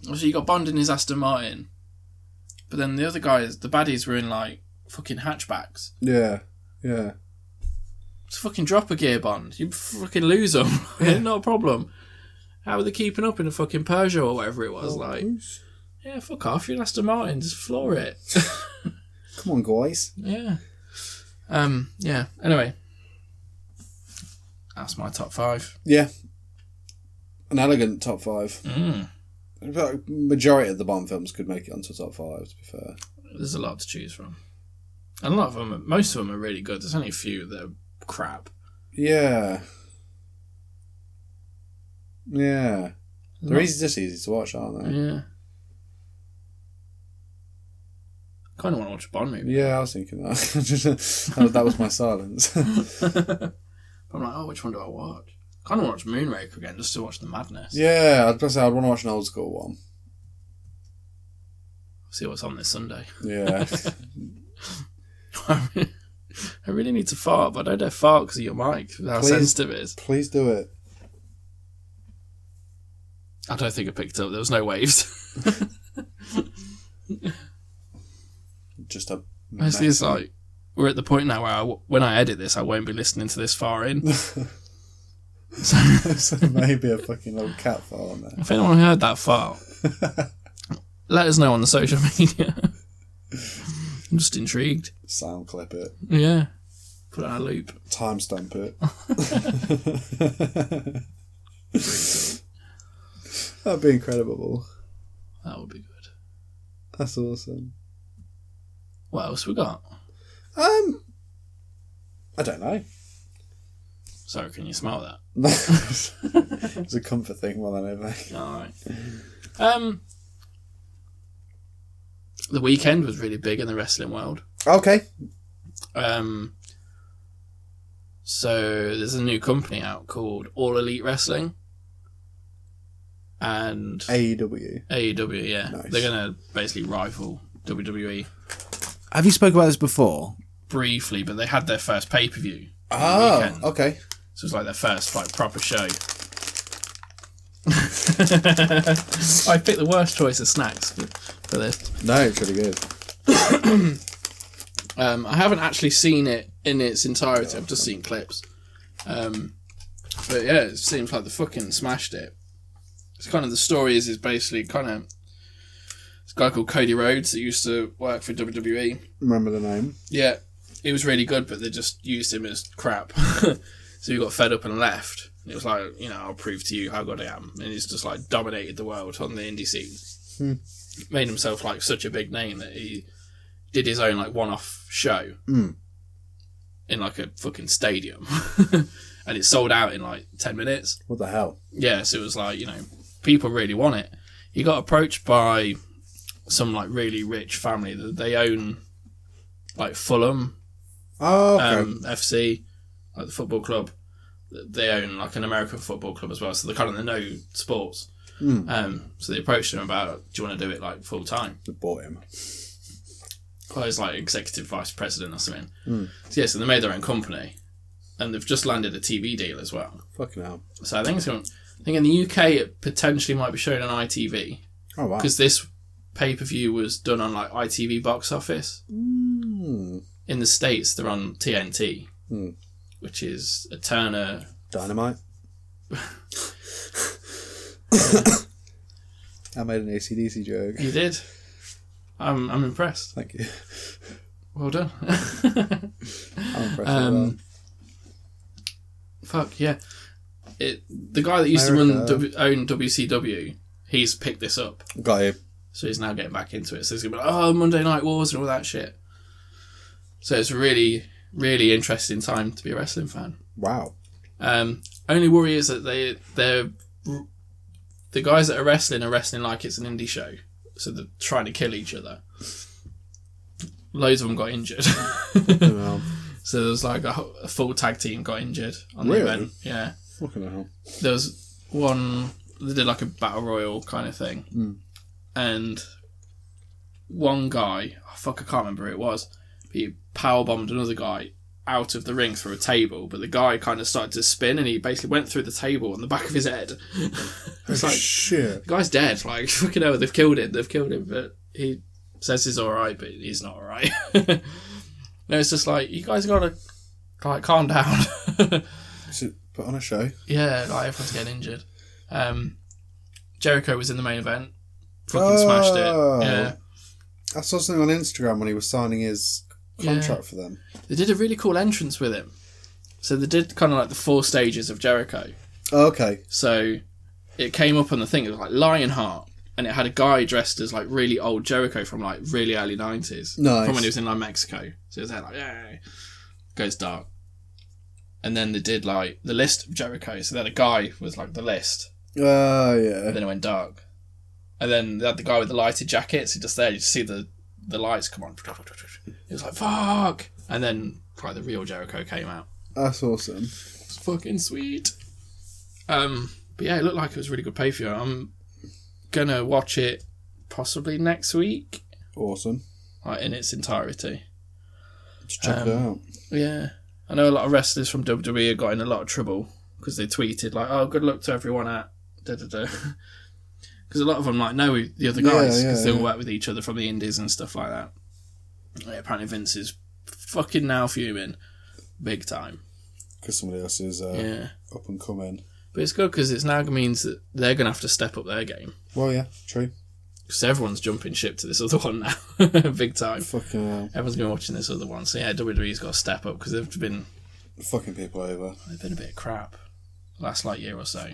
B: Obviously, you got Bond in his Aston Martin. But then the other guys, the baddies, were in like fucking hatchbacks.
D: yeah, yeah,
B: It's fucking drop a gear, Bond. You fucking lose [LAUGHS] them. Not a problem. How are they keeping up in a fucking Peugeot or whatever it
D: Oh,
B: was? like, yeah, fuck off. You're an Aston Martin. Just floor [LAUGHS] it.
D: come on, guys.
B: yeah. Um. Yeah. Anyway, that's my top five.
D: Yeah, an elegant top five.
B: Mm.
D: In fact, Majority of the Bond films could make it onto top five. To be fair,
B: There's a lot to choose from. And a lot of them, are, most of them are really good. There's only a few that are crap.
D: yeah, yeah. They're easy, just easy to watch, aren't they?
B: Yeah. Kind of want to watch a Bond movie.
D: Yeah, I was thinking that. [LAUGHS] that, that was my silence. [LAUGHS]
B: I'm like, oh, which one do I watch? Kind of watch Moonraker again just to watch the madness.
D: yeah, I'd probably say I'd want to watch an old school one.
B: See what's on this Sunday. [LAUGHS]
D: [LAUGHS] Yeah,
B: I really need to fart, but I don't dare fart because of your mic. How
D: Please.
B: sensitive it is.
D: please do it.
B: I don't think I picked up. There was no waves. [LAUGHS]
D: Just a.
B: Basically, it's like we're at the point now where I w when I edit this, I won't be listening to this far in.
D: so [LAUGHS] maybe a fucking little cat file on there.
B: [LAUGHS] If anyone heard that far, let us know on the social [LAUGHS] media. I'm just intrigued.
D: Sound clip it.
B: Yeah. Put it on a loop.
D: Timestamp it. [LAUGHS] That'd be incredible.
B: That would be good.
D: That's awesome.
B: What else we got?
D: Um, I don't know. [LAUGHS]
B: Sorry, can you smell that?
D: it's a comfort thing more than anything.
B: [LAUGHS] All right. Um, the weekend was really big in the wrestling world.
D: Okay.
B: Um, so there's a new company out called All Elite Wrestling, and
D: E AEW.
B: AEW. Yeah,
D: Nice.
B: they're gonna basically rival WWE
A: Have you spoke about this before?
B: briefly, but they had their first pay per view.
D: Oh,
B: Weekend.
D: okay.
B: So it's like their first like proper show. [LAUGHS] I picked the worst choice of snacks for, for this.
D: No, it's really good.
B: Um, I haven't actually seen it in its entirety. I've just seen clips. Um, but yeah, it seems like they fucking smashed it. It's kind of the story is is basically kind of this guy called Cody Rhodes that used to work for E. WWE.
D: Remember the name?
B: Yeah, he was really good, but they just used him as crap. [LAUGHS] so he got fed up and left. And It was like, you know, I'll prove to you how good I am. And he's just like dominated the world on the indie scene. Made himself like such a big name that he did his own like one off show
D: Mm.
B: in like a fucking stadium. [LAUGHS] and it sold out in like 10 minutes.
D: What the hell?
B: Yeah, so it was like, you know, people really want it. He got approached by some like really rich family that they own like Fulham
D: Oh, okay.
B: um, FC, like the football club. They own like an American football club as well, so they kind of know sports.
D: Mm.
B: Um, so they approached him about, "Do you want to do it like full time?"
D: they bought him.
B: Well, he's like executive vice president or something. So yeah, so they made their own company, and they've just landed a TV deal as well.
D: Fucking hell.
B: So I think it's going. I think in the UK it potentially might be shown on ITV
D: Oh, wow.
B: because this pay per view was done on like ITV box office.
D: Mm.
B: In the states, they're on TNT,
D: Mm.
B: which is a Turner [LAUGHS]
D: Dynamite. I made an ACDC joke.
B: You did. I'm I'm impressed.
D: Thank you.
B: Well done.
D: I'm impressed with
B: um, fuck yeah. It the guy that used to
D: America.
B: run w, own WCW, he's picked this up,
D: that. Got you.
B: so he's now getting back into it. So he's gonna be like, oh, Monday Night Wars and all that shit. So it's a really really interesting time to be a wrestling fan.
D: Wow.
B: Um, only worry is that they they're the guys that are wrestling are wrestling like it's an indie show, so they're trying to kill each other. Loads of them got injured, [LAUGHS]
D: Well,
B: so there was like a, whole- a full tag team got injured on the
D: Really?
B: event. Yeah,
D: fucking hell.
B: there was one they did like a battle royal kind of thing, and one guy, oh, fuck, I can't remember who it was, but he power bombed another guy out of the ring through a table. But the guy kind of started to spin, and he basically went through the table on the back of his head. [LAUGHS] it's like
D: Shit.
B: the guy's dead. Like [LAUGHS] fucking hell, they've killed him. They've killed him. But he says he's all right, but he's not all right. [LAUGHS] no, it's just like you guys gotta like calm down. [LAUGHS]
D: Should Put on a show.
B: Yeah, like everyone's getting injured. Um, Jericho was in the main event. Fucking
D: Oh.
B: smashed it. Yeah.
D: I saw something on Instagram when he was signing his contract for them.
B: They did a really cool entrance with him. So they did kind of like the four stages of Jericho.
D: Oh, okay.
B: So it came up on the thing, it was like Lionheart. And it had a guy dressed as like really old Jericho from like really early 90s.
D: Nice.
B: From when he was in like Mexico. So it was there like, yeah. Goes dark. And then they did like the list of Jericho. So then a guy was like the list.
D: Oh, yeah.
B: and then it went dark. And then they had the guy with the lighted jackets. He just there, you just see the the lights come on. It was like fuck, and then like the real Jericho came out.
D: That's awesome.
B: It's fucking sweet. Um, but yeah, it looked like it was a really good pay for you. I'm gonna watch it possibly next week,
D: Awesome.
B: like in its entirety.
D: Just check
B: Um,
D: it out.
B: Yeah, I know a lot of wrestlers from E [LAUGHS] WWE got in a lot of trouble because they tweeted like, "Oh, good luck to everyone at da da da." because a lot of them like know the other guys
D: yeah,
B: because they all
D: yeah.
B: work with each other from the indies and stuff like that. Yeah, apparently Vince is fucking now fuming, big time.
D: because somebody else is uh,
B: Yeah,
D: up and coming.
B: but it's good because it now means that they're gonna have to step up their game
D: Well, yeah, true.
B: because everyone's jumping ship to this [LAUGHS] other one now, big time.
D: Fucking hell.
B: Everyone's been watching this other one, so yeah, WWE's got to step up because they've been
D: fucking people over.
B: they've been a bit crap last like year or so.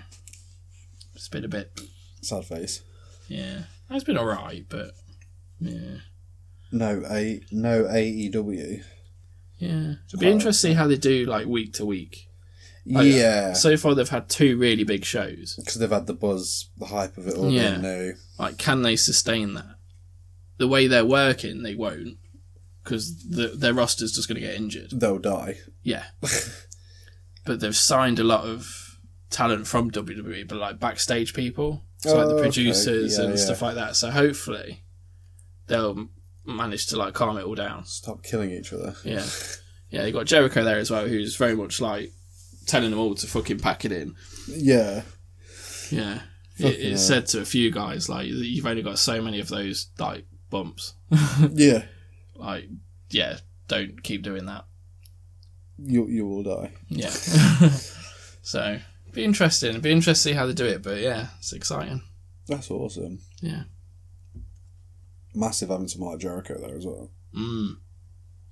B: It's been a bit
D: Sad face.
B: Yeah, it's been alright, but yeah,
D: No a E no AEW.
B: yeah. It'll be interesting to see how they do like week to week.
D: Yeah.
B: Oh,
D: 'Cause
B: yeah.
D: yeah,
B: So far, they've had two really big shows.
D: because they've had the buzz, the hype of it all
B: Yeah.
D: being new.
B: Like, can they sustain that? The way they're working, they won't, because the, their roster's just going to get injured.
D: They'll die.
B: Yeah, but they've signed a lot of talent from WWE, but like backstage people, so like
D: Oh,
B: the
D: okay.
B: producers
D: Yeah,
B: and
D: yeah.
B: stuff like that. So hopefully, they'll m- manage to like calm it all down.
D: Stop killing each other.
B: Yeah. [LAUGHS] Yeah, you got Jericho there as well, who's very much like telling them all to fucking pack it in. [LAUGHS]
D: Yeah,
B: Yeah. It,
D: Fucking
B: it's
D: hell.
B: said to a few guys, like, you've only got so many of those, like, bumps.
D: yeah.
B: Like, yeah, don't keep doing that.
D: You you will die.
B: Yeah. [LAUGHS] so, be interesting. Be interesting to see how they do it, but yeah, it's exciting.
D: That's awesome.
B: Yeah.
D: Massive having to mark Jericho there as well.
B: Mm.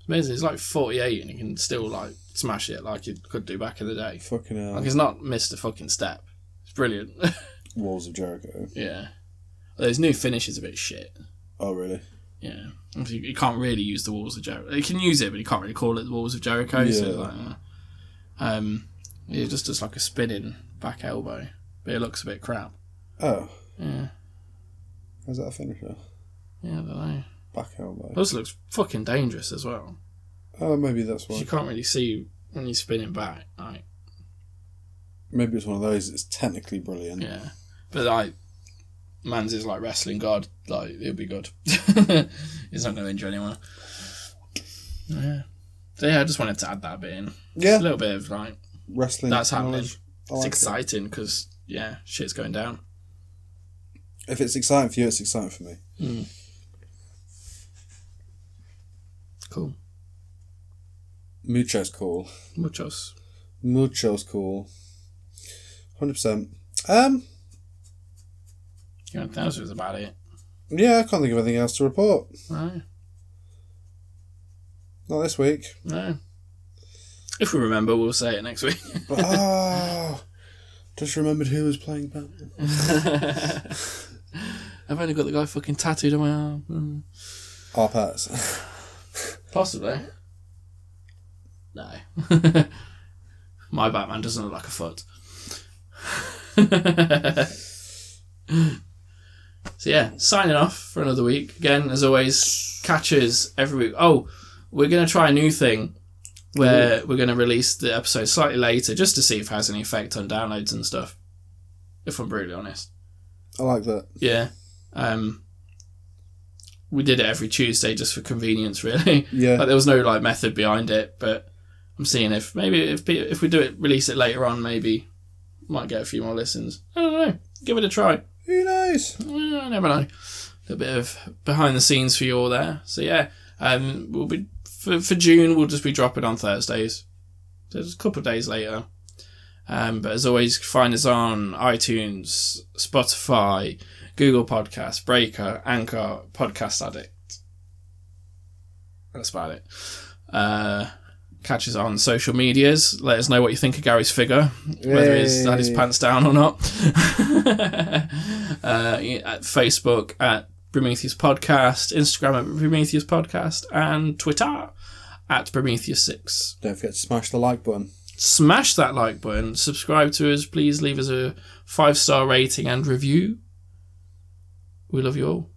B: It's amazing. He's like 48 and he can still, like, smash it like he could do back in the day.
D: Fucking hell.
B: Like, he's not missed a fucking step. It's brilliant. [LAUGHS]
D: Walls of Jericho.
B: yeah. Although His new finish is a bit shit.
D: Oh really?
B: Yeah, you, you can't really use the walls of Jericho. You can use it, but you can't really call it the walls of Jericho. So
D: Yeah.
B: like, uh, um, it just does like a spinning back elbow, but it looks a bit crap.
D: Oh,
B: Yeah,
D: is that a finisher?
B: yeah, I don't know.
D: Back elbow.
B: It also looks fucking dangerous as well.
D: Oh, maybe that's
B: 'Cause
D: why.
B: You can't really see when you're spinning back. Like,
D: Maybe it's one of those. It's technically brilliant.
B: yeah, but like, man's is like wrestling god. Like, it'll be good. [LAUGHS] He's not going to injure anyone. Yeah. So yeah, I just wanted to add that bit in.
D: Yeah,
B: A little bit of like
D: wrestling.
B: That's happening.
D: knowledge. I
B: It's
D: like it.
B: exciting because yeah, shit's going down.
D: If it's exciting for you, it's exciting for me.
B: Cool.
D: Mucho's cool.
B: Muchos.
D: Mucho's cool. Hundred percent. Um.
B: Yeah, that was about it.
D: Yeah, I can't think of anything else to report.
B: No,
D: Not this week.
B: no. If we remember, we'll say it
D: [LAUGHS]
B: next week. [LAUGHS]
D: But ah, just remembered who was playing Batman.
B: I've only got the guy fucking tattooed on my arm. Mm.
D: Our pets. [LAUGHS]
B: Possibly. No. [LAUGHS] my Batman doesn't look like a foot. [LAUGHS] so yeah, signing off for another week. Again, as always, catches every week. Oh, we're gonna try a new thing where we're gonna release the episode slightly later just to see if it has any effect on downloads and stuff. If I'm brutally honest.
D: I like that.
B: Yeah. Um we did it every Tuesday just for convenience [LAUGHS] really.
D: Yeah.
B: Like there was no like method behind it, but I'm seeing if maybe if pe- if we do it, release it later on, maybe might get a few more listens. I don't know. Give it a try.
D: Who knows?
B: Yeah, I never know. A little bit of behind the scenes for you all there. So yeah, um, we'll be for, for June. We'll just be dropping on Thursdays. So it's a couple of days later. Um, but as always, you can find us on iTunes, Spotify, Google Podcasts, Breaker, Anchor, Podcast Addict. That's about it. Uh, catch us on social medias. Let us know what you think of Gary's figure, whether he's had his
D: Yay.
B: pants down or not. [LAUGHS] uh, at Facebook at Prometheus Podcast, Instagram at Prometheus Podcast, and Twitter at Prometheus6
D: Don't forget to smash the like button.
B: smash that like button, subscribe to us, please leave us a five star rating and review. We love you all.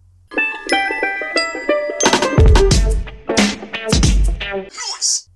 C: Lewis.